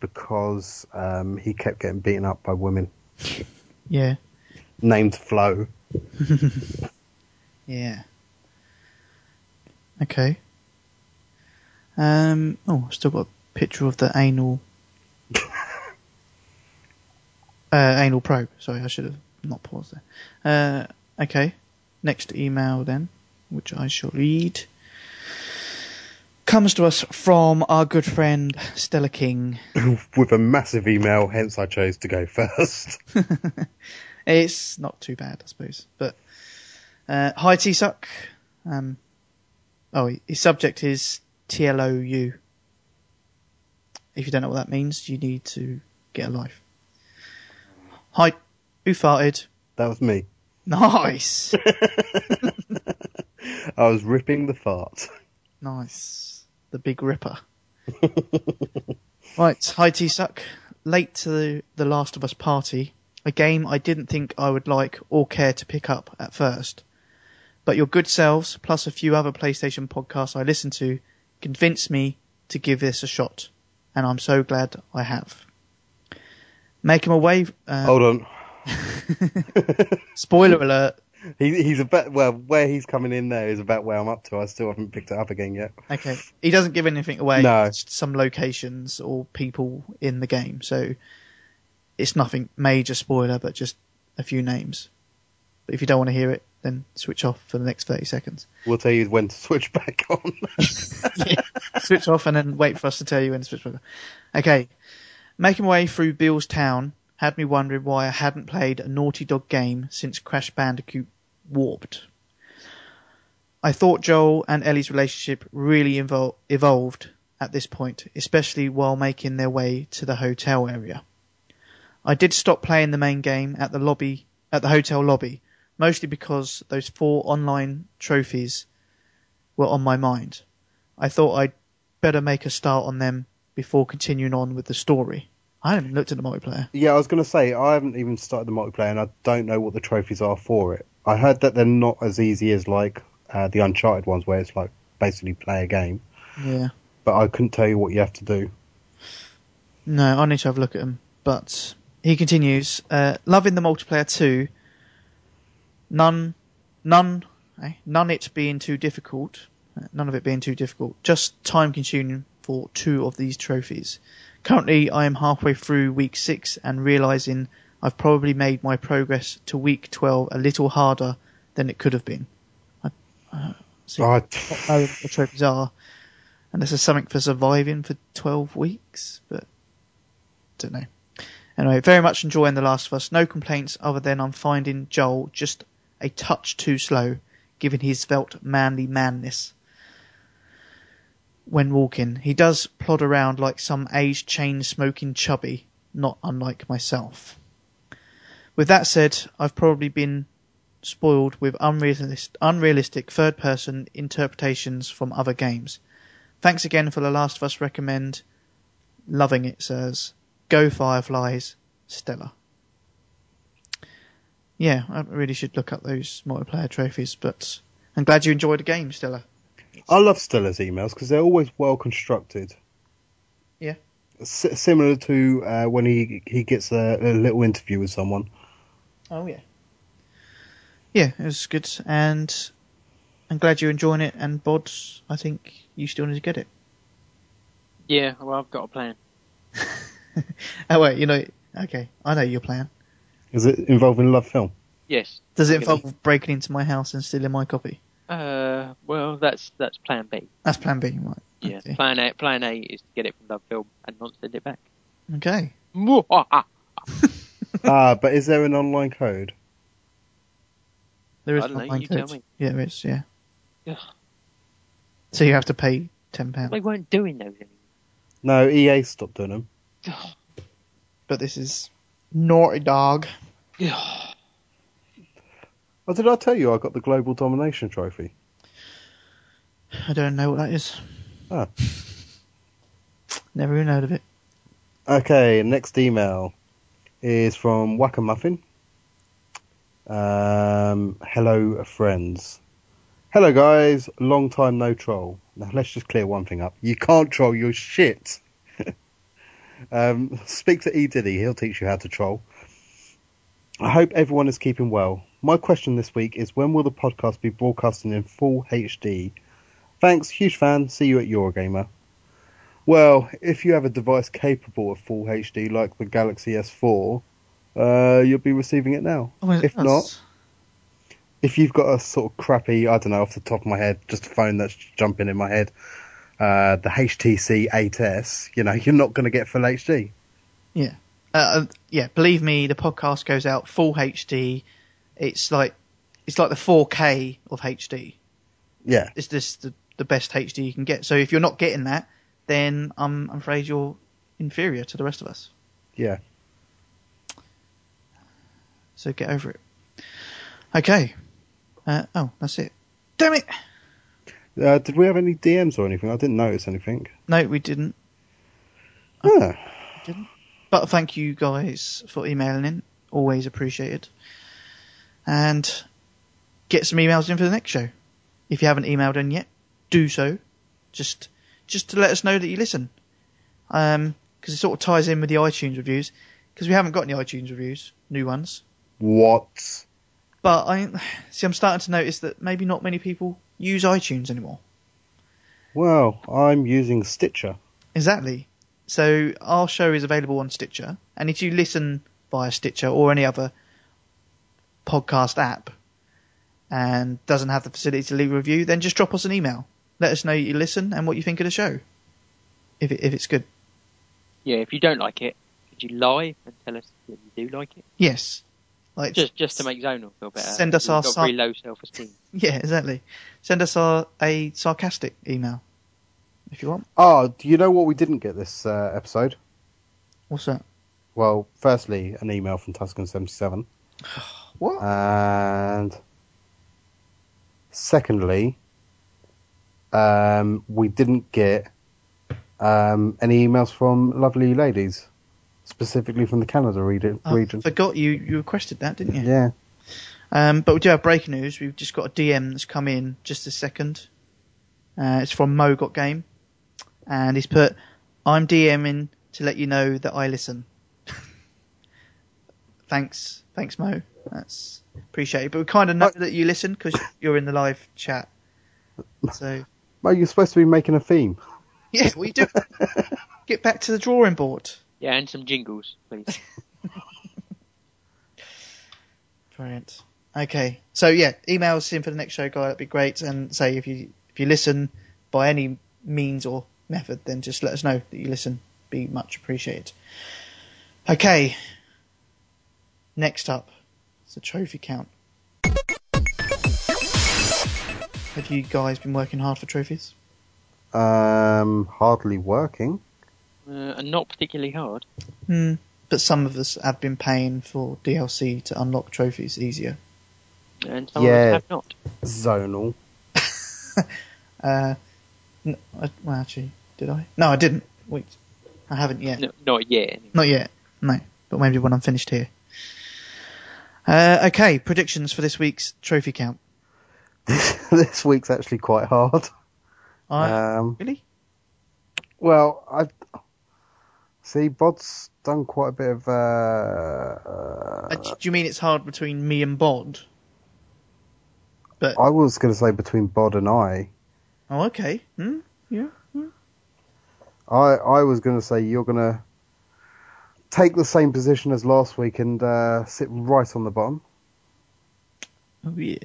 Speaker 6: because um, he kept getting beaten up by women.
Speaker 4: yeah,
Speaker 6: Named Flo.
Speaker 4: yeah. Okay. Um. Oh, I've still got a picture of the anal. uh, anal probe. Sorry, I should have not paused there. Uh. Okay. Next email then, which I shall read. Comes to us from our good friend Stella King.
Speaker 6: With a massive email, hence I chose to go first.
Speaker 4: It's not too bad, I suppose. But uh, hi, T Suck. Um, oh, his subject is TLOU. If you don't know what that means, you need to get a life. Hi, who farted?
Speaker 6: That was me.
Speaker 4: Nice,
Speaker 6: I was ripping the fart.
Speaker 4: nice. The Big Ripper. right, hi, T Suck. Late to the, the Last of Us party, a game I didn't think I would like or care to pick up at first. but your good selves, plus a few other PlayStation podcasts I listen to, convinced me to give this a shot, and I'm so glad I have. Make 'em a wave. Uh,
Speaker 6: Oh. Hold on.
Speaker 4: Spoiler alert.
Speaker 6: He, he's about well, where he's coming in there is about where I'm up to. I still haven't picked it up again yet.
Speaker 4: Okay. He doesn't give anything away.
Speaker 6: No.
Speaker 4: It's just some locations or people in the game. So it's nothing major spoiler, but just a few names. But if you don't want to hear it, then switch off for the next 30 seconds.
Speaker 6: We'll tell you when to switch back on.
Speaker 4: switch off and then wait for us to tell you when to switch back on. Okay. Making my way through Bill's town had me wondering why I hadn't played a Naughty Dog game since Crash Bandicoot Warped. I thought Joel and Ellie's relationship really evol- evolved at this point, especially while making their way to the hotel area. I did stop playing the main game at the lobby at the hotel lobby, mostly because those four online trophies were on my mind. I thought I'd better make a start on them before continuing on with the story. I haven't even looked at the multiplayer.
Speaker 6: yeah, I was going to say I haven't even started the multiplayer, and I don't know what the trophies are for it. I heard that they're not as easy as like uh, the Uncharted ones, where it's like basically play a game,
Speaker 4: Yeah.
Speaker 6: but I couldn't tell you what you have to do.
Speaker 4: No, I need to have a look at them. But he continues, uh, loving the multiplayer too. None, none, eh, none. It being too difficult. uh, None of it being too difficult. Just time consuming for two of these trophies. Currently, I am halfway through week six and realizing I've probably made my progress to week twelve a little harder than it could have been. I, uh,
Speaker 6: I,
Speaker 4: see what no- the trophies are, unless there's something for surviving for twelve weeks. But don't know. Anyway, very much enjoying The Last of Us. No complaints other than I'm finding Joel just a touch too slow, given his felt manly manness. When walking, he does plod around like some aged chain smoking chubby, not unlike myself. With that said, I've probably been spoiled with unrealis- unrealistic third person interpretations from other games. Thanks again for The Last of Us recommend. Loving it, sirs. Go Fireflies, Stella. Yeah, I really should look up those multiplayer trophies, but I'm glad you enjoyed the game, Stella.
Speaker 6: I love Stella's emails because they're always well constructed.
Speaker 4: Yeah.
Speaker 6: S- similar to uh, when he he gets a, a little interview with someone.
Speaker 4: Oh yeah. Yeah, it was good, and I'm glad you're enjoying it. And Bods, I think you still need to get it.
Speaker 5: Yeah, well, I've got a plan.
Speaker 4: Oh wait, you know, okay, I know your plan.
Speaker 6: Is it involving love film?
Speaker 5: Yes.
Speaker 4: Does it
Speaker 5: Okay.
Speaker 4: involve breaking into my house and stealing my copy?
Speaker 5: Uh, well, that's that's plan B.
Speaker 4: That's Plan B, right?
Speaker 5: Yeah.
Speaker 4: Okay.
Speaker 5: Plan A. Plan A is to get it from Love Film and not send it back.
Speaker 4: Okay.
Speaker 5: Mwahaha.
Speaker 6: Ah, but is there an online code?
Speaker 4: There is
Speaker 5: I don't know,
Speaker 4: online
Speaker 5: you tell
Speaker 4: code.
Speaker 5: me.
Speaker 4: Yeah, there is. Yeah.
Speaker 5: Ugh.
Speaker 4: So you have to pay ten pounds.
Speaker 5: They weren't doing those anymore.
Speaker 6: No, EA stopped doing them.
Speaker 4: but this is Naughty Dog.
Speaker 6: Oh, did I tell you I got the Global Domination Trophy?
Speaker 4: I don't know what that is.
Speaker 6: Ah.
Speaker 4: Never even heard of it.
Speaker 6: Okay, next email is from Wacker Muffin. Um, hello, friends. Hello, guys. Long time no troll. Now, let's just clear one thing up. You can't troll your shit. um, speak to E. Diddy. He'll teach you how to troll. I hope everyone is keeping well. My question this week is when will the podcast be broadcasting in full HD? Thanks, huge fan. See you at Eurogamer. Well, if you have a device capable of full HD like the Galaxy S4, uh, you'll be receiving it now.
Speaker 4: Oh,
Speaker 6: if not, if you've got a sort of crappy, I don't know, off the top of my head, just a phone that's jumping in my head, uh, the HTC 8S, you know, you're not going to get full HD.
Speaker 4: uh, yeah, believe me, the podcast goes out full HD. It's like it's like the 4K of HD.
Speaker 6: Yeah.
Speaker 4: It's just the, the best HD you can get. So if you're not getting that, then I'm I'm afraid you're inferior to the rest of us.
Speaker 6: Yeah.
Speaker 4: So get over it. Okay. Uh, oh, that's it. Damn it!
Speaker 6: Uh, did we have any DMs or anything? I didn't notice anything.
Speaker 4: No, we didn't.
Speaker 6: Ah,
Speaker 4: But thank you guys for emailing in. Always appreciated. And get some emails in for the next show. If you haven't emailed in yet, do so. Just just to let us know that you listen. Um 'cause because it sort of ties in with the iTunes reviews. Because we haven't got any iTunes reviews, new ones.
Speaker 6: What?
Speaker 4: But I see. I'm starting to notice that maybe not many people use iTunes anymore.
Speaker 6: Well, I'm using Stitcher.
Speaker 4: Exactly. So our show is available on Stitcher, and if you listen via Stitcher or any other podcast app and doesn't have the facility to leave a review, then just drop us an email. Let us know you listen and what you think of the show. If it, if it's good,
Speaker 5: Yeah, if you don't like it, could you lie and tell us that you do like it?
Speaker 4: yes. Like
Speaker 5: Just just to make Zonal feel better.
Speaker 4: Send us
Speaker 5: He's
Speaker 4: our
Speaker 5: got
Speaker 4: sa-
Speaker 5: very low self esteem.
Speaker 4: yeah, exactly. Send us our, a sarcastic email if you want.
Speaker 6: Oh, do you know what we didn't get this uh, episode?
Speaker 4: What's that?
Speaker 6: Well, firstly, an email from Tuscan77.
Speaker 4: What?
Speaker 6: And secondly, um, we didn't get um, any emails from lovely ladies, specifically from the Canada region.
Speaker 4: I
Speaker 6: region.
Speaker 4: forgot Oh, you you requested that, didn't you?
Speaker 6: Uh, Yeah.
Speaker 4: Um, but we do have breaking news. We've just got a DM that's come in just a second. Uh, it's from Mo Got Game, and he's put, "I'm DMing to let you know that I listen." thanks, thanks, Mo. That's appreciated. But we kind of know that you listen because you're in the live chat. So
Speaker 6: Well, you're supposed to be making a theme.
Speaker 4: yeah, we do. Get back to the drawing board.
Speaker 5: Yeah, and some jingles, please.
Speaker 4: Brilliant. Okay. So yeah, email us in for the next show, guy. That'd be great. And say if you if you listen by any means or method, then just let us know that you listen. Be much appreciated. Okay. Next up, it's the trophy count. Have you guys been working hard for trophies?
Speaker 6: Um, hardly working.
Speaker 5: Uh, and not particularly hard.
Speaker 4: Hmm. But some of us have been paying for DLC to unlock trophies easier.
Speaker 5: And some
Speaker 6: Yeah.
Speaker 5: of us have not.
Speaker 6: Zonal.
Speaker 4: Uh, n I well, actually, did I? No, I didn't. Wait, I haven't yet.
Speaker 5: No, not yet.
Speaker 4: Not yet. No, but maybe when I'm finished here. Uh, okay, predictions for this week's trophy count.
Speaker 6: this week's actually quite hard.
Speaker 4: I,
Speaker 6: Um,
Speaker 4: really?
Speaker 6: well, I see. Bod's done quite a bit of. Uh,
Speaker 4: Uh, do you mean it's hard between me and Bod? But
Speaker 6: I was going to say between Bod and I.
Speaker 4: oh, okay. Hmm? Yeah.
Speaker 6: I I was going to say you're going to take the same position as last week and uh, sit right on the bottom.
Speaker 4: Oh yeah.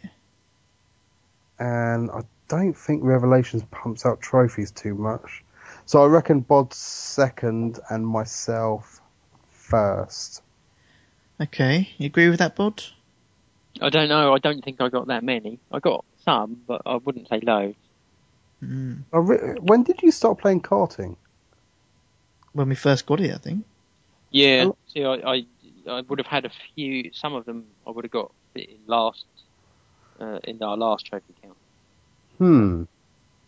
Speaker 6: And I don't think Revelations pumps out trophies too much, so I reckon Bod's second and myself first.
Speaker 4: Okay. You agree with that, Bod?
Speaker 5: I don't know. I don't think I got that many. I got some, but I wouldn't say loads.
Speaker 4: Mm.
Speaker 6: I re- when did you start playing karting?
Speaker 4: When we first got it, I think.
Speaker 5: Yeah. See, I, I, I would have had a few. Some of them I would have got in last, uh, in our last trophy count.
Speaker 6: Hmm.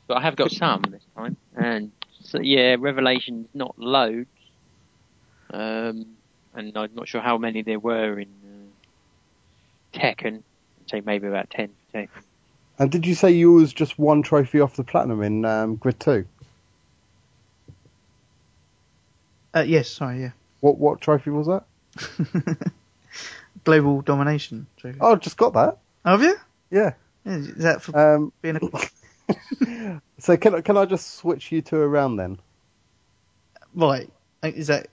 Speaker 5: But I have got some this time. And so, yeah, Revelations not loads. Um, and I'm not sure how many there were in uh, Tekken. I'd say maybe about ten. for Tekken.
Speaker 6: And did you say you was just one trophy off the platinum in um, Grid Two?
Speaker 4: Uh, yes. Sorry. Yeah.
Speaker 6: What what trophy was that?
Speaker 4: Global domination. Trophy.
Speaker 6: Oh, I just got that.
Speaker 4: Have you?
Speaker 6: Yeah.
Speaker 4: Yeah, Is that for
Speaker 6: Um,
Speaker 4: being a
Speaker 6: so can I- can I just switch you two around then?
Speaker 4: Right. Is that?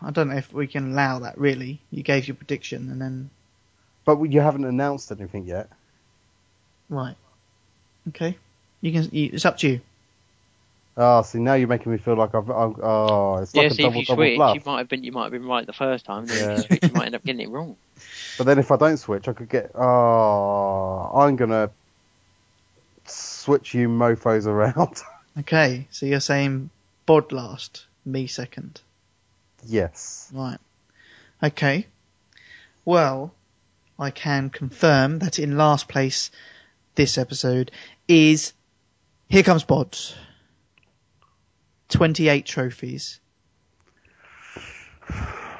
Speaker 4: I don't know if we can allow that. Really, you gave your prediction, and then
Speaker 6: But you haven't announced anything yet.
Speaker 4: right. Okay. You can. You, it's up to you.
Speaker 6: Ah, see, now you're making me feel like I've. I'm, oh, it's like
Speaker 5: yeah,
Speaker 6: a
Speaker 5: see, if
Speaker 6: double
Speaker 5: you
Speaker 6: double
Speaker 5: switch,
Speaker 6: bluff.
Speaker 5: you might have been you might have been right the first time. Then if
Speaker 6: Yeah.
Speaker 5: you switch, you might end up getting it wrong.
Speaker 6: But then if I don't switch, I could get. Oh, I'm gonna switch you mofo's around.
Speaker 4: Okay. So you're saying Bod last, me second.
Speaker 6: yes.
Speaker 4: Right. Okay. Well, I can confirm that in last place this episode is here comes Bod. Twenty-eight trophies.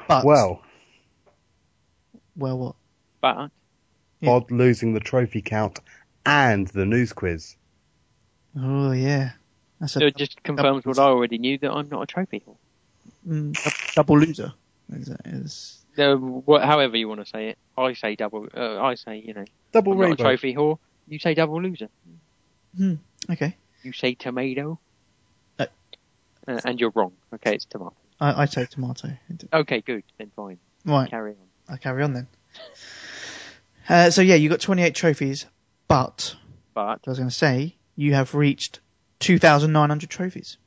Speaker 4: But
Speaker 6: Well,
Speaker 4: well, what?
Speaker 5: But uh,
Speaker 4: Yeah.
Speaker 6: Bod losing the trophy count and the news quiz.
Speaker 4: Oh yeah, that's a
Speaker 5: it just confirms what I already knew that I'm not a trophy whore.
Speaker 4: mm, dou- double loser. Is, is
Speaker 5: So, wha- however you want to say it, I say double. Uh, I say you know,
Speaker 6: Double
Speaker 5: I'm not a
Speaker 6: rainbow.
Speaker 5: trophy whore. You say double loser.
Speaker 4: Okay.
Speaker 5: You say tomato.
Speaker 4: No.
Speaker 5: Uh, and you're wrong. Okay, it's tomato.
Speaker 4: I, I say tomato.
Speaker 5: Okay, good. Then fine.
Speaker 4: Right.
Speaker 5: Carry on.
Speaker 4: I carry on then. Uh, so yeah, you got 28 trophies, but
Speaker 5: But
Speaker 4: I was going to say you have reached 2,900 trophies.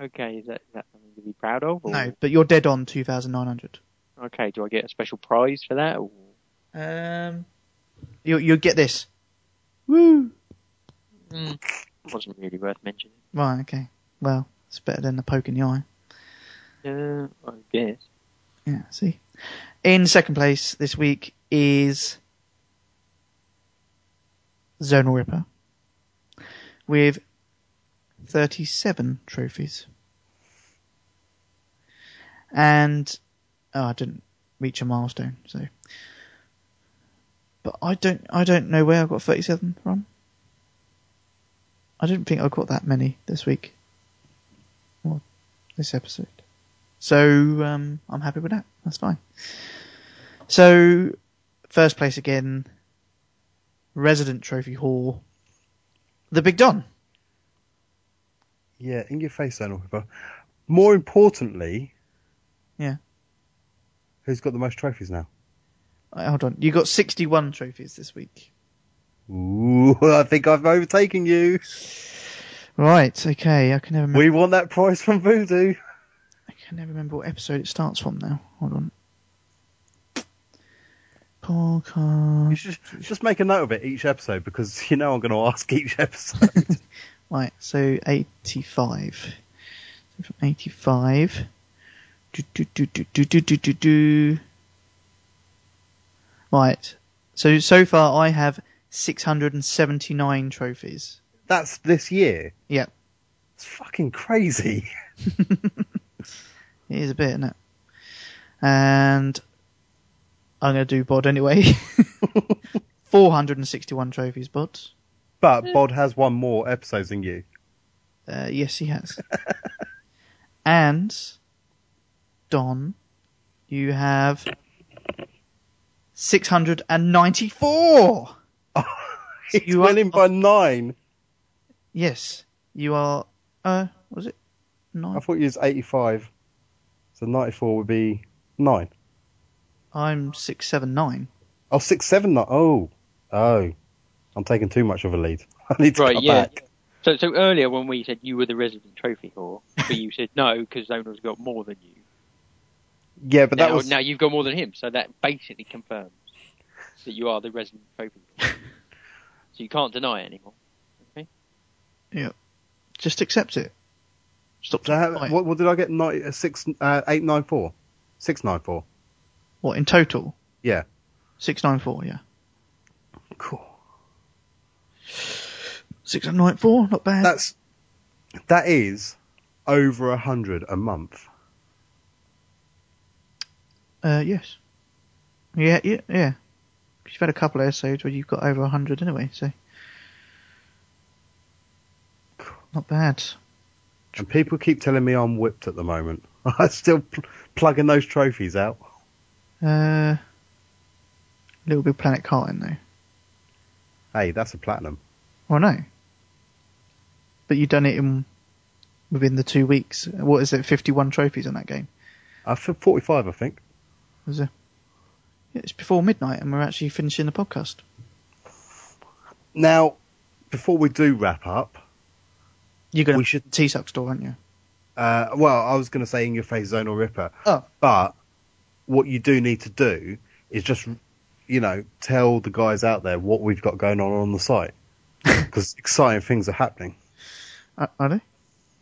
Speaker 5: okay, is that, is that something to be proud of? Or,
Speaker 4: No, but you're dead on 2,900.
Speaker 5: Okay, do I get a special prize for that? Or,
Speaker 4: Um, you you get this.
Speaker 5: wasn't really worth mentioning.
Speaker 4: Right. Okay. Well, it's better than the poke in the eye.
Speaker 5: Uh, I guess.
Speaker 4: Yeah. See. In second place this week is Zonal Ripper with 37 trophies. And oh, I didn't reach a milestone, so but I don't I don't know where I got 37 from. I didn't think I got that many this week. Or this episode. So um, I'm happy with that. That's fine. So first place again resident trophy hall the Big Don.
Speaker 6: Yeah, in your face, then, Oliver. More importantly,
Speaker 4: Yeah.
Speaker 6: who's got the most trophies now?
Speaker 4: Uh, Hold on. You got 61 trophies this week.
Speaker 6: Ooh, I think I've overtaken you.
Speaker 4: Right. Okay. I can never remember,
Speaker 6: We want that prize from Voodoo.
Speaker 4: I can never remember what episode it starts from now. Hold on.
Speaker 6: You
Speaker 4: Podcast.
Speaker 6: should just make a note of it each episode because you know I'm going to ask each episode.
Speaker 4: Right. So 85. So from 85. Do, do, do, do, do, do, do, do, do. Right. So so far I have 679 trophies.
Speaker 6: That's this year.
Speaker 4: Yep.
Speaker 6: It's fucking crazy.
Speaker 4: It is a bit, isn't it? And I'm going to do Bod anyway. 461 trophies, Bod.
Speaker 6: But Bod has one more episodes than you.
Speaker 4: Uh, yes, he has. and Don, you have 694.
Speaker 6: He's
Speaker 4: you
Speaker 6: winning
Speaker 4: are-
Speaker 6: by nine.
Speaker 4: Yes, you are. Uh, was it
Speaker 6: I
Speaker 4: nine?
Speaker 6: thought you was 85. So 94 would be nine.
Speaker 4: I'm six seven nine.
Speaker 6: Oh, six, seven, nine. Oh, oh. I'm taking too much of a lead. I need to
Speaker 5: Right,
Speaker 6: cut
Speaker 5: yeah.
Speaker 6: back.
Speaker 5: So, so earlier when we said you were the resident trophy whore, but you said no because Zonal's got more than you.
Speaker 6: Yeah, but that
Speaker 5: now,
Speaker 6: was
Speaker 5: now you've got more than him, so that basically confirms that you are the resident trophy. whore. so you can't deny it anymore.
Speaker 4: Just accept it. Stop.
Speaker 6: So how,
Speaker 4: trying.
Speaker 6: what, what did I get? Nine, uh, six, uh, eight, nine, four, six, nine, four.
Speaker 4: what in total?
Speaker 6: Yeah.
Speaker 4: Six nine four. Yeah.
Speaker 6: Cool.
Speaker 4: Six nine four. Not bad.
Speaker 6: That's that is over a hundred a month.
Speaker 4: Uh, yes. Yeah, yeah, yeah. 'Cause You've had a couple of episodes where you've got over 100 anyway, so. Not bad.
Speaker 6: And people keep telling me I'm whipped at the moment. I'm still pl- plugging those trophies out.
Speaker 4: Uh, Little Big Planet Carton, though.
Speaker 6: Hey, that's a platinum.
Speaker 4: Well, Oh, no. But you've done it in within the two weeks. What is it, 51 trophies on that game?
Speaker 6: I feel 45, Uh, I think.
Speaker 4: Was it? Yeah, It's before midnight and we're actually finishing the podcast.
Speaker 6: Now, before we do wrap up,
Speaker 4: You're going
Speaker 6: We
Speaker 4: to should... T-Suck store, aren't you?
Speaker 6: uh, well, I was going to say in your face, zone or ripper.
Speaker 4: Oh.
Speaker 6: But what you do need to do is just, you know, tell the guys out there what we've got going on on the site because exciting things are happening.
Speaker 4: Are, Uh, are they?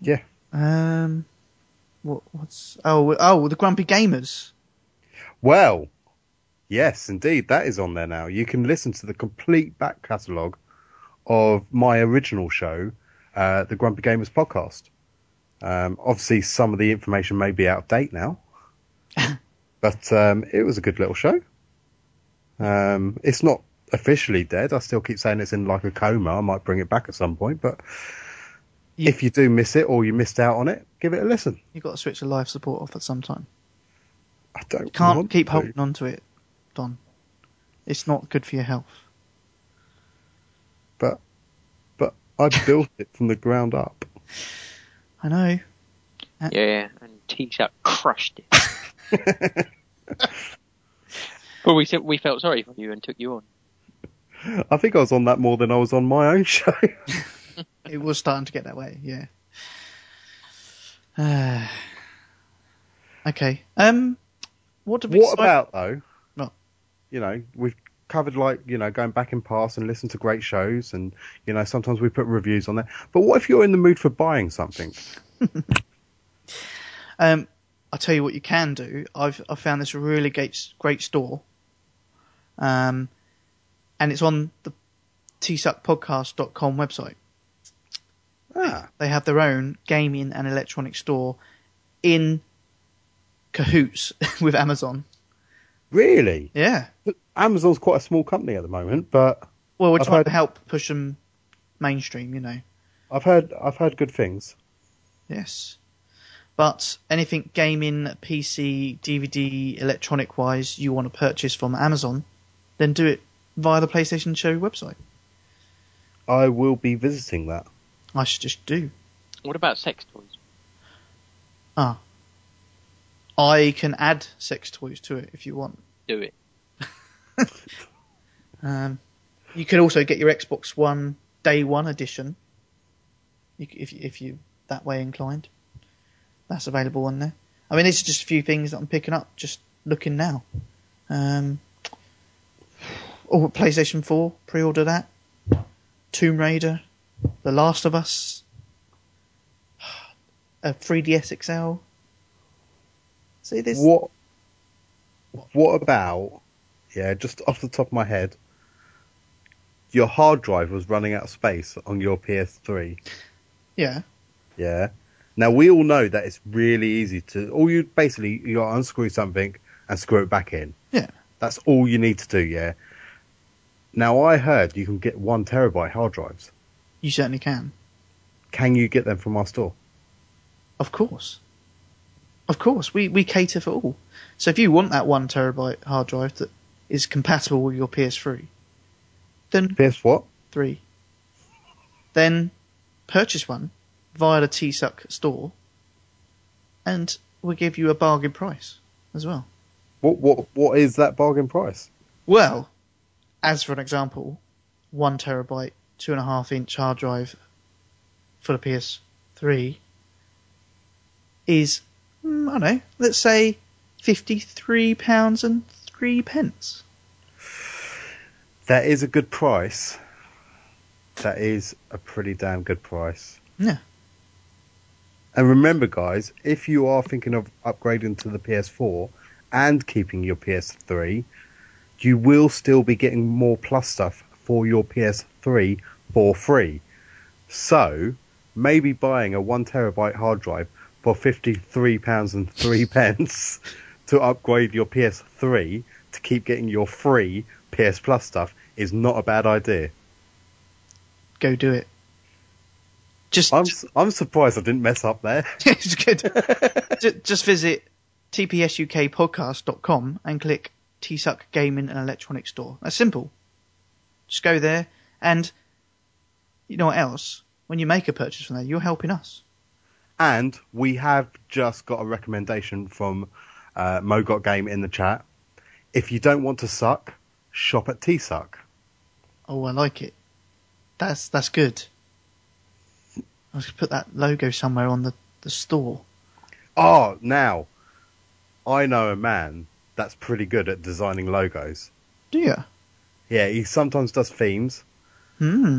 Speaker 6: Yeah.
Speaker 4: Um, what, what's... Oh, oh, the Grumpy Gamers.
Speaker 6: Well, yes, indeed, that is on there now. You can listen to the complete back catalogue of my original show, uh, the Grumpy Gamers podcast. Um, obviously, some of the information may be out of date now, but um, it was a good little show. Um, it's not officially dead. I still keep saying it's in like a coma. I might bring it back at some point, but
Speaker 4: You-
Speaker 6: if you do miss it or you missed out on it, give it a listen.
Speaker 4: You've got to switch the life support off at some time.
Speaker 6: I don't
Speaker 4: Can't
Speaker 6: want
Speaker 4: keep
Speaker 6: to.
Speaker 4: holding on to it, Don. It's not good for your health.
Speaker 6: But but I built it from the ground up.
Speaker 4: I know.
Speaker 5: Yeah, and T-shirt crushed it. well, we said we felt sorry for you and took you on.
Speaker 6: I think I was on that more than I was on my own show.
Speaker 4: It was starting to get that way, yeah. Ah. okay. Um, what did we
Speaker 6: what
Speaker 4: decide-
Speaker 6: about though?
Speaker 4: What?
Speaker 6: You know, we've covered like you know going back in past and listen to great shows, and you know sometimes we put reviews on there. But what if you're in the mood for buying something?
Speaker 4: Um, I'll tell you what you can do. I've I found this really great great store. Um, and it's on the tsuckpodcast.com website.
Speaker 6: Ah,
Speaker 4: They have their own gaming and electronic store in cahoots with Amazon.
Speaker 6: really?
Speaker 4: Yeah.
Speaker 6: Amazon's quite a small company at the moment, but
Speaker 4: Well, we're
Speaker 6: I've
Speaker 4: trying
Speaker 6: heard-
Speaker 4: to help push them mainstream, you know.
Speaker 6: I've heard I've heard good things.
Speaker 4: Yes. But anything gaming, PC, DVD, electronic wise you want to purchase from Amazon, then do it via the PlayStation Show website.
Speaker 6: I will be visiting that.
Speaker 4: I should just do.
Speaker 5: What about sex toys?
Speaker 4: I can add sex toys to it if you want.
Speaker 5: Do it.
Speaker 4: Um, you can also get your Xbox One Day One edition, you, c- if you- if you that way inclined. That's available on there. I mean, these are just a few things that I'm picking up just looking now. Um, oh, PlayStation Four pre-order that. Tomb Raider, The Last of Us, a 3DS XL. See this?
Speaker 6: What? What about? Yeah, just off the top of my head, your hard drive was running out of space on your PS3.
Speaker 4: Yeah.
Speaker 6: Yeah. Now we all know that it's really easy to. All you basically you unscrew something and screw it back in.
Speaker 4: Yeah.
Speaker 6: That's all you need to do. Yeah. Now I heard you can get one terabyte hard drives.
Speaker 4: You certainly can.
Speaker 6: Can you get them from our store?
Speaker 4: Of course. Of course. We, we cater for all. So if you want that one terabyte hard drive that is compatible with your PS3, then
Speaker 6: PS what?
Speaker 4: three, then purchase one via the TSUC store and we'll give you a bargain price as well.
Speaker 6: What what what is that bargain price?
Speaker 4: Well, as for an example, one terabyte, two and a half inch hard drive for the PS3 is, mm, I don't know, let's say fifty-three pounds and three pence.
Speaker 6: That is a good price. That is a pretty damn good price.
Speaker 4: Yeah.
Speaker 6: And remember, guys, if you are thinking of upgrading to the PS4 and keeping your PS3, you will still be getting more plus stuff for your PS3 for free. So maybe buying a one terabyte hard drive for fifty-three pounds and three pence to upgrade your PS3 to keep getting your free PS Plus stuff is not a bad idea.
Speaker 4: Go do it. Just,
Speaker 6: I'm I'm surprised I didn't mess up there.
Speaker 4: it's good. just, just visit tpsukpodcast.com and click TSUC Gaming and Electronics Store. That's simple. Just go there, and you know what else? When you make a purchase from there, you're helping us.
Speaker 6: And we have just got a recommendation from uh, Mogot Game in the chat. If you don't want to suck, shop at T Suck.
Speaker 4: Oh, I like it. That's that's good. I should put that logo somewhere on the, the store.
Speaker 6: Oh, now I know a man that's pretty good at designing logos.
Speaker 4: Do you?
Speaker 6: Yeah, he sometimes does themes.
Speaker 4: Hmm.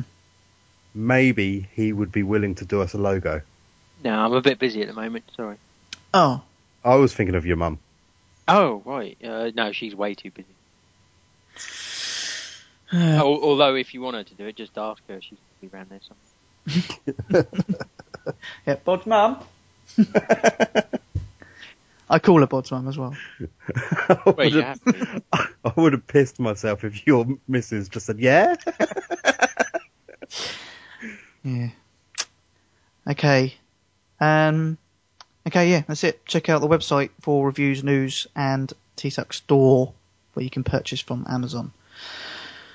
Speaker 6: Maybe he would be willing to do us a logo.
Speaker 5: No, I'm a bit busy at the moment. Sorry.
Speaker 4: Oh,
Speaker 6: I was thinking of your mum.
Speaker 5: Oh right. Uh, no, she's way too busy. Al- Although, if you want her to do it, just ask her. She's probably around there somewhere.
Speaker 4: yeah, Bod's mum. I call her Bod's mum as well.
Speaker 6: I
Speaker 5: Well, you
Speaker 6: would've-
Speaker 5: have to.
Speaker 6: I would have pissed myself if your missus just said, yeah?
Speaker 4: Yeah. Okay. Um, Okay, yeah, that's it. Check out the website for reviews, news, and TSUC store where you can purchase from Amazon.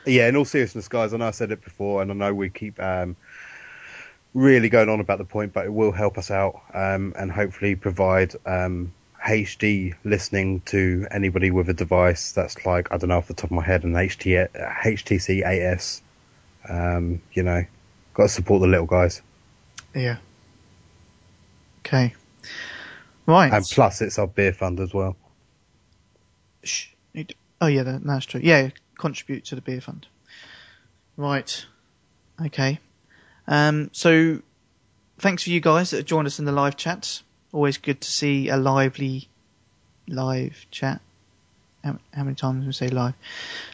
Speaker 6: Yeah, in all seriousness, guys, I know I said it before, and I know we keep um, really going on about the point, but it will help us out um, and hopefully provide um, HD listening to anybody with a device that's like, I don't know off the top of my head, an HT, HTC AS. Um, you know, got to support the little guys.
Speaker 4: Yeah. Okay. Right.
Speaker 6: And plus, it's our beer fund as well.
Speaker 4: Shh. You d- Oh yeah, that, that's true. Yeah, contribute to the beer fund. Right. Okay. Um, so, thanks for you guys that joined us in the live chat. Always good to see a lively live chat. How, how many times do we say live?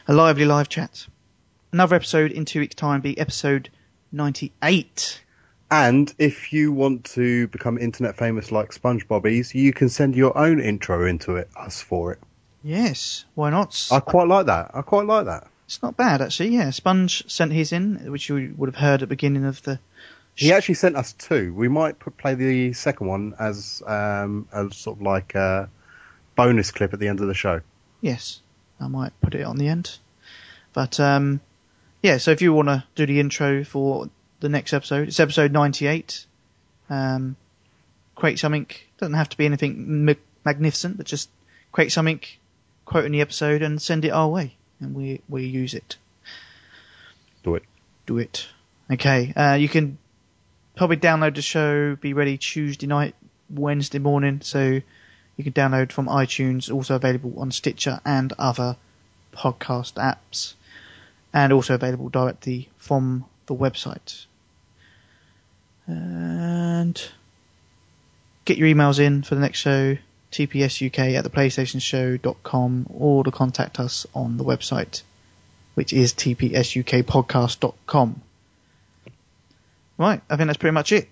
Speaker 4: A lively live chat. Another episode in two weeks' time be episode ninety-eight.
Speaker 6: And if you want to become internet famous like SpongeBobbies, you can send your own intro into it, us for it.
Speaker 4: Yes, why not?
Speaker 6: I quite like that. I quite like that.
Speaker 4: It's not bad actually. Yeah, Sponge sent his in, which you would have heard at the beginning of the
Speaker 6: He actually sent us two. We might put, play the second one as um, as sort of like a bonus clip at the end of the show.
Speaker 4: Yes, I might put it on the end. But um, yeah, so if you want to do the intro for the next episode, it's episode 98. Um, create something. Doesn't have to be anything ma- magnificent, but just create something, quote in the episode, and send it our way, and we we use it.
Speaker 6: Do it.
Speaker 4: Do it. Okay. Uh, you can probably download the show. Be ready Tuesday night, Wednesday morning. So you can download from iTunes, also available on Stitcher and other podcast apps, and also available directly from the website. And get your emails in for the next show, tpsuk at theplaystationshow.com, or to contact us on the website, which is tpsukpodcast.com. Right, I think that's pretty much it.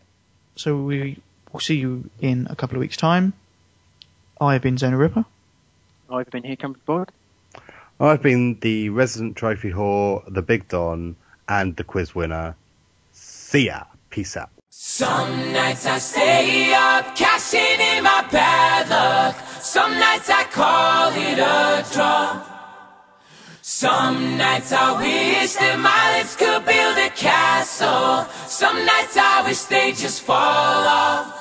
Speaker 4: So we will see you in a couple of weeks' time. I have been Zona Ripper.
Speaker 5: I've been here, coming forward.
Speaker 6: I've been the resident trophy whore, the big don, and the quiz winner. See ya. Peace out.
Speaker 7: Some nights I stay up, cashing in my bad luck. Some nights I call it a draw. Some nights I wish that my lips could build a castle. Some nights I wish they just fall off.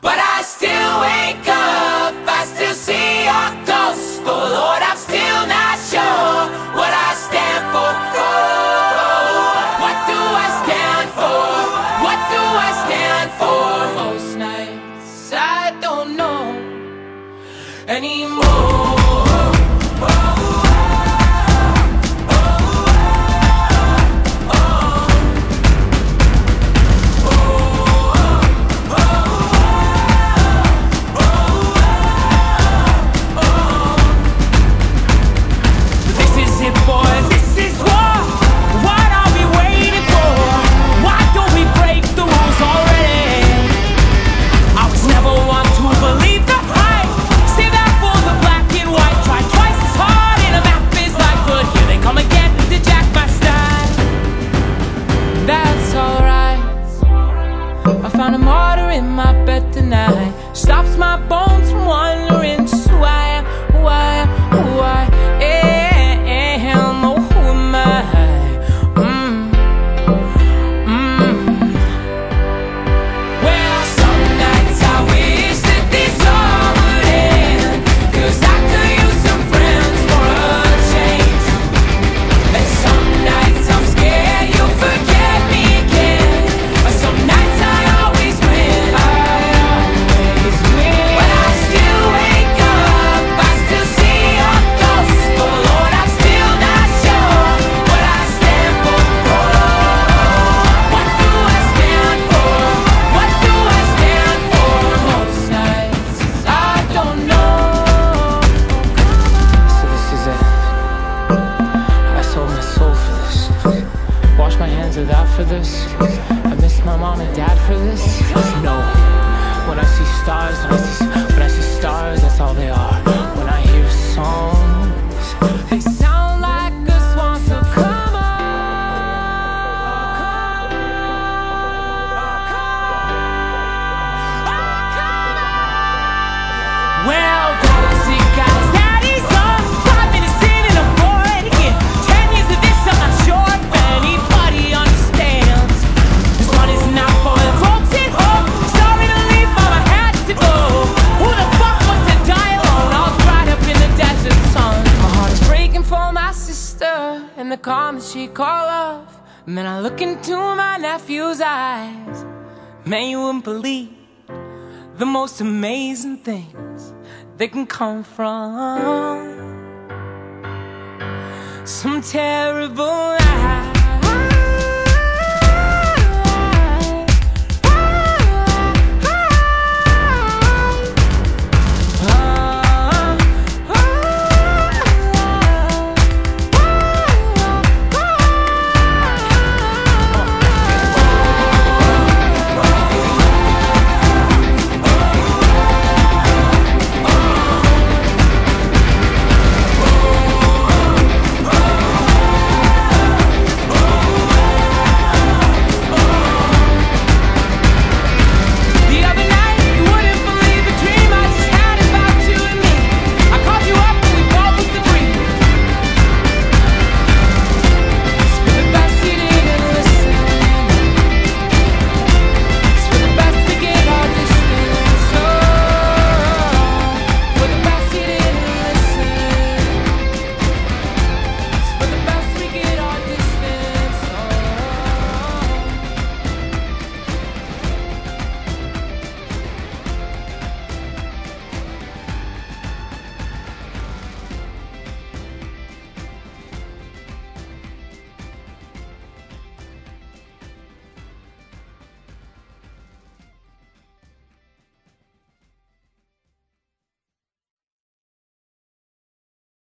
Speaker 7: But I still wake up, I still see your ghost. Oh Lord, I'm still not sure what I stand for. What do I stand for? What do I stand for? Most nights I don't know anymore. This is it, boys. This is war. What are we waiting for? Why don't we break the rules already? I was never one to believe the hype. Stay back for the black and white. Try twice as hard in a map is like good. Here they come again to jack my style. That's alright. I found a martyr in my bed tonight. Stops my bones from wandering. So why, why, why am, oh, who am I? Mm, mm. Well, some nights I wish that this all would end. 'Cause I could use some friends for a change. And some nights I'm scared you'll forget me again. But some nights I always win. I always win. But I still wake up, I still see your ghost. But Lord, I'm still not sure what I stand for. What do I stand for? What do I stand for? Most nights I don't know.
Speaker 8: So this is it. I sold my soul for this. Wash my hands of that for this. I miss my mom and dad for this. No. When I see stars, when I see, when I see stars, that's all they are. When I hear songs,
Speaker 7: They sound like a swan, so come on. Oh, come on. Oh, come on. she call off. And then I look into my nephew's eyes. Man, you wouldn't believe the most amazing things that can come from some terrible lies.